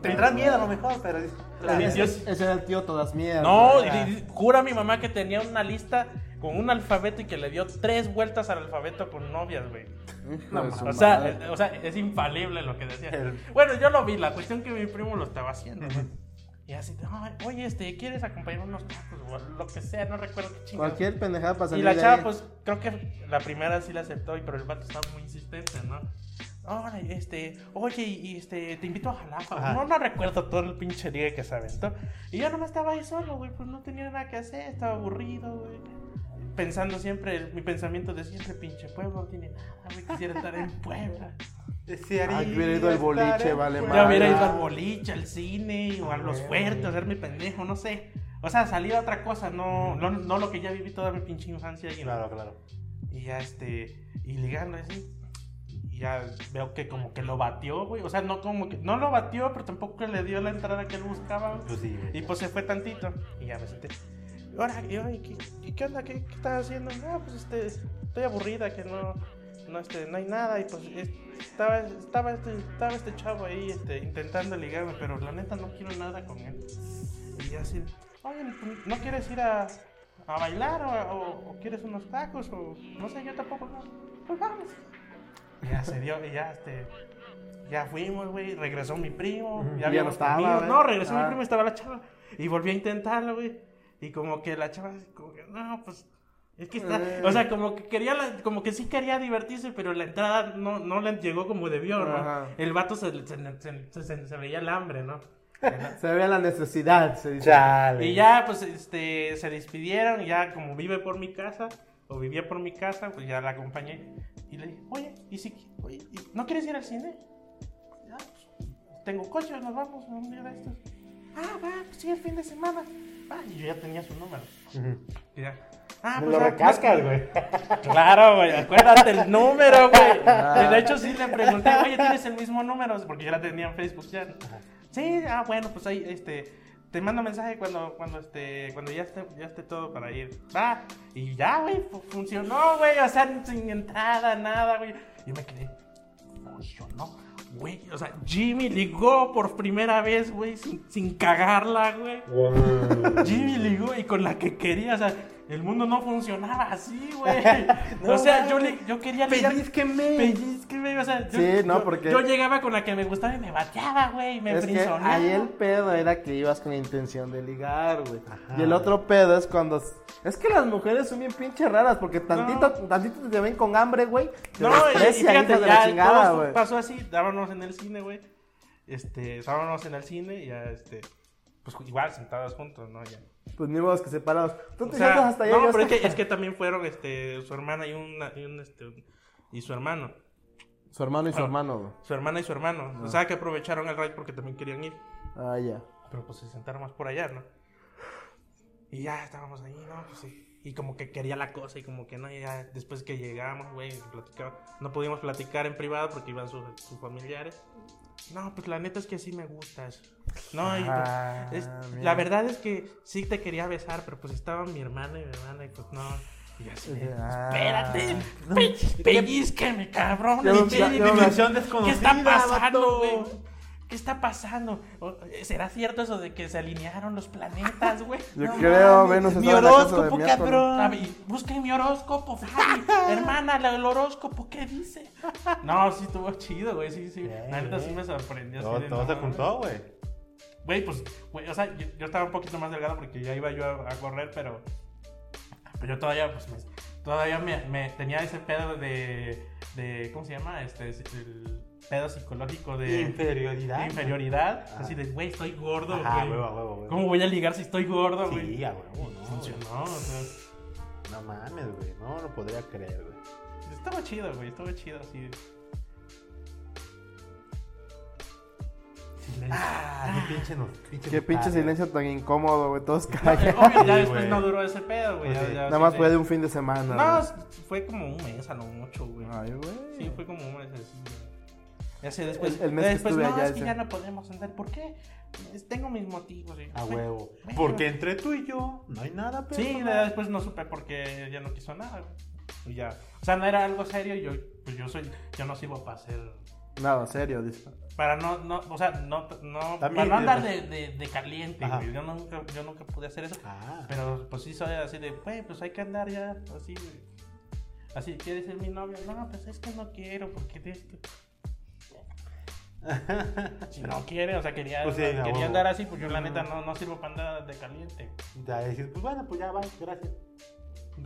G: Tendrás miedo a lo mejor, pero.
E: Tenía-
D: Ese, ese era el tío todas mierdas.
E: No,
D: güey.
E: y- y- jura mi mamá que tenía una lista con un alfabeto y que le dio tres vueltas al alfabeto con novias, güey.
D: Hijo de su
E: O sea,
D: madre.
E: eh, o sea, es infalible lo que decía. Bueno, yo lo vi, la cuestión que mi primo lo estaba haciendo, ¿no? Y así, "Ay, oye, este, ¿quieres acompañar unos tacos o lo que sea? No recuerdo qué chingada.
D: cualquier pendejada para
E: Y
D: salir
E: la
D: de
E: chava,
D: ahí.
E: pues, creo que la primera sí la aceptó, y- pero el vato estaba muy insistente, ¿no? Ahora, este, oye, y este, te invito a Jalapa. güey. No, no recuerdo todo el pinche día que se aventó. Y yo nomás estaba ahí solo, güey, pues no tenía nada que hacer, estaba aburrido, güey. Pensando siempre, mi pensamiento de siempre, pinche pueblo, no tiene nada, güey, quisiera estar en Puebla.
D: Ay, yo Ah, hubiera ido al boliche, vale,
E: Ya
D: madre.
E: hubiera ido al boliche, al cine, o a los fuertes, a hacerme pendejo, no sé. O sea, salir a otra cosa, no, no, no lo que ya viví toda mi pinche infancia. Y
G: Claro, claro.
E: y ya este. Y ligando así. Y ya veo que como que lo batió, güey. O sea, no como que. No lo batió, pero tampoco le dio la entrada que él buscaba. güey.
G: Pues sí, güey.
E: Y pues se fue tantito. Y ya me senté. Ahora, y, oye, ¿qué, qué, qué onda? ¿Qué, qué estás haciendo? No, pues este. Estoy aburrida, que no. No, este, no hay nada. Y pues es- estaba, estaba, este, estaba este chavo ahí este, intentando ligarme, pero la neta no quiero nada con él. Y ya así, oye, pues, ¿no quieres ir a, a bailar o, o- o quieres unos tacos? O no sé, yo tampoco. no. Pues vamos. Y ya se dio, y ya este. Ya fuimos, güey. Regresó mi primo.
D: ya
E: vimos
D: no estaba,
E: conmigo.
D: ¿eh?
E: No, regresó
D: Ah.
E: mi primo, estaba la chava. Y volví a intentarlo, güey. Y como que la chava, así como que, no, pues. Es que está. O sea, como que quería, la- como que sí quería divertirse, pero la entrada no, no le llegó como debió, ¿no?
D: Ajá.
E: El vato se, se, se- se- se veía el hambre, ¿no?
D: Se ve la necesidad, se dice.
G: Chale.
E: Y ya, pues, este, se despidieron, ya como vive por mi casa, o vivía por mi casa, pues ya la acompañé. Y le dije, oye, ¿y si, oye, ¿y ¿no quieres ir al cine? "Ah, pues, tengo coche, nos vamos, un día de estos. Ah, va, pues sí, el fin de semana. Va, y yo ya tenía su número. Y ya, ah,
G: Me
E: pues,
G: lo
E: ah,
G: recascas, güey.
E: Claro, güey, acuérdate el número, güey. De hecho, sí le pregunté, oye, ¿tienes el mismo número? Porque yo la tenía en Facebook ya. Sí, ah, bueno, pues ahí, este, te mando mensaje cuando, cuando, este, cuando ya esté, ya esté todo para ir. Va, y ya, güey, fu- funcionó, güey, o sea, sin entrada, nada, güey. Yo me quedé, funcionó, güey, o sea, Jimmy ligó por primera vez, güey, sin, sin cagarla, güey. Jimmy ligó y con la que quería, o sea, el mundo no funcionaba así, güey. o sea, yo, li- yo quería ligar.
D: Pellizqueme.
E: Pellizqueme, o sea, yo,
D: Sí, no,
E: yo-
D: porque-
E: yo llegaba con la que me gustaba y me bateaba, güey, y me
D: Es que
E: frisonaba.
D: ahí el pedo era que ibas con la intención de ligar, güey. Y el otro pedo es cuando... Es que las mujeres son bien pinche raras porque tantito, tantito te ven con hambre, güey. Te
E: No, y- y,
D: desprecian,
E: fíjate,
D: hijas de
E: ya
D: la chingada,
E: todo
D: güey.
E: pasó así, dábamos en el cine, güey. Este, estábamos en el cine y ya, este, pues igual sentados juntos, ¿no? Ya.
D: Pues ni modo que separados. Tú te
E: O sea,
D: sientas hasta allá.
E: no,
D: yo
E: pero es
D: hasta-
E: que, es que también fueron, este, su hermana y una- y un, este, y su hermano.
D: Su hermano
E: Ah.
D: y su hermano, güey.
E: Su hermana y su hermano. O sea, que aprovecharon el ride porque también querían ir.
D: Ah, ya.
E: Pero pues se sentaron más por allá, ¿no? Y ya estábamos ahí, ¿no? Pues sí. Y como que quería la cosa y como que no, y ya después que llegamos, güey, platicaba- No pudimos platicar en privado porque iban sus, sus familiares. No, pues la neta es que sí me gustas. No, y pues,
D: Ah,
E: es-
D: mira.
E: la verdad es que sí te quería besar, pero pues estaban mi hermana y mi hermana y pues no. Y yo así, de,
D: Ah.
E: espérate, pe- pellizqueme, cabrón.
D: Ya me-
E: pinche
D: ya- ya me-
E: dimensión desconocida, ¿Qué está pasando, güey? ¿Qué está pasando? O- eh, ¿Será cierto eso de que se alinearon los planetas, güey?
D: Yo creo, menos
A: mi horóscopo, cabrón.
E: A ver, Busquen mi horóscopo, Fabi. Hermana, la- el horóscopo, ¿qué dice? No, sí estuvo chido, güey. Sí, sí. La neta sí me sorprendió. así
G: Todo,
E: de,
G: todo
E: no,
G: se
E: güey.
G: juntó, güey.
E: Güey, pues, güey, o sea, yo, yo estaba un poquito más delgado porque ya iba yo a, a correr, pero. Pero yo todavía, pues, me- todavía me, me tenía ese pedo de, de. ¿Cómo se llama? Este. El pedo psicológico de.
G: Inferioridad.
E: de inferioridad.
G: Ajá.
E: Así de, güey, estoy gordo,
G: Ah,
E: güey.
G: huevo, a huevo, güey.
E: ¿Cómo voy a ligar si estoy gordo, güey?
G: Sí, a huevo, no.
E: Funcionó, o sea.
G: No mames, güey. No lo podría creer, güey.
E: Estaba chido, güey, estaba chido, así. Silencio.
G: Ah, qué eh. pinche, no, pinche
D: Qué pinche
G: putada.
D: silencio tan incómodo, güey. Todos
E: No, eh, obvio, ya
G: Sí,
E: después
G: güey.
E: no duró ese pedo, güey. ya-
G: Sí.
E: ya,
D: Nada
E: así
D: más
E: de-
D: fue de un fin de semana.
E: No,
D: güey.
E: fue como un mes a lo mucho, güey.
D: Ay, güey.
E: Sí, fue como un mes. así, güey. Ya sé, después.
D: El- el mes que
E: después,
D: estuve
E: no,
D: allá,
E: es que
D: ese.
E: ya no podemos andar. ¿Por qué? Es- Tengo mis motivos. y-
G: A
E: güey,
G: huevo.
E: güey,
G: Porque
E: güey.
G: entre tú y yo no hay nada pues,
E: Sí,
G: personal.
E: ya después no supe porque ya no quiso nada, güey. Y ya. O sea, no era algo serio. y Yo, pues yo soy. Yo no sirvo para hacer.
D: Nada, serio, dice.
E: Para no, no, o sea, no, no, para
G: También
E: no andar de,
G: tienes-
E: de- de caliente,
G: Ajá.
E: güey. Yo nunca, yo nunca pude hacer eso.
G: Ah,
E: Pero pues sí soy así de, güey, pues hay que andar ya así. güey. Así, ¿quieres ser mi novia? No, pues es que no quiero, porque de esto. si no quiere, o sea, quería,
G: Pues sí, a
E: quería
G: huevo.
E: andar así, porque yo la neta no, no sirvo para andar de caliente.
G: ya dices, pues bueno, pues ya va, gracias.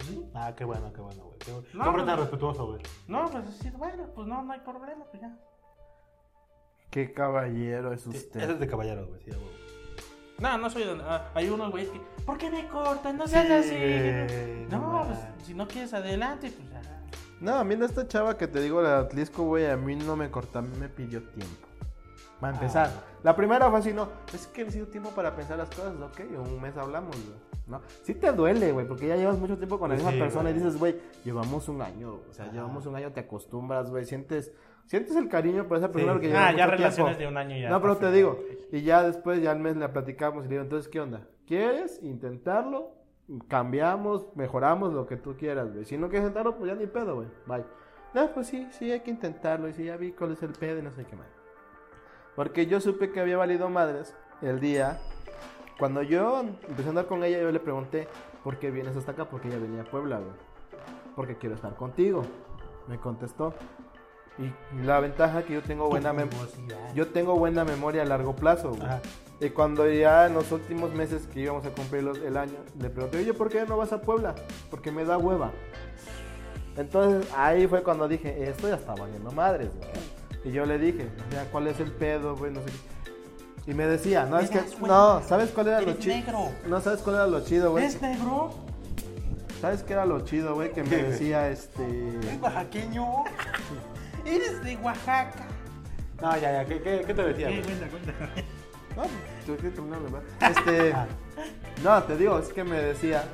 E: Sí.
G: Ah, qué bueno, qué bueno, güey. Qué bueno.
E: No,
G: Hombre tan
E: no.
G: respetuoso, güey.
E: No, pues así, bueno, pues no, no hay problema, pues ya.
D: Qué caballero es
G: Sí,
D: usted.
G: Eso es de caballero, güey. Sí, a huevo.
E: No, no soy. de- ah, hay unos güeyes que, ¿por qué me cortan? No seas así.
G: güey,
E: no,
G: no
E: pues
G: mames.
E: si no quieres adelante, pues ya.
D: No, a mí no esta chava que te digo, la de Atlisco, güey, a mí no me corta, a mí me pidió tiempo. Para
G: Ah.
D: empezar, la primera fue así, no, es que necesito tiempo para pensar las cosas, ok, un mes hablamos, güey. No, sí te duele, güey, porque ya llevas mucho tiempo con la
G: Pues
D: misma
G: sí,
D: persona y
G: güey.
D: dices, güey, llevamos un año, o sea,
G: Ajá.
D: llevamos un año, te acostumbras, güey, sientes, sientes el cariño por esa persona
G: Sí.
D: que
E: Ah,
D: llevas
E: ya
D: mucho tiempo.
E: relaciones de un año ya.
D: No, pero
E: está
D: te
E: feo.
D: digo, y ya después, ya al mes la platicamos y le digo, entonces, ¿qué onda? ¿Quieres intentarlo? Cambiamos, mejoramos lo que tú quieras, güey. Si no quieres intentarlo, pues ya ni pedo, güey. Bye. No, pues sí, sí, hay que intentarlo. Y si ya vi cuál es el pedo y no sé qué más. Porque yo supe que había valido madres el día. Cuando yo empecé a andar con ella, yo le pregunté, ¿por qué vienes hasta acá? Porque ella venía a Puebla, güey. Porque quiero estar contigo. Me contestó. Y la ventaja que yo tengo buena memoria.
G: Jugosidad.
D: Yo tengo buena memoria a largo plazo, güey.
G: Ajá.
D: Y cuando ya en los últimos meses que íbamos a cumplir los- el año, le pregunté, oye, ¿por qué no vas a Puebla? Porque me da hueva. Entonces ahí fue cuando dije, esto ya está valiendo madres, güey. Y yo le dije, ya, ¿cuál es el pedo, güey? No sé qué. Y me decía, no, es que, no, ¿sabes cuál era lo
A: Eres
D: chido?
A: negro.
D: No, ¿sabes cuál era lo chido, güey?
G: ¿Es negro?
D: ¿Sabes qué era lo chido, güey? Que me decía, este...
G: ¿Es oaxaqueño?
A: Eres de Oaxaca.
G: No, ya, ya, ¿qué, qué, qué te decía? güey?
E: cuenta, cuenta.
D: No, tuve que terminar, ¿verdad? Este. No, te digo, es que me decía.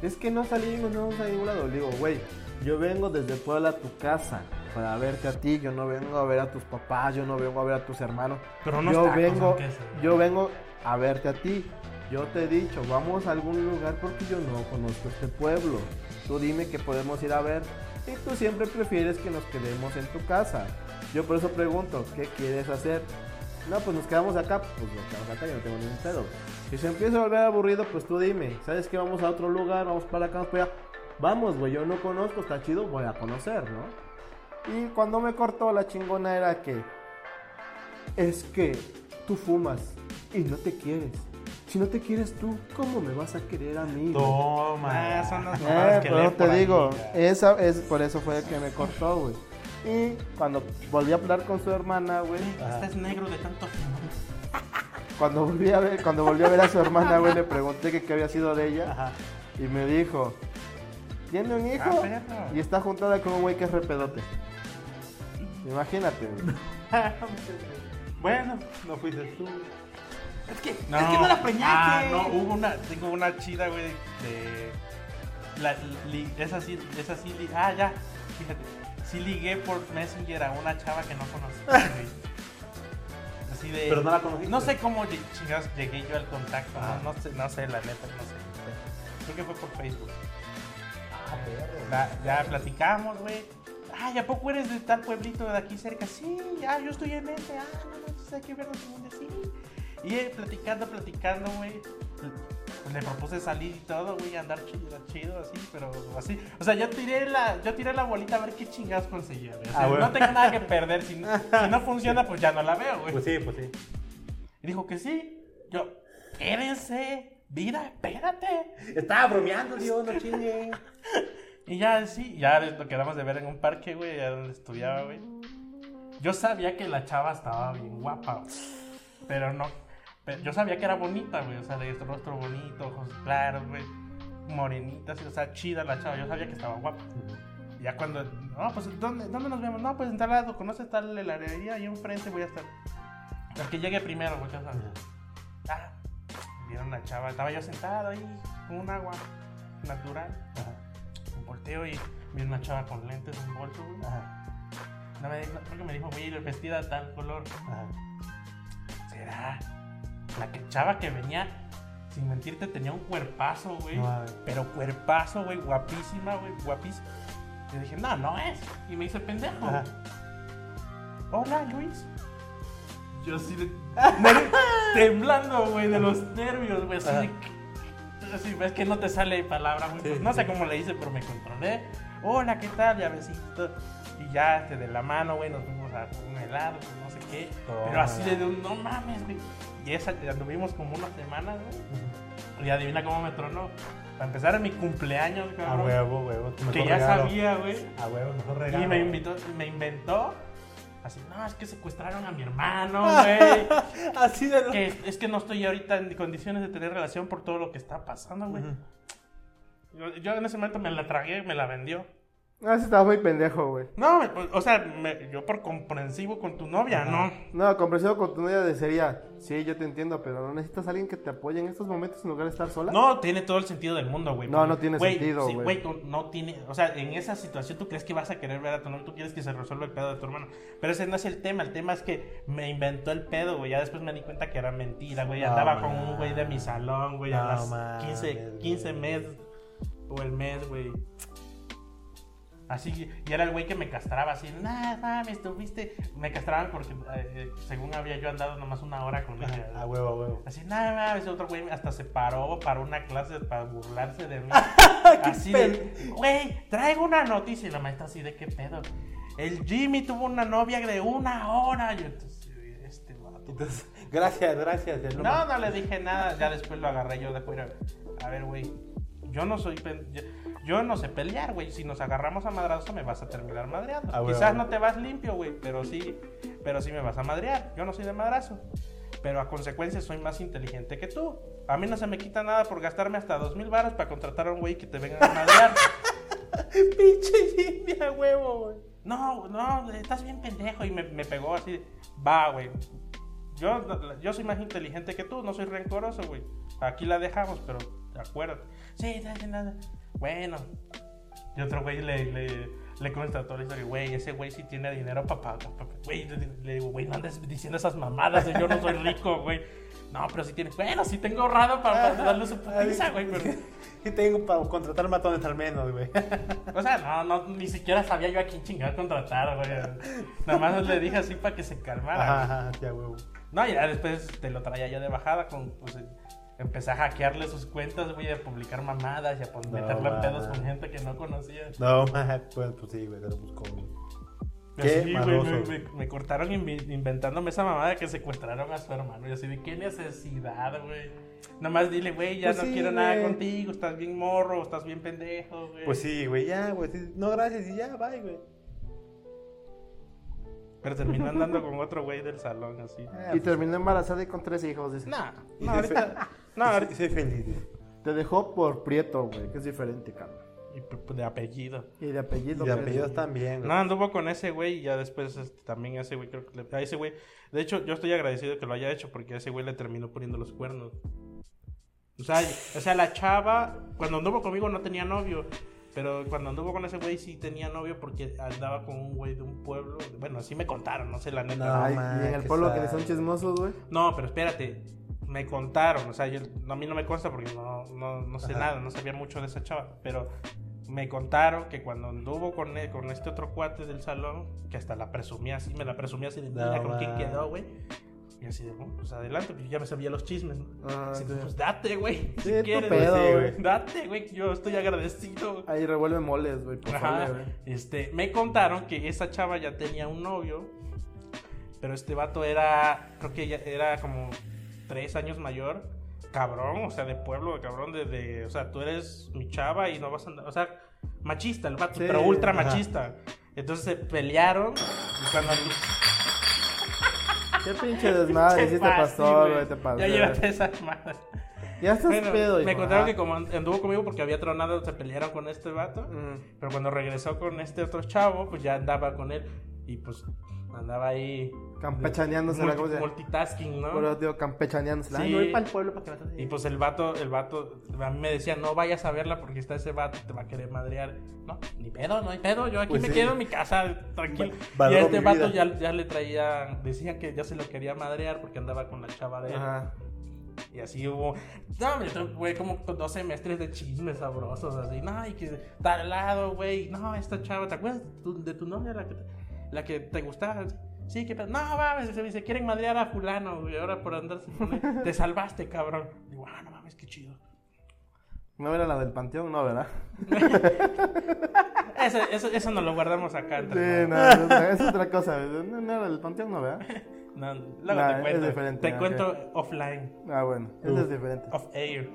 D: Es que no salimos, no vamos a ningún lado. Le digo, güey, yo vengo desde Puebla a tu casa para verte a ti. Yo no vengo a ver a tus papás, yo no vengo a ver a tus hermanos.
E: Pero unos
D: yo
E: tacos,
D: vengo,
E: aunque sea.
D: yo vengo a verte a ti. Yo te he dicho, vamos a algún lugar porque yo no conozco este pueblo. Tú dime que podemos ir a ver. Y tú siempre prefieres que nos quedemos en tu casa. Yo por eso pregunto, ¿qué quieres hacer? No, pues nos quedamos acá. Pues nos quedamos acá, yo no tengo ningún pedo. Si se empieza a volver aburrido, pues tú dime. ¿Sabes qué? Vamos a otro lugar, vamos para acá, vamos para allá. Vamos, güey, yo no conozco, está chido, voy a conocer, ¿no? Y cuando me cortó la chingona era que es que tú fumas y no te quieres. Si no te quieres tú, ¿cómo me vas a querer a mí? güey?
G: Toma.
E: Ah, son las
D: Eh,
E: mamadas que
D: pero
E: leen por
D: te
E: ahí,
D: digo, eh,
E: ya.
D: esa es por eso fue que me cortó, güey. Y cuando volví a hablar con su hermana, güey,
E: Este
A: Estás negro de tanto fumar.
D: cuando volví a ver, cuando volví a ver a su hermana, güey, le pregunté que qué había sido de ella y me dijo, tiene un hijo
E: Ah, perro.
D: y está juntada con un güey que es repedote. Imagínate, güey.
G: Bueno, no fuiste tú.
A: Es que no, es que no la preñaste.
E: Ah, no, hubo una, tengo una chida, güey, de... La, li- esa sí, esa sí, li- ah, ya, fíjate, sí ligué por Messenger a una chava que no conocía, güey. Así de...
G: Pero no la conociste.
E: No sé cómo lleg- chingados llegué yo al contacto,
A: Ah.
E: no, no sé, no sé, la neta, no sé. Creo que fue por Facebook.
A: Ah,
E: La- ya platicamos, güey. Ay, ¿a poco eres de tal pueblito de aquí cerca? Sí, ah, yo estoy en este. Ah, no, no, entonces hay que vernos en un día, sí. Y eh, platicando, platicando, güey. pues, le propuse salir y todo, güey, andar chido, chido, así, pero así. O sea, yo tiré la, yo tiré la bolita a ver qué chingados conseguía, güey. O sea,
G: Ah, bueno.
E: No tengo nada que perder. Si, si no funciona, pues ya no la veo, güey.
G: Pues sí, pues sí.
E: Y dijo que sí. Yo, quédense, vida, espérate.
G: Estaba bromeando, Dios, no chingue.
E: Y ya, sí, ya lo quedamos de ver en un parque, güey, ya donde estudiaba, güey. Yo sabía que la chava estaba bien guapa, güey. Pero no. pero yo sabía que era bonita, güey. O sea, de este rostro bonito, ojos claros, güey. Morenita, así, o sea, chida la chava. Yo sabía que estaba guapa. Y Ya cuando. No, pues, ¿dónde, ¿dónde nos vemos? No, pues en tal lado, conoces tal heladería, ahí enfrente voy a estar. El que llegue primero, güey, ya sabes. Ah, vieron la chava. Estaba yo sentado ahí, con un agua natural. Volteo y vi una chava con lentes, un bolso, güey. No me, no, creo que me dijo, voy a ir vestida de tal color. ¿Será? La que chava que venía, sin mentirte, tenía un cuerpazo, güey.
G: No, ay.
E: pero cuerpazo, güey, guapísima, güey, guapísima. Y dije, no, no es. Y me hice pendejo.
G: Ajá.
E: Hola, Luis. Yo así de... temblando, güey, de los nervios, güey. Así de... Así, ves que no te sale palabra, güey. pues, no sé cómo le hice, pero me controlé. Hola, ¿qué tal? Ya besito. Y ya, este, de la mano, güey, nos fuimos a un helado, pues, no sé qué. Pero así de, un, no mames, güey. Y esa, la tuvimos como una semana, güey. Y adivina cómo me tronó. Para empezar, en mi cumpleaños,
G: A
E: cabrón.
G: huevo, huevo. tu
E: que
G: mejor
E: ya
G: regalo.
E: sabía, güey.
G: A huevo, mejor regalo.
E: Y me invitó, me inventó. Así, no, es que secuestraron a mi hermano, güey.
G: Así de lo.
E: que es, es que no estoy ahorita en condiciones de tener relación por todo lo que está pasando, güey. Yo- Yo en ese momento me la tragué y me la vendió.
D: No, sí estaba muy pendejo, güey.
E: No, me- pues, o sea, me- yo por comprensivo con tu novia, no.
D: No, comprensión con tu novia de sería, sí, yo te entiendo, pero no necesitas a alguien que te apoye en estos momentos en lugar de estar sola.
E: No, tiene todo el sentido del mundo, güey.
D: No,
E: Porque,
D: no tiene
E: güey,
D: sentido,
E: sí,
D: güey.
E: güey. con- no tiene, o sea, en esa situación tú crees que vas a querer ver a tu novio, tú quieres que se resuelva el pedo de tu hermano. Pero ese no es el tema, el tema es que me inventó el pedo, güey. Ya después me di cuenta que era mentira, güey.
G: No
E: Andaba con
G: mames.
E: un güey de mi salón, güey,
G: No
E: a las
G: mames,
E: 15,
G: güey.
E: 15 meses o el mes, güey. Así que, y era el güey que me castraba así, nada, mames, estuviste. Me castraban porque, eh, según había yo andado nomás una hora con ella.
G: A huevo, a huevo.
E: Así, nada mames, otro güey hasta se paró para una clase para burlarse de mí. así de, güey, traigo una noticia. Y la maestra así de, ¿qué pedo? El Jimmy tuvo una novia de una hora. Y yo, entonces, este vato.
G: Entonces,
C: Gracias, gracias. de
E: No, no le dije nada. Ya después lo agarré yo de fuera. A ver, güey. Yo no soy. pe- Yo, yo no sé pelear, güey. Si nos agarramos a madrazo, me vas a terminar madreando.
C: Ah, güey,
E: Quizás
C: güey.
E: no te vas limpio, güey. Pero sí. Pero sí me vas a madrear. Yo no soy de madrazo. Pero a consecuencia soy más inteligente que tú. A mí no se me quita nada por gastarme hasta dos mil baros para contratar a un güey que te venga a madrear.
C: Pinche Jimmy a huevo, güey.
E: No, no, estás bien pendejo. Y me, me pegó así. Va, güey. Yo, yo soy más inteligente que tú, no soy rencoroso, güey. Aquí la dejamos, pero acuérdate. Sí, dale, nada. Bueno. Y otro güey le, le, le comenta toda la historia. Güey, ese güey sí tiene dinero para pagar. Güey, le, le digo, güey, no andes diciendo esas mamadas. Yo no soy rico, güey. No, pero sí tiene. Bueno, sí tengo ahorrado para, para darle su putiza, pues, güey. Pero,
C: Y tengo para contratar matones al menos, güey.
E: o sea, no, no, ni siquiera sabía yo a quién chingar contratar, güey. Nada más le dije así para que se
C: Ajá,
E: calmara.
C: ajá, sí, a huevo.
E: No, y ya después te lo traía yo de bajada con, pues, eh, empecé a hackearle sus cuentas, güey, a publicar mamadas y a pues,
C: No,
E: meterle en
C: va.
E: pedos con gente que no conocía.
C: No, man, pues, pues sí, güey, te lo busco, güey.
E: Y
C: Qué
E: así, güey,
C: maloso.
E: me, me- me cortaron invi- inventándome esa mamada de que secuestraron a su hermano. Y así de qué necesidad, güey. Nomás dile, güey, ya
C: Pues
E: no
C: sí,
E: quiero nada
C: güey.
E: contigo, estás bien morro, estás bien pendejo, güey.
C: Pues sí, güey, ya, güey. sí. No, gracias, y ya, bye, güey.
E: Pero terminó andando con otro güey del salón, así.
D: Y terminó embarazada y con tres hijos. dice.
E: Nah,
C: Y
E: no,
C: soy fe-
E: ahorita. No,
C: y soy-
E: ahorita.
C: y soy feliz, güey.
D: Te dejó por Prieto, güey, que es diferente, cabrón.
E: Y p- de apellido.
D: Y de apellido.
C: Y de
D: pues,
C: apellidos
D: güey.
C: también, güey.
E: No, anduvo con ese güey y ya después este, también ese güey, creo que le- a ese güey. De hecho, yo estoy agradecido que lo haya hecho porque a ese güey le terminó poniendo los cuernos. O sea, y- o sea, la chava, cuando anduvo conmigo no tenía novio. Pero cuando anduvo con ese güey sí tenía novio porque andaba con un güey de un pueblo. Bueno, así me contaron, no sé la neta.
C: No,
D: Ay,
C: man,
D: y en el
C: qué
D: pueblo
C: sad.
D: que son chismosos, güey.
E: No, pero espérate. Me contaron, o sea, yo- a mí no me consta porque no, no, no sé nada, no sabía mucho de esa chava, pero me contaron que cuando anduvo con, e- con este otro cuate del salón, que hasta la presumía así, me la presumía así de,
C: No,
E: mira con quién
C: man.
E: quedó, güey. Y así de, "Bueno, pues adelante, pues yo ya me sabía los chismes, ¿no?
D: Ah,
E: Así de,
D: sí.
E: pues date, güey.
D: Sí,
E: si
D: tu
E: quieres,
D: pedo,
E: güey.
D: güey.
E: Date, güey, yo estoy agradecido.
D: Ahí revuelve moles, güey. por
E: Ajá.
D: favor, güey.
E: Este, me contaron que esa chava ya tenía un novio, pero este vato era, creo que ya era como tres años mayor, cabrón, o sea, de pueblo, de cabrón, de, de- o sea, tú eres mi chava y no vas a andar, o sea, machista el vato,
D: Sí,
E: pero ultra
C: ajá.
E: machista. Entonces se pelearon y cuando...
D: Qué pinche desmadre
E: Qué
D: hiciste,
E: fácil,
D: pastor,
E: güey.
D: güey. Te pasó.
E: Ya llévate esa madre.
D: Ya estás
E: Bueno,
D: pedo, hijo.
E: me contaron
D: Ajá.
E: que como anduvo conmigo porque había tronado, se pelearon con este vato.
D: Mm.
E: Pero cuando regresó con este otro chavo, pues ya andaba con él y pues andaba ahí
D: Campechaneándose la
E: multi-
D: cosa.
E: multitasking, ¿no?
D: Por eso digo, campechaneándose.
E: Sí.
D: Ay, me voy para el pueblo para que la
E: Y pues el vato, el vato, a mí me decía, no vayas a verla porque está ese vato, te va a querer madrear. No, ni pedo, no hay pedo, yo aquí
C: Pues
E: me
C: sí.
E: quedo en mi casa, tranquilo.
C: valoro
E: y a este
C: mi
E: vato
C: vida.
E: ya, ya le traía, decían que ya se lo quería madrear porque andaba con la chava de él.
D: Ajá.
E: Y así hubo, no, hombre, tú, güey, como dos semestres de chismes sabrosos, así, no, y que tal lado, güey, no, esta chava, ¿te acuerdas de tu, de tu novia, la que, la que te gustaba? Sí, que no, mames, se, se quieren madrear a fulano, güey, ahora por andarse con él. te salvaste, cabrón. Digo, ah, no mames, qué chido.
D: No era la del panteón, no, ¿verdad?
E: Eso, eso, eso nos lo guardamos acá.
D: Sí,
E: entre
D: no,
E: nosotros.
D: es otra cosa. güey. No, no era la del panteón, no, ¿verdad?
E: No, luego
D: Nah,
E: te
D: es
E: cuento.
D: diferente,
E: te
D: ok.
E: cuento offline,
D: Ah, bueno, eso es diferente.
E: off air.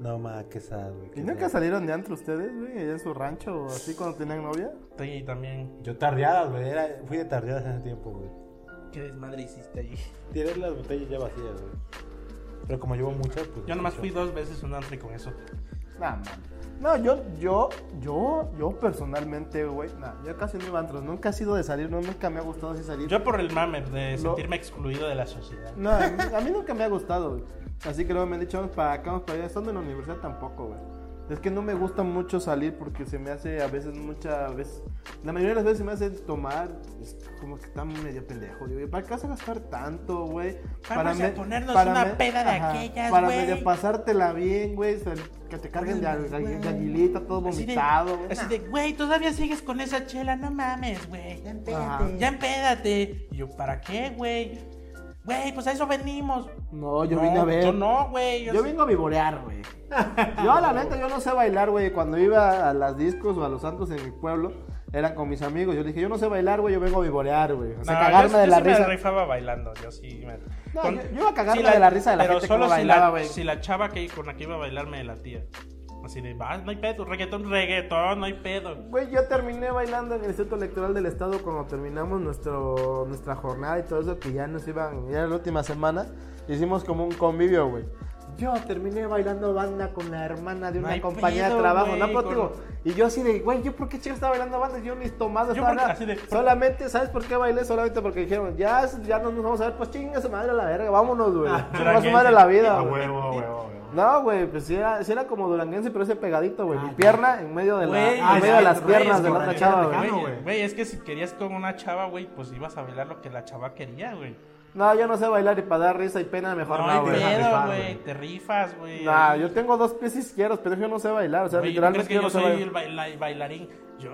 C: No, ma, qué sad, güey. qué
D: ¿Y nunca
C: sad.
D: salieron de antro ustedes, güey? Allá en su rancho o así cuando tenían novia?
E: Sí, también.
C: Yo tardeadas, güey. era- Fui de tardeadas en ese tiempo, güey.
E: ¿Qué desmadre hiciste ahí?
C: Tiré las botellas ya vacías, güey. Pero como llevo muchas, pues.
E: Yo nomás fui dos veces un antro y con eso.
D: Nah, man. No, yo, yo, yo, yo personalmente, güey, nah, yo casi no iba a antros. Nunca he sido de salir, no, nunca me ha gustado así salir.
E: Yo por el mame de
D: No.
E: sentirme excluido de la sociedad.
D: No, a mí, a mí nunca me ha gustado, güey. Así que luego me han dicho, vamos para acá, vamos para allá. Estando en la universidad tampoco, güey. Es que no me gusta mucho salir porque se me hace a veces mucha veces. La mayoría de las veces se me hace tomar. Es como que está medio pendejo. Digo, ¿para qué vas a gastar tanto, güey? Para
E: Vamos a
D: me-
E: ponernos
D: para
E: una
D: me-
E: peda de aquellas,
D: Para
E: güey.
D: medio pasártela bien, güey. sal- Que te carguen de, al- de aguilita, todo
E: Así de-
D: vomitado, güey.
E: Así de, güey, todavía sigues con esa chela, no mames, güey.
D: Ajá.
E: Ya empédate. Ya empédate. Y yo, ¿para qué, güey? Güey, pues a eso venimos.
D: No, yo vine a ver.
E: Yo no, güey.
D: Yo vengo a vivorear, güey. Yo, la neta, yo no sé bailar, güey. Cuando iba a las discos o a los santos en mi pueblo, eran con mis amigos. Yo le dije, yo no sé bailar, güey, yo vengo a vivorear, güey. O sea,
E: No,
D: cagarme
E: yo,
D: de
E: yo
D: la
E: sí
D: risa.
E: Me rifaba bailando, yo sí. Me...
D: No,
E: con-
D: yo, yo iba a cagarme
E: Sí, la-
D: de la risa de la
E: pero
D: gente
E: solo
D: como
E: si,
D: bailaba,
E: la,
D: güey.
E: si la chava que con la que iba a bailar me latía. Así de, va, no hay pedo, reggaetón, reggaetón, no hay pedo.
D: Güey, yo terminé bailando en el Instituto Electoral del Estado cuando terminamos nuestro, nuestra jornada y todo eso, que ya nos iban, ya era la última semana, hicimos como un convivio, güey. Yo terminé bailando banda con la hermana de
E: No
D: una
E: hay
D: compañera
E: pedo,
D: de trabajo,
E: güey,
D: no, pero
E: con-
D: digo, y yo así de, güey, ¿yo por qué chica estaba bailando banda? Yo ni tomado
E: Yo
D: estaba
E: porque-
D: nada.
E: así de-
D: Solamente, ¿sabes por qué bailé? Solamente porque dijeron, ya, ya no nos vamos a ver, pues chinga su madre a la verga, vámonos, güey.
E: Ah,
D: Chinga su madre a la vida,
C: A
D: güey.
C: huevo, a huevo, a huevo.
D: No, güey, pues sí era, sí era como duranguense, pero ese pegadito, güey. Mi pierna en medio de, la,
E: Ah, Güey,
D: en
E: ah,
D: medio
E: ya,
D: de las
E: güey,
D: piernas
E: es
D: de la
E: como
D: otra
E: de-
D: chava,
C: Ah,
D: güey.
C: no,
E: Güey,
C: güey.
E: güey, es que si querías con una chava, güey, pues ibas a bailar lo que la chava quería, güey.
D: No, yo no sé bailar y para dar risa y pena mejor
E: No
D: no,
E: hay
D: güey.
C: deja
E: pedo,
C: rifar,
E: güey,
C: güey.
E: te rifas, güey.
D: Nah, yo tengo dos pies izquierdos, pero yo no sé bailar, o sea,
E: Güey, ¿tú
D: literalmente
E: crees que
D: yo
E: yo,
D: no sé
E: soy el
D: bailar.
E: baila- bailarín? Yo,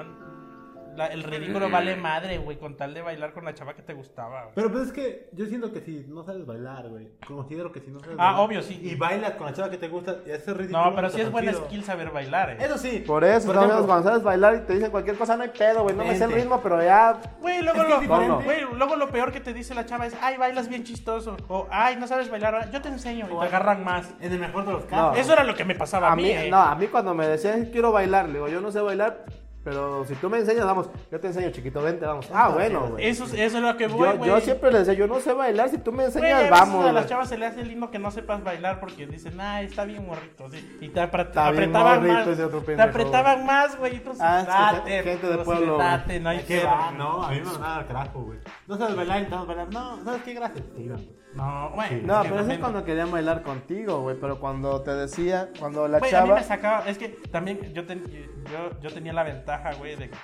E: la- el ridículo vale madre, güey, con tal de bailar con la chava que te gustaba, güey.
C: Eh. Pero pues es que yo siento que si no sabes bailar, güey, considero que si no sabes
E: Ah,
C: bailar.
E: obvio, sí.
C: Y bailas con la chava que te gusta, y haces ridículo.
E: No, pero sí
C: está
E: es buena
C: chido.
E: skill saber bailar, eh.
C: Eso sí.
D: Por eso,
C: Por
D: no,
C: ejemplo,
D: cuando sabes bailar y te dicen cualquier cosa, no hay pedo, güey. No me sé el
C: Vente.
D: ritmo, pero ya.
E: Güey, luego,
C: Es que
E: lo,
C: es diferente.
E: güey, luego lo peor que te dice la chava es, ay, bailas bien chistoso, o ay, no sabes bailar, ahora yo te enseño, y te agarran más.
C: en el mejor de los casos.
E: Eso era lo que me pasaba
D: A mí,
E: eh.
D: no, a mí cuando me decían quiero bailar, le digo, yo no sé bailar, pero si tú me enseñas, vamos, yo te enseño, chiquito, vente, vamos. Ah, bueno, güey.
E: Eso, es- eso es lo que voy,
D: Yo,
E: güey.
D: yo siempre les decía, yo no sé bailar, si tú me
E: Güey, a
D: enseñas,
E: veces
D: vamos.
E: a las
D: güey.
E: chavas se le hace lindo que no sepas bailar porque dicen, ay, está bien morrito. sí. Y te apre-
D: Está bien
E: apretaban
D: morrito
E: más.
D: ese otro
E: Te
D: pendejo,
E: apretaban más, güey. Entonces,
D: Ah, es que
E: date,
D: gente de
E: pero sí,
D: pueblo, güey.
E: date, no hay
C: ¿Qué
E: pedo,
C: va?
E: güey.
C: No, a mí me mandaba al carajo, güey. No sabes bailar, intentamos bailar. No, ¿sabes qué? Gracias. Te iban, güey.
E: No, güey.
D: No, pero
E: que
D: eso es
E: también-
D: cuando querían bailar contigo, güey. Pero cuando te decía, cuando la
E: Güey, a mí
D: chava.
E: me sacaba, es que también yo, ten- yo, yo tenía la ventaja, güey, de que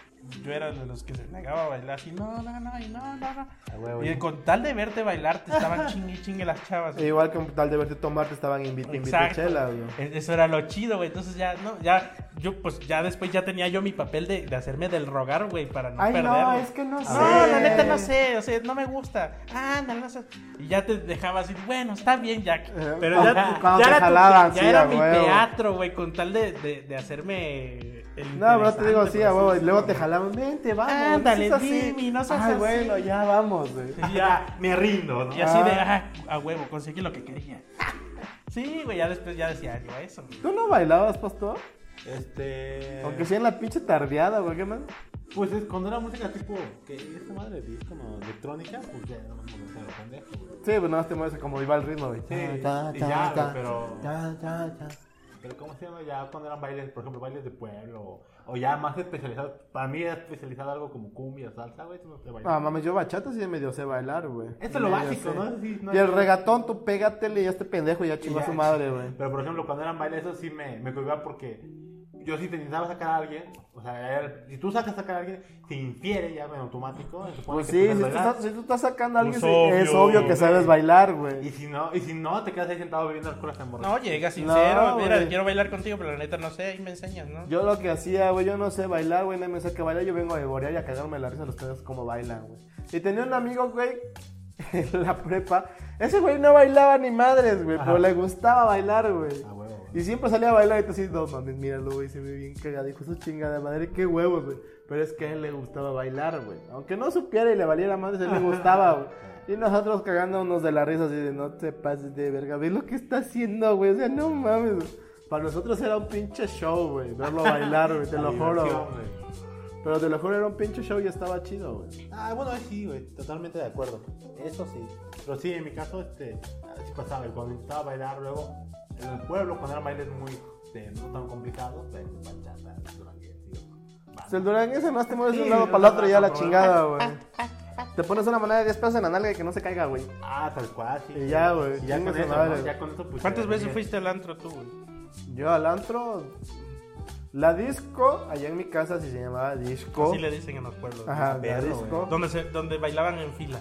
E: yo era de los que se negaba a bailar así, no, no, no, y no, no, no.
D: huevo,
E: y
D: ya.
E: con tal de verte bailar, te estaban chingue y chingue las chavas. güey.
D: e Igual que tal de verte tomar, te estaban invitando
E: Exacto.
D: chelas, güey.
E: Es- Eso era lo chido, güey. Entonces ya, no, ya, yo, pues ya después ya tenía yo mi papel de, de hacerme del rogar, güey, para no
D: Ay,
E: perder.
D: no, es que no sé.
E: Ah, No, la neta no sé, o sea, no me gusta. Ah, no, no sé. Y ya te dejaba así, bueno, está bien, Jack. Pero ya,
D: Eh, Cuando
E: ya
D: te
E: era, tu-
D: jalaban,
E: ya
D: sí,
E: era
D: a
E: mi
D: huevo.
E: teatro, güey, con tal de, de, de hacerme el
D: No, pero te digo,
E: interesante,
D: sí, a
E: por
D: huevo.
E: así
D: Y luego te jalaban, vente, vamos.
E: Ándale,
D: no seas así.
E: Jimmy, no seas
D: Ay,
E: así.
D: bueno, ya vamos, güey.
E: decirlo. Y ya,
C: Me rindo, ¿no?
E: y así de, ah, a huevo, conseguí lo que quería. Sí, güey, ya después ya decía yo eso. güey.
D: ¿Tú no bailabas, pastor?
E: Eh.
C: Este.
D: Aunque sea en la pinche tardeada, güey, ¿qué más?
C: Pues es cuando era música tipo. Que esta madre es como electrónica, pues ya no me gusta lo pendejo, güey.
D: Sí, pues nada más te mueves como iba el ritmo, güey.
C: Sí, y ya, güey, pero-
D: ta, ta, ta.
C: Pero ¿cómo se llama ya cuando eran bailes, por ejemplo, bailes de pueblo? O, o ya más especializados. Para mí era especializado algo como cumbia, salsa, güey. Eso no te baila.
D: Ah, mames, yo bachata sí medio sé bailar, güey.
C: Eso es lo
D: Medio
C: básico,
D: sé.
C: ¿no? Eso sí, no
D: y
C: hay-
D: el regatón, tú pégatele y a este pendejo ya chingó a
C: ya,
D: su madre, güey.
C: Pero por ejemplo, cuando eran bailes, eso sí me, me cohibía porque yo si intentaba sacar a alguien, o sea, era- si tú sacas a sacar a alguien, se infiere ya en automático. se supone
D: Pues
C: que
D: sí, si
C: sabes
D: tú,
C: bailar.
D: estás, si tú estás sacando a alguien,
E: Pues
D: sí, es
E: obvio,
D: obvio que
E: güey.
D: sabes bailar, güey.
C: Y si no, y si no, te quedas ahí sentado bebiendo alcohol hasta
D: pues.
C: emborrachar.
E: No, llega sincero,
D: No,
E: mira,
D: güey.
E: quiero bailar contigo, pero la neta no sé, ahí me enseñas, ¿no?
D: Yo lo que hacía, güey, yo no sé bailar, güey, nadie me saca bailar, yo vengo a devorear y a cagarme la risa a los cabros como bailan, güey. Y tenía un amigo, güey, en la prepa, ese güey no bailaba ni madres, güey, pero le gustaba bailar, güey.
C: Ah, huevo, güey.
D: Y siempre salía a bailar y tú así, no mames, míralo, güey, se ve bien cagadico, su chingada madre, qué huevos, güey. Pero es que a él le gustaba bailar, güey. Aunque no supiera y le valiera madres, a él le gustaba, güey. Y nosotros cagándonos de la risa así de, no te pases de verga, ve lo que está haciendo, güey. O sea, no mames, güey. Para nosotros era un pinche show, güey, verlo bailar, güey, te lo juro.
C: Diversión,
D: güey.
C: güey.
D: Pero te lo juro, era un pinche show y estaba chido, güey.
C: Ah, bueno, ahí sí, güey, totalmente de acuerdo. Eso sí. Pero sí, en mi caso, este, así pasaba, güey, cuando intentaba bailar luego, en el pueblo, cuando eran bailes muy, este, no tan complicados, pues, bachata, duranguense,
D: O sea, el duranguense más te mueves de un
C: Sí,
D: lado
C: no,
D: para el otro
C: no,
D: y ya
C: no,
D: la
C: no,
D: chingada, güey. Te pones una moneda de 10 pesos en la nalga y que no se caiga, güey.
C: Ah, tal cual, sí.
D: Y ya, güey,
C: Y ya
D: chingue
C: con
D: su
C: eso,
D: madre,
C: ¿no?
D: güey.
C: ya con eso, pues.
E: ¿Cuántas
C: ya
E: veces
C: tenía-
E: fuiste al antro tú, güey?
D: Yo al antro. La disco, allá en mi casa sí se llamaba disco.
E: Así le dicen en los pueblos.
D: Ajá,
E: ¿no?
D: la
C: perro,
D: disco.
E: Donde, se, donde bailaban en fila.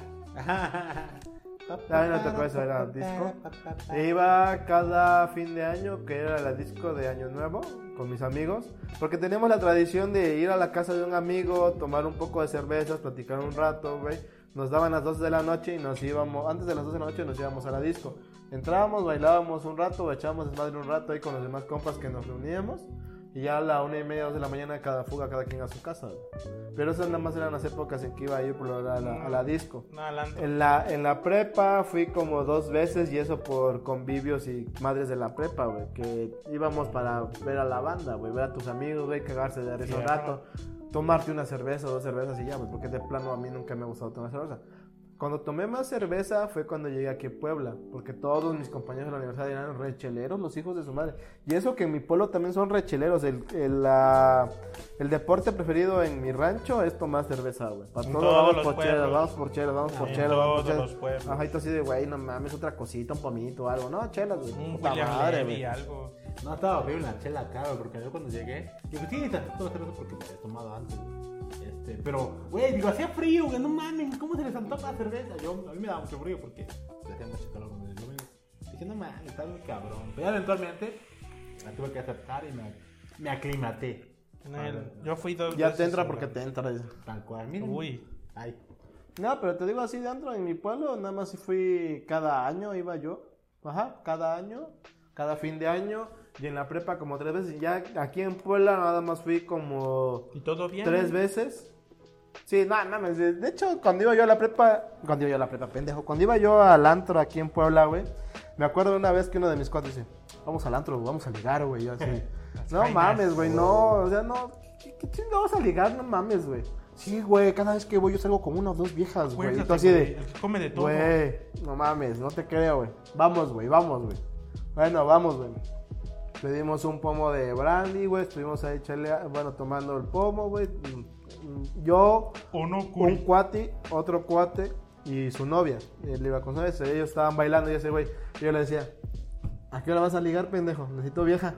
D: A mí no tocó eso, era disco. Iba cada fin de año, que era la disco de Año Nuevo, con mis amigos. Porque teníamos la tradición de ir a la casa de un amigo, tomar un poco de cervezas, platicar un rato, güey. Nos daban las 12 de la noche y nos íbamos, antes de las 12 de la noche nos íbamos a la disco. Entrábamos, bailábamos un rato, echábamos desmadre un rato ahí con los demás compas que nos reuníamos. Y ya a la una y media, dos de la mañana, cada fuga, cada quien a su casa. güey. Pero esas nada más eran las épocas en que iba a ir por la- a la, a la disco.
A: No, adelante.
D: En la, en la prepa fui como dos veces y eso por convivios y madres de la prepa, güey. Que íbamos para ver a la banda, güey. Ver a tus amigos, güey, cagarse de risa un
A: Claro.
D: rato. Tomarte una cerveza o dos cervezas y ya, güey. Porque de plano a mí nunca me ha gustado tomar cerveza. Cuando tomé más cerveza fue cuando llegué aquí a Puebla. Porque todos mis compañeros de la universidad eran recheleros, los hijos de su madre. Y eso que en mi pueblo también son recheleros. El, el, la- el deporte preferido en mi rancho es tomar cerveza, güey. Para
A: En
D: todos
A: todos
D: vamos
A: los
D: por chelas,
A: pueblos.
D: vamos por chelas, vamos por
A: En
D: chelas,
A: todos
D: vamos por chelas.
A: los pueblos.
D: Ajá, y tú así de, güey, no mames, otra cosita, un pomito o algo. No, chelas, güey.
A: Un
D: Puta
A: William
D: madre,
A: Levy,
D: güey.
A: algo.
C: No, estaba horrible la chela caro, porque yo cuando llegué, digo, sí, tantito cerveza porque me había tomado antes. Este, pero, güey, digo, hacía frío, güey, no mames, ¿cómo se les antoja la cerveza? Yo, a mí me daba mucho frío porque se hacía mucho calor donde yo vivo. Dije, no mames, está muy cabrón. Pero ya eventualmente la tuve que aceptar y me, me aclimaté.
A: En
E: Ah,
A: el- yo fui dos
D: Ya
A: veces,
D: te entra
A: güey.
D: porque te entra. dice.
C: Tal cual, miren.
A: Uy.
C: Ay,
D: No, pero te digo así de antro, en mi pueblo nada más sí fui cada año, iba yo. Ajá, cada año, cada fin de año. Y en la prepa como tres veces. Ya aquí en Puebla nada más fui como
A: ¿Y todo bien?
D: tres veces. Sí, no, no, de de hecho, cuando iba yo a la prepa, cuando iba yo a la prepa, pendejo, cuando iba yo al antro aquí en Puebla, güey, me acuerdo de una vez que uno de mis cuates dice, vamos al antro, vamos a ligar, güey, yo así, no
A: vainas.
D: mames, güey, no, o sea, no, ¿qué, qué chingo vamos a ligar? No mames, güey. Sí, güey, cada vez que voy yo salgo con una o dos viejas, güey, y
A: Acuérdate,
D: tú así
A: güey,
D: de,
A: El que come de todo.
D: Güey, no mames, no te creo, güey. Vamos, güey, vamos, güey. Bueno, vamos, güey. Pedimos un pomo de brandy, güey. Estuvimos ahí chelea, bueno, tomando el pomo, güey. Mm, mm, Yo,
A: O no,
D: un
A: curi.
D: cuate, otro cuate y su novia. Él iba con su novia, se- ellos estaban bailando y ese güey. Yo le decía, ¿a qué hora vas a ligar, pendejo? Necesito vieja.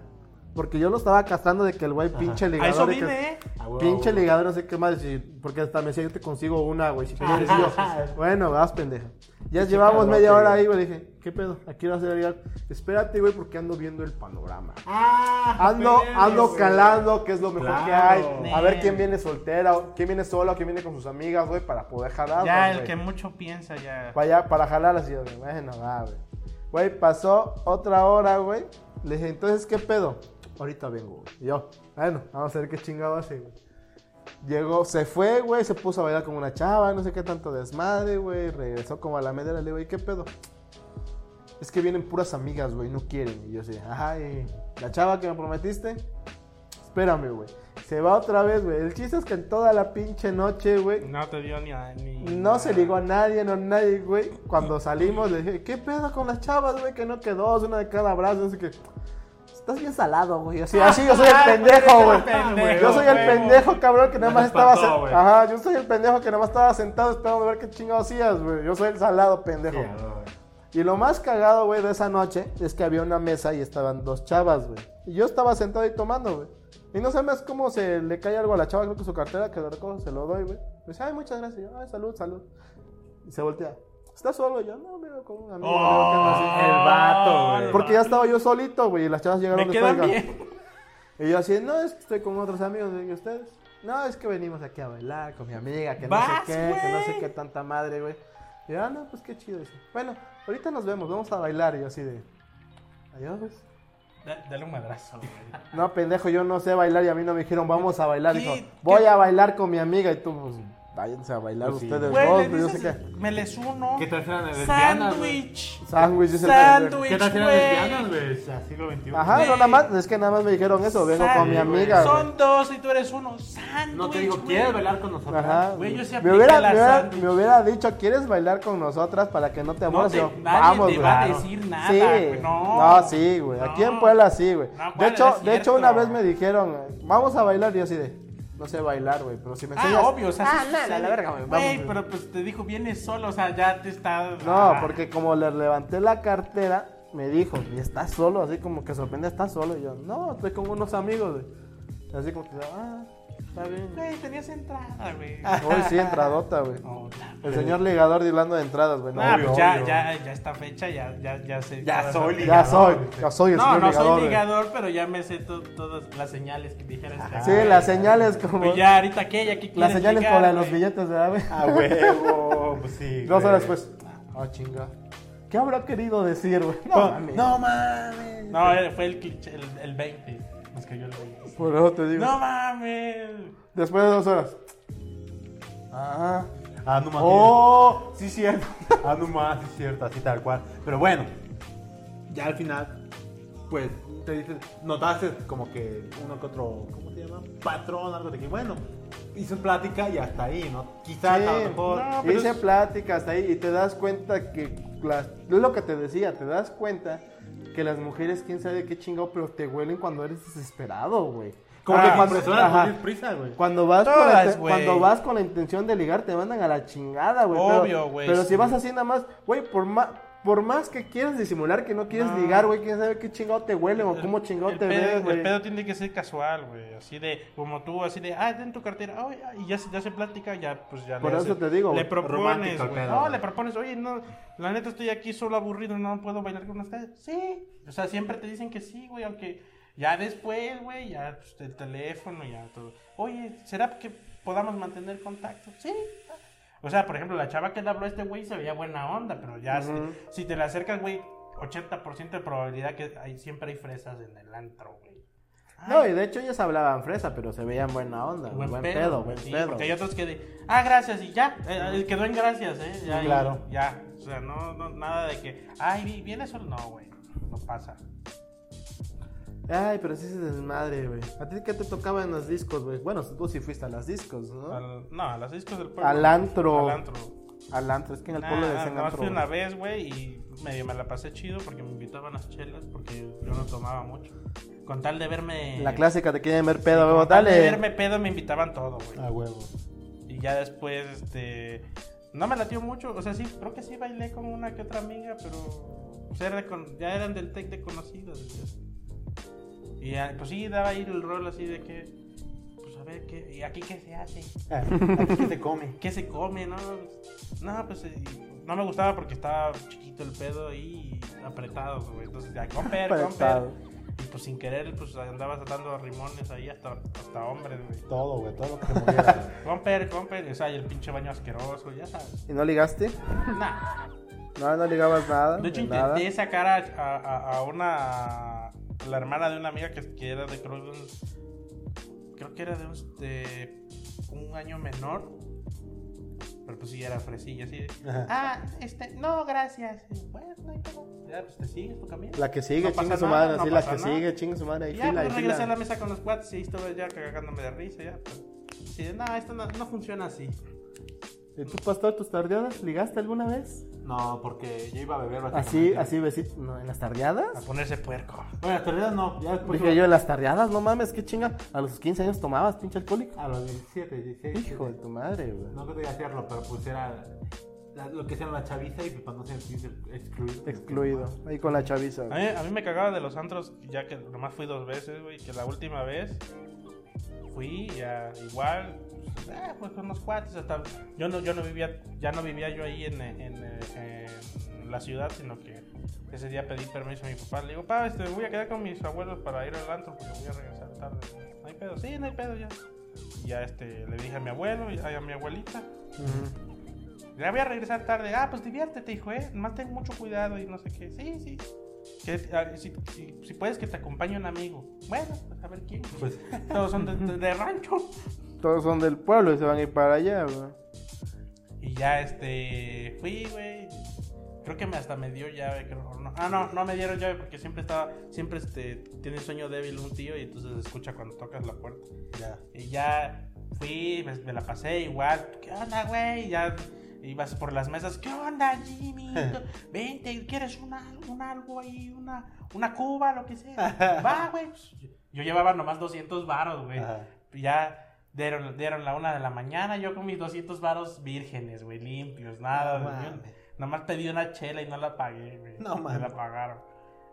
D: Porque yo lo estaba castando de que el güey pinche
A: A
D: ligador.
A: eso
D: de que-
A: vine, ¿eh?
C: a huevo,
D: Pinche
C: a huevo.
D: ligador, no sé qué más. si- Porque hasta me decía, yo te consigo una, güey. Si quieres, Y yo, bueno, vas, pendeja. Ya llevamos
C: cabrón,
D: media hora
C: güey.
D: ahí, güey. Le dije, ¿qué pedo? Aquí vas a ligar. Espérate, güey, porque ando viendo el panorama.
C: Ah,
D: Ando,
C: perro,
D: ando
C: güey.
D: calando, que es lo mejor que
C: Claro.
D: hay. A ver quién viene soltera, o quién viene sola, o quién viene con sus amigas, güey, para poder jalar.
A: Ya, el que mucho piensa,
E: Eh.
A: ya.
D: Para, para jalar así, güey. Bueno, va, güey. Güey, pasó otra hora, güey. Le dije, entonces, ¿qué pedo? Ahorita vengo, güey. Y yo, bueno, vamos a ver qué chingado hace, güey. Llegó, se fue, güey, se puso a bailar como una chava, no sé qué tanto desmadre, güey. Regresó como a la media, le digo, ¿y qué pedo? Es que vienen puras amigas, güey, no quieren. Y yo así, ajá, y la chava que me prometiste, espérame, güey. Se va otra vez, güey. El chiste es que en toda la pinche noche, güey,
A: No te dio ni a. Ni...
D: no se ligó a nadie, no a nadie, güey. Cuando salimos le dije, ¿qué pedo con las chavas, güey? Que no quedó, una de cada brazo, así que. Estás bien salado, güey. Así, así yo soy el pendejo, güey.
A: pendejo,
D: Yo soy el
A: güey.
D: pendejo, cabrón, que nada más estaba
C: espantó,
D: sen-
C: güey.
D: Ajá, yo soy el pendejo que nada más estaba sentado esperando a ver qué chingados hacías, güey. Yo soy el salado, pendejo.
C: Sí, a huevo, güey.
D: Y lo más cagado, güey, de esa noche es que había una mesa y estaban dos chavas, güey. Y yo estaba sentado ahí tomando, güey. Y no sabes cómo se le cae algo a la chava, creo que su cartera, que lo recojo, se lo doy, güey. Me dice, ay, muchas gracias. Y yo, ay, salud, salud. Y se voltea. ¿Estás solo? Y yo, no, veo con
A: Oh,
D: un amigo. veo que ando así".
C: El vato, güey.
D: Porque ya estaba yo solito, güey, y las chavas llegaron
A: Me quedan
D: después,
A: bien.
D: Y yo así, no, es que estoy con otros amigos de ustedes. No, es que venimos aquí a bailar con mi amiga, que no sé
A: Vas,
D: qué, que no sé
A: güey.
D: qué tanta madre, güey. Y yo, ah, no, pues qué chido. Dice, bueno, ahorita nos vemos, vamos a bailar. Y yo así de, adiós. güey".
A: Da- Dale un madrazo, güey.
D: No, pendejo, yo no sé bailar y a mí no me dijeron, vamos a bailar.
A: ¿Qué?
D: Dijo,
A: ¿Qué?
D: voy a bailar con mi amiga. Y tú, pues, váyanse a bailar
C: Pues sí.
D: ustedes
A: Güey,
D: dos,
A: le
D: güey, yo sé
A: dices,
D: qué.
A: Me les uno.
C: ¿Qué tal si eran lesbianas, güey?
A: Sándwich.
D: Sándwich, dice el pendejo.
A: Sándwich,
C: ¿Qué tal si eran lesbianas,
A: güey.
C: güey? O sea, siglo XXI.
D: Ajá,
A: Güey.
D: no, nada más, es que nada más me dijeron eso, vengo con mi
A: Sándwich,
D: amiga. güey.
A: Son dos y tú eres uno. Sándwich.
C: No te digo,
A: güey.
C: ¿quieres bailar con nosotros?
D: Ajá.
A: Güey, yo sí
D: me,
A: apliqué
D: hubiera,
A: la
D: me hubiera-
A: sándwich.
D: me hubiera dicho, ¿quieres bailar con nosotras para que no te
A: No
D: aburras?
A: te,
D: Yo,
A: nadie
D: vamos,
A: te va a
D: güey".
A: decir nada.
D: Sí,
A: güey.
D: no, sí, güey. Aquí en
A: No.
D: Puebla sí, güey.
A: No,
D: de
A: Puebla,
D: hecho,
A: es
D: de hecho una
A: cierto.
D: vez me dijeron, vamos a bailar y yo así de, no sé bailar, güey, pero si me enseñas.
A: Ah, obvio, o sea,
D: Ah,
A: sí
D: nada,
A: sucede.
D: la verga, güey.
A: Güey,
D: vamos,
A: pero pues te dijo, vienes solo, o sea, ya te está.
D: No, porque como le levanté la cartera, me dijo, ¿y estás solo? Así como que sorprende, ¿estás solo? Y yo, no, estoy con unos amigos, güey. Así como que, ah, está bien.
A: Güey, tenías entrada, güey. Ah,
D: Hoy sí, entradota, güey.
A: No, la-
D: El señor ligador de hablando de entradas, güey. no,
A: Ah,
D: obvio.
A: pues ya, ya, ya esta fecha, ya, ya, ya sé. Ya soy
D: Ya soy, ya soy el
A: No,
D: señor
A: no
D: ligador.
A: soy
D: güey.
A: ligador, pero ya me sé to- todas las señales que dijeras. que
D: Sí,
A: haga.
D: las señales como.
A: Pues ya, ahorita qué, ya que
D: Las
A: quieres
D: señales
A: ligar,
D: como la de los
A: güey?
D: billetes, ¿verdad, Ah, güey?
C: A Ah, huevo, pues sí.
D: Dos
C: güey.
D: horas después. Ah, chinga. ¿Qué habrá querido decir, güey? No, mames.
C: No mames.
A: No, eh, fue el cliché, el, el 20.
E: Pues que yo le digo.
D: Por eso te digo.
E: ¡No mames!
D: Después de dos horas. Ah.
C: Ah, no más.
D: Oh, sí, cierto.
C: Ah, no más, es cierto, así tal cual. Pero bueno, ya al final, pues te dices, notaste como que uno que otro, ¿cómo se llama? Patrón, algo de que, bueno, hizo plática y hasta ahí, ¿no? Quizás a lo mejor.
E: no, pero
D: Hice
E: es-
D: pláticas ahí y te das cuenta que las- es lo que te decía, te das cuenta que las mujeres, quién sabe qué chingado, pero te huelen cuando eres desesperado, güey.
C: Como
D: Ah,
C: que compresora,
D: ajá.
C: no tienes prisa, güey.
D: Cuando vas, con la,
E: Todas,
D: inten-
E: güey.
D: cuando vas con la intención de ligar, te mandan a la chingada, güey. pero-
E: Obvio, güey,
D: Pero
E: sí.
D: si vas así nada más, güey, por más. Por más que quieras disimular que no quieres ligar, güey, quién sabe qué chingado te huele o cómo chingado
E: el
D: te
E: pedo-
D: ves, güey.
E: El pedo tiene que ser casual, güey. Así de, como tú, así de, ah, ten tu cartera. ay, ay, y ya se, ya se plática, ya, pues ya
D: Por
E: le
D: eso
E: haces-
D: te digo,
E: Le
D: güey,
E: propones,
C: romántico el
E: güey.
C: pedo,
E: No,
C: güey.
E: le propones, oye, no, la neta estoy aquí solo aburrido, no puedo bailar con ustedes. Sí. O sea, siempre te dicen que sí, güey, aunque ya después, güey, ya pues, el teléfono, ya todo. Oye, ¿será que podamos mantener contacto? Sí. O sea, por ejemplo, la chava que le habló a este güey se veía buena onda, pero ya si-
D: Ujú.
E: si, te le acercas, güey, 80% de probabilidad que hay, siempre hay fresas en el antro, güey.
D: No, y de hecho ellos hablaban fresa, pero se veían buena onda,
E: Buen, pedo,
D: buen
E: sí,
D: pedo.
E: Porque hay otros que de, ah, gracias, y ya, eh, eh, quedó en gracias, ¿eh? Ya, y-
D: Claro.
E: Ya, o sea, no, no, nada de que, ay, vi- viene eso, no, güey, no pasa.
D: Ay, pero sí se desmadre, güey. ¿A ti qué te tocaba en los discos, güey? Bueno, tú sí fuiste a las discos, ¿no? Al,
E: Al- no, a las discos del pueblo.
D: Al antro.
E: Al antro.
D: antro, es que en el
E: Nah,
D: pueblo de
E: nomás
D: antro.
E: fui
D: güey.
E: Ah, una vez, güey, y medio me la pasé chido porque me invitaban a las chelas porque yo no tomaba mucho. Con tal de verme...
D: La clásica te quieren ver pedo,
E: Con
D: güey,
E: tal de
D: dale.
E: verme pedo me invitaban todo, güey.
C: A Ah, huevo.
E: Y ya después, este. No me latió mucho. O sea, sí, creo que sí bailé con una que otra amiga, pero. o sea, era con- ya eran del tech de conocidos. ya. Y ya, pues sí, daba ahí el rol así de que. Pues a ver, ¿qué, ¿y aquí qué se hace?
C: Eh, Aquí se come.
E: ¿Qué se come? No, no pues. eh, no me gustaba porque estaba chiquito el pedo ahí y apretado, güey. Entonces, ya, comper, comper.
D: Apretado.
E: Y pues sin querer, pues andaba saltando rimones ahí hasta, hasta hombres, güey.
C: Todo, güey, todo lo que se moviera. güey.
E: Comper, comper. O sea, y el pinche baño asqueroso, ya sabes.
D: ¿Y no ligaste?
E: Nah.
D: No, no ligabas nada.
E: De hecho,
D: de nada.
E: intenté sacar a, a- a- a una. a la hermana de una amiga que, que era de creo, de un- creo que era de un, de un año menor. Pero pues sí, era fresilla, así. de,
C: Ajá.
E: Ah, este, no, gracias. Y, Bueno, no hay pedo. Ya, pues te sigues tu camino.
D: La que sigue,
E: No pasa
D: chinga su
E: nada,
D: madre,
E: no
D: así, la
E: pasa
D: que
E: nada.
D: sigue, chinga su madre,
E: Y
D: ahí
E: ya,
D: fila, ahí
E: pues regresé a la
D: fila.
E: mesa con los cuates y ahí estaba ya cagándome de risa, ya. pues. Así de, no, esto no, no funciona así.
D: ¿Y tú, pastor, tus tardeadas, ligaste alguna vez?
C: No, porque yo iba a beber
D: Así,
C: básicamente.
D: así, besito, no, en las
E: A
D: tardeadas.
E: ponerse puerco.
C: Bueno, hasta realidad no, ya
E: Pues
C: después.
D: Dije yo, en las tardeadas, no mames, qué chinga. A los 15 años tomabas, pinche alcohólico.
C: A los 17, 16.
D: Hijo de tu madre, güey.
C: No quería hacerlo, pero pues era la- lo que sea la chaviza y pues para no sentirse excluido.
D: Excluido. Ahí con la chaviza.
E: A
D: güey.
E: mí, a mí me cagaba de los antros, ya que nomás fui dos veces, güey, que la última vez fui ya igual, pues, ah, pues con unos cuates, hasta yo no, yo no vivía, ya no vivía yo ahí en, eh, en, eh, en la ciudad, sino que ese día pedí permiso a mi papá, le digo, pa, este, voy a quedar con mis abuelos para ir al antro, porque voy a regresar tarde, no hay pedo, sí, no hay pedo ya. Y ya este, le dije a mi abuelo y a mi abuelita, ya voy a regresar tarde. Ah, pues diviértete, hijo, eh. Nomás ten mucho cuidado y no sé qué. Sí, sí. Que, a- si, si- si puedes que te acompañe un amigo. Bueno, pues a ver quién.
C: Pues-
E: Todos son de, de- de rancho.
D: Todos son del pueblo y se van a ir para allá, güey.
E: Y ya este. Fui, güey. Creo que me hasta me dio llave, creo. o No. Ah, no, no me dieron llave porque siempre estaba. Siempre este, tiene sueño débil un tío y entonces se escucha cuando tocas la puerta.
C: Ya.
E: Y ya fui, me, me la pasé igual. ¿Qué onda, güey? Y Ya ibas por las mesas. ¿Qué onda, Jimmy? Vente, ¿quieres una, un algo ahí? Una, una cuba, lo que sea. Va, güey. Yo llevaba nomás 200 varos, güey.
C: Ajá.
E: Y Ya dieron, dieron la una de la mañana. Yo con mis 200 varos vírgenes, güey, limpios, nada.
C: No
E: güey. Yo
C: mames.
E: nomás pedí una chela y no la pagué, güey.
C: No
E: Me la
C: mames.
E: pagaron.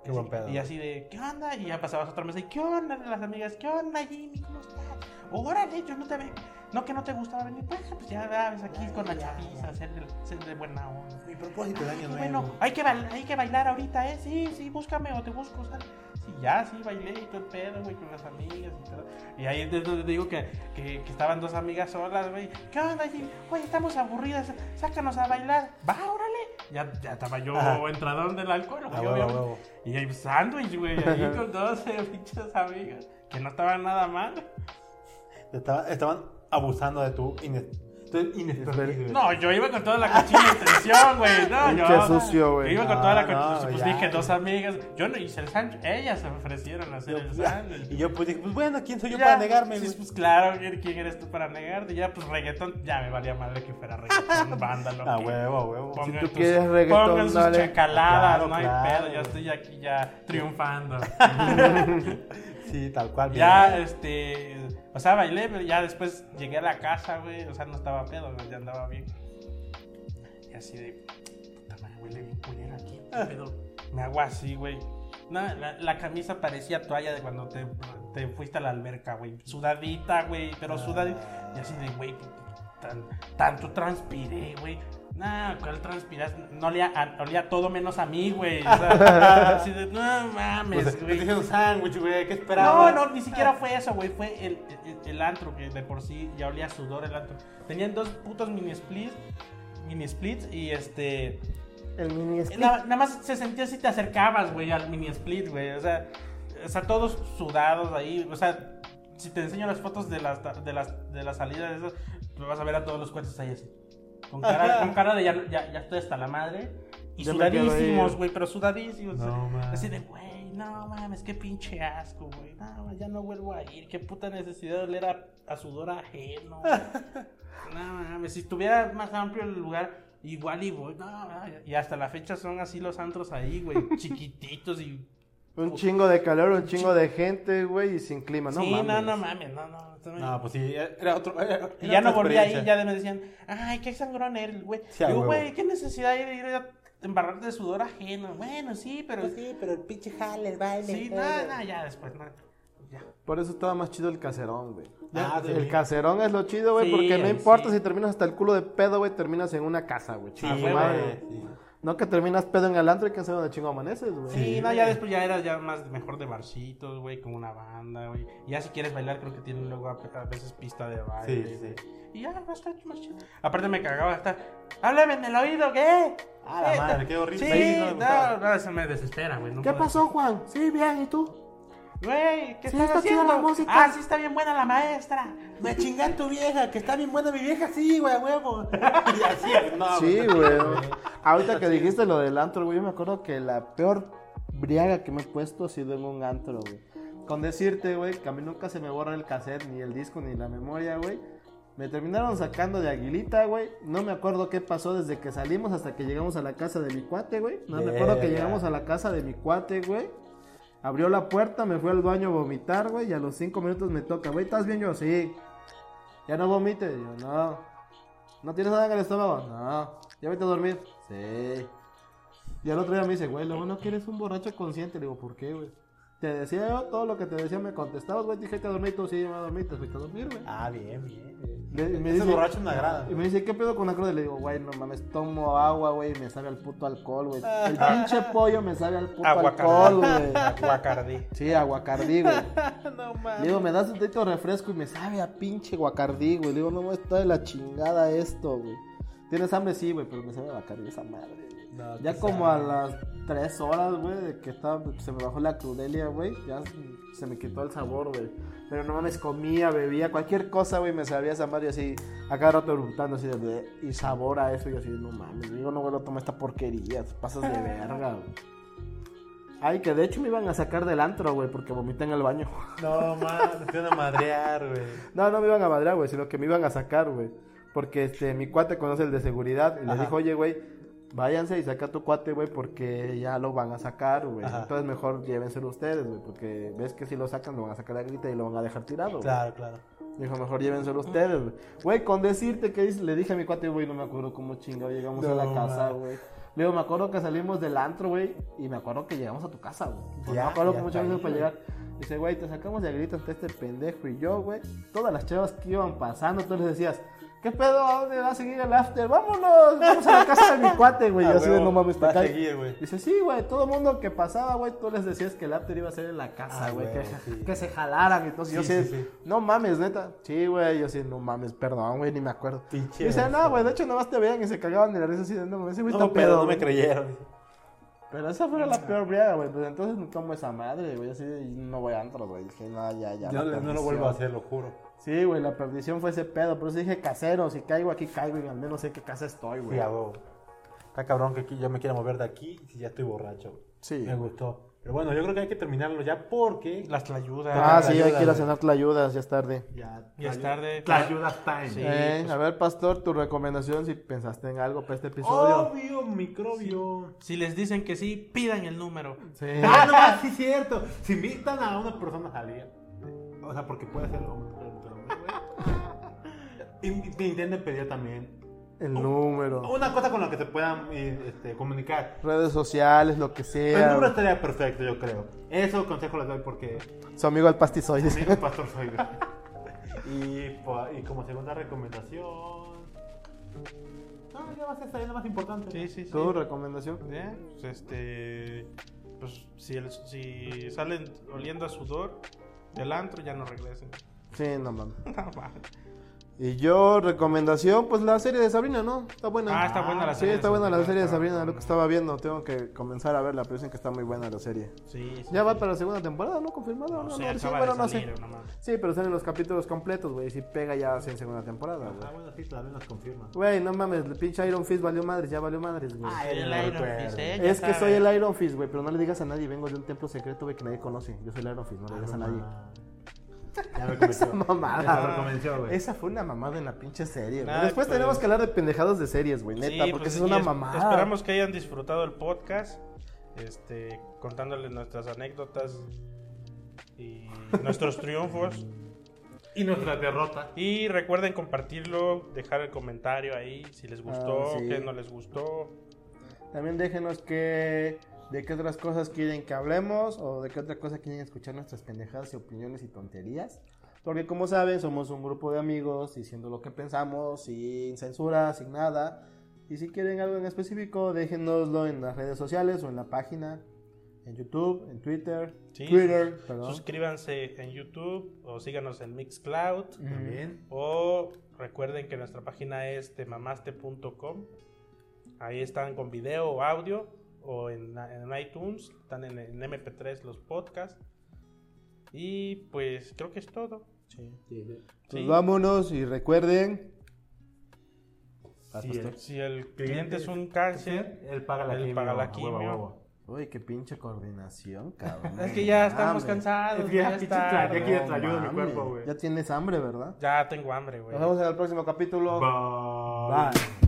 C: Qué
E: Así-
C: buen pedo.
E: Y así de, ¿qué onda? Y ya pasabas a otra mesa y, ¿qué onda? Las amigas, ¿qué onda, Jimmy? ¿Cómo estás? Órale, yo no te ve. No, que no te gustaba venir. Pues, pues ya sabes, aquí con la chaviza, ser de, ser de buena onda.
C: Mi propósito de
E: Ah,
C: año
E: qué
C: nuevo.
E: bueno, hay que, bail- hay que bailar ahorita, ¿eh? Sí, sí, búscame o te busco, ¿sale? Sí, ya, sí, bailé y todo el pedo, güey, con las amigas y todo. Y ahí es donde te digo que, que, que estaban dos amigas solas, güey. ¿Qué onda, Jimmy? Oye, estamos aburridas, sácanos a bailar. Va, órale. ya, ya estaba yo
D: Ajá.
E: entradón del alcohol, güey,
D: huevo, a
E: obviamente.
D: huevo.
E: Y hay sándwich, güey, ahí con 12 pinches amigos, que no estaban nada mal.
C: Te estaba- estaban abusando de tu ines- tu inexpertise.
E: No, yo iba con toda la cochina intención, güey. No, yo.
D: Pinche sucio, güey.
E: Yo iba con toda la
C: No,
E: cochina.
C: no,
E: pues
C: ya.
E: dije dos amigas. Yo no hice el sándwich. Ellas se ofrecieron a hacer
C: Yo-
E: el
C: ya.
E: sándwich.
C: Y yo pues dije, pues bueno, ¿quién soy yo
E: Ya,
C: para negarme?
E: sí,
C: güey?
E: pues claro, ¿quién quién eres tú para negarte? Ya, pues reggaetón, ya me valía madre que fuera reggaetón, vándalo.
C: A
E: que
C: huevo, a huevo.
E: pongan
D: tú
E: tus-
D: quieres reggaetón,
E: pongan sus
D: dale.
E: chacaladas,
C: Claro,
E: no hay
C: claro.
E: pedo, ya estoy aquí ya triunfando.
C: Sí, tal cual.
E: ya, este, o sea, bailé, pero ya después llegué a la casa, güey, o sea, no estaba pedo, güey, ya andaba bien. Y así de, puta madre, huele bien culero aquí, qué pedo. Me hago así, güey. No, la, la camisa parecía toalla de cuando te, te fuiste a la alberca, güey. Sudadita, güey,
C: Ah.
E: pero sudadita. Y así de, güey, tan- tanto transpiré, güey. Nah, ¿cuál transpiras? No olía, a- olía todo menos a mí, güey. O sea, así de, no
C: Pues,
E: mames,
C: te
E: güey.
C: dije un sándwich, güey, ¿qué esperaba?
E: No, no, ni siquiera fue eso, güey. Fue el, el- el antro, que de por sí ya olía a sudor el antro. Tenían dos putos mini splits. Mini splits y este.
D: El mini
E: Nada, nada más se sentía si te acercabas, güey, al mini split, güey. O sea, o sea, todos sudados ahí. O sea, si te enseño las fotos de las, de las, de las salidas de esas, pues vas a ver a todos los cuates ahí así. Con cara, con cara de ya, ya, ya estoy hasta la madre. Y
D: Ya me quedo ahí.
E: sudadísimos, güey, pero sudadísimos.
C: No, man.
E: así de, güey, no mames, qué pinche asco, güey. No, ya no vuelvo a ir. Qué puta necesidad de oler a, a sudor ajeno. güey. No mames, si estuviera más amplio el lugar, igual y voy. No, no, y hasta la fecha son así los antros ahí, güey, chiquititos y.
D: Un chingo de calor, un chingo de gente, güey, y sin clima. No
E: sí,
D: mames.
E: no, no mames, no, no. no,
C: No, pues sí, era otro. era-
E: y
C: era
E: ya no
C: otra
E: volví ahí,
C: experiencia.
E: ya me decían, ay, qué sangrón eres, güey.
C: Sí, a
E: Digo,
C: huevo.
E: güey, qué necesidad hay de ir a embarrarte de sudor ajeno. Bueno, sí, pero.
C: Pues
A: Sí, pero el pinche jale, el baile.
E: Sí,
A: todo.
E: no, no, ya después, no. Ya.
D: Por eso estaba más chido el caserón, güey.
C: Ah, sí.
D: el caserón es lo chido, güey,
E: Sí,
D: porque no
E: ahí
D: importa
E: sí.
D: si terminas hasta el culo de pedo, güey, terminas en una casa, Ah, güey.
C: Sí,
D: Chinga tu
C: güey,
D: madre.
C: sí.
D: No que terminas pedo en el antro y que sabe dónde chingo amaneces, güey.
E: Sí, no, ya después ya eras ya más mejor de barcitos, güey, con una banda, güey. Y Ya si quieres bailar, creo que tienen luego a, a veces pista de baile.
C: Sí, sí.
E: güey. Y ya, va a estar más chido. Aparte me cagaba estar, háblame en el oído, ¿qué?
C: Ah, la
E: Eh,
C: madre, qué horrible.
E: Sí,
C: Ahí no me
E: no,
C: gustaba.
E: no, se me desespera, güey. no
D: ¿Qué
E: puedo.
D: pasó, Juan? Sí, bien, ¿y tú?
E: Güey, ¿qué
D: Sí, está
E: estás
D: chida
E: haciendo?
D: la música.
E: Ah, sí, está bien buena la maestra.
A: Me chingan tu vieja, que está bien buena mi vieja, sí, güey, a huevo.
C: Y así, no, pues,
D: sí,
C: güey.
D: güey. Ahorita que dijiste lo del antro, güey, yo me acuerdo que la peor briaga que me he puesto ha sido en un antro, güey. Con decirte, güey, que a mí nunca se me borra el cassette, ni el disco, ni la memoria, güey. Me terminaron sacando de Aguilita, güey. No me acuerdo qué pasó desde que salimos hasta que llegamos a la casa de mi cuate, güey. No me acuerdo que
C: Verga.
D: llegamos a la casa de mi cuate, güey. Abrió la puerta, me fue al baño a vomitar, güey. Y a los cinco minutos me toca, güey, ¿estás bien? Yo, sí. ¿Ya no vomites? Yo, no. ¿No tienes nada en el estómago? No. ¿Ya vete a dormir? Sí. Y al otro día me dice, güey, lo bueno que eres un borracho consciente. Le digo, ¿por qué, güey? Te decía yo todo lo que te decía, me contestabas, güey, dije que dormí, tú sí, ya me dormí, te fuiste a dormir, güey.
C: Ah, bien, bien. bien.
D: Le- y me
C: Ese
D: dice-
C: borracho me agrada.
D: Y me dice, ¿qué pedo con la cruda? Le digo, güey, no mames, tomo agua, güey, y me sabe al puto alcohol, güey. El pinche pollo me sabe al puto alcohol, güey.
E: Guacardí.
D: Sí, aguacardí, güey. Le digo, me das un tito de refresco y me sabe a pinche guacardí, güey. Le digo, no, está de la chingada esto, güey. ¿Tienes hambre? Sí, güey, pero me sabe a guacardí esa madre. güey. ya como a las tres horas, güey, de que estaba, se me bajó la crudelia, güey, ya se me quitó el sabor, güey. Pero no mames, comía, bebía, cualquier cosa, güey, me sabía esa madre así, a cada rato eructando así de, "Bleh", y sabor a eso, y así, no mames, digo, no vuelvo a tomar esta porquería, te pasas de verga, güey. Ay, que de hecho me iban a sacar del antro, güey, porque vomité en el baño.
C: No, man, te van a madrear, güey.
D: No, no me iban a madrear, güey, sino que me iban a sacar, güey. Porque este, mi cuate conoce el de seguridad y le dijo, oye, güey, váyanse y saca a tu cuate, güey, porque ya lo van a sacar, güey.
C: Ajá.
D: Entonces mejor llévenselo ustedes, güey, porque ves que si lo sacan lo van a sacar a grita y lo van a dejar tirado. güey.
C: Claro, claro.
D: Dijo, mejor llévenselo ustedes, güey. Güey, con decirte que dice- le dije a mi cuate, güey, no me acuerdo cómo chingado llegamos a la
C: No,
D: casa,
C: man.
D: güey. Le digo, me acuerdo que salimos del antro, güey, y me acuerdo que llegamos a tu casa, güey. Pues
C: Ya,
D: no me acuerdo
C: ya
D: cómo
C: está
D: chingado
C: ahí,
D: para
C: güey.
D: llegar. Dice, güey, te sacamos de gritos entre este pendejo y yo, güey. Todas las chavas que iban pasando, tú les decías, ¿Qué pedo? ¿A dónde va a seguir el after? Vámonos, vamos a la casa de mi cuate, güey.
E: Ah,
D: Yo así de
E: huevo,
D: no mames, te
E: va a
D: caes".
E: seguir, güey.
D: Dice, sí, güey, todo mundo que pasaba, güey, tú les decías que el after iba a ser en la casa,
E: Ah,
D: güey, que,
E: huevo, sí.
D: que se jalaran. Entonces yo
E: Sí,
D: sí,
E: sí, sí.
D: no mames, neta. Sí, güey, yo sí, no mames, perdón, güey, ni me acuerdo.
E: Pinche
D: Dice, no,
E: oso.
D: güey, de hecho nomás te veían y se cagaban de la risa así de no mames, ese güey
E: No,
D: está
E: me pedo,
D: pedo.
E: no me
D: güey".
E: creyeron.
D: Pero esa fue la peor briaga, güey. Pues entonces no tomo esa madre, güey. Así de, no voy a antros, güey. Dije, no, ya, ya.
C: Yo
D: la
C: no, no lo
D: perdición.
C: vuelvo a hacer, lo juro.
D: Sí, güey, la perdición fue ese pedo. Por eso dije, casero, si caigo aquí, caigo y al menos sé qué casa estoy, güey.
C: Sí, a huevo. Está cabrón que aquí yo me quiera mover de aquí si ya estoy borracho. güey.
D: Sí.
C: Me gustó. Pero bueno, yo creo que hay que terminarlo ya porque
E: Las tlayudas.
D: Ah,
C: Tlayudas,
D: sí, hay que ir a
C: güey.
D: cenar tlayudas, ya es tarde.
C: ya,
E: Ya es tarde.
C: Tlayudas time.
E: Sí,
D: Eh,
E: pues,
D: A ver, Pastor, tu recomendación si pensaste en algo para este episodio.
E: Oh,
C: Obvio, microbio.
E: Si les dicen que sí, pidan el número.
D: Sí.
C: Ah, no, ah, sí, cierto. Si invitan a una persona a salir, o sea, porque puede ser hombre, pero, güey. Y te Intenten pedir también
D: El número.
C: una cosa con la que se puedan eh, este, comunicar.
D: Redes sociales, lo que
C: El número
D: sea.
C: estaría perfecto, yo creo. Eso consejo les doy porque
D: Su amigo el pastizoide.
C: amigo pastor soy. güey. Y, po- y como segunda recomendación. No, ya va a ser esta, ya es la más importante.
E: Sí, sí, sí.
D: ¿Tu recomendación?
E: Eh, pues, Este. Pues si, el- si salen oliendo a sudor del antro, ya no regresen.
D: Sí, no mames.
E: No, mames.
D: Y yo, recomendación, pues la serie de Sabrina, ¿no? Está buena.
E: Ah, está buena la
D: Sí,
E: serie de
D: está buena la
E: Sabrina,
D: serie de
E: está
D: Sabrina, lo que
E: buena.
D: estaba viendo. Tengo que comenzar a verla, pero dicen que está muy buena la serie.
E: Sí, sí,
D: Ya va
E: sí.
D: para la segunda temporada, ¿no? Confirmado.
E: No
D: No,
E: sé,
D: no, sí,
E: acaba
D: bueno,
E: de
D: no
E: salir,
D: sé.
E: no mames.
D: Sí, pero salen los capítulos completos, güey. Y si pega ya en segunda temporada,
C: Ah,
D: güey.
C: bueno, sí, también nos confirma.
D: Güey, no mames, el pinche Iron Fist valió madres, ya valió madres, güey.
E: Soy el Iron Fist, eh, ya
D: Es que
E: saben.
D: soy el Iron Fist, güey, pero no le digas a nadie, vengo de un templo secreto, güey, que nadie conoce. Yo soy el Iron Fist, Ah, no le digas a nadie.
C: Ah, Ya me convenció. Ya me
D: Mamada.
C: convenció, güey.
D: Esa fue una mamada en la pinche serie, güey.
E: Ay,
D: Después
E: pues.
D: tenemos que hablar de pendejadas de series, güey,
E: Sí,
D: neta, porque
E: pues,
D: esa
E: y
D: es una
E: es-
D: mamada.
E: Esperamos que hayan disfrutado el podcast, este, contándoles nuestras anécdotas y nuestros triunfos.
C: Y nuestra derrota.
E: Y recuerden compartirlo, dejar el comentario ahí, si les gustó,
D: Ah, sí.
E: qué no les gustó.
D: También déjenos que de qué otras cosas quieren que hablemos o de qué otra cosa quieren escuchar nuestras pendejadas y opiniones y tonterías. Porque como saben, somos un grupo de amigos diciendo lo que pensamos, sin censura, sin nada. Y si quieren algo en específico, déjenoslo en las redes sociales o en la página, en YouTube, en Twitter,
E: Sí,
D: Twitter, perdón.
E: Suscríbanse en YouTube o síganos en Mixcloud.
D: Ujú.
E: O recuerden que nuestra página es temamaste.com. Ahí están con video o audio. O en, en iTunes. Están en, en MP3 los podcasts. Y pues creo que es todo.
D: Pues
E: Sí.
D: vámonos y recuerden... Ah, pues
E: Si el, si el cliente es un cáncer,
C: Él paga la
E: Él
C: quimio.
E: paga la
C: a huevo, a
E: quimio.
C: huevo.
D: Uy, qué pinche coordinación, cabrón.
E: es que ya
D: Mames.
E: estamos cansados.
C: Ah, Es que ya
E: ya,
C: pinche
E: está.
C: claro. Ya quiero
D: No
C: trayudo mi
D: mames.
C: cuerpo, güey.
D: Ya tienes hambre, ¿verdad?
E: Ya tengo hambre, güey.
D: Nos vemos en el próximo capítulo.
C: Bye.
D: Bye.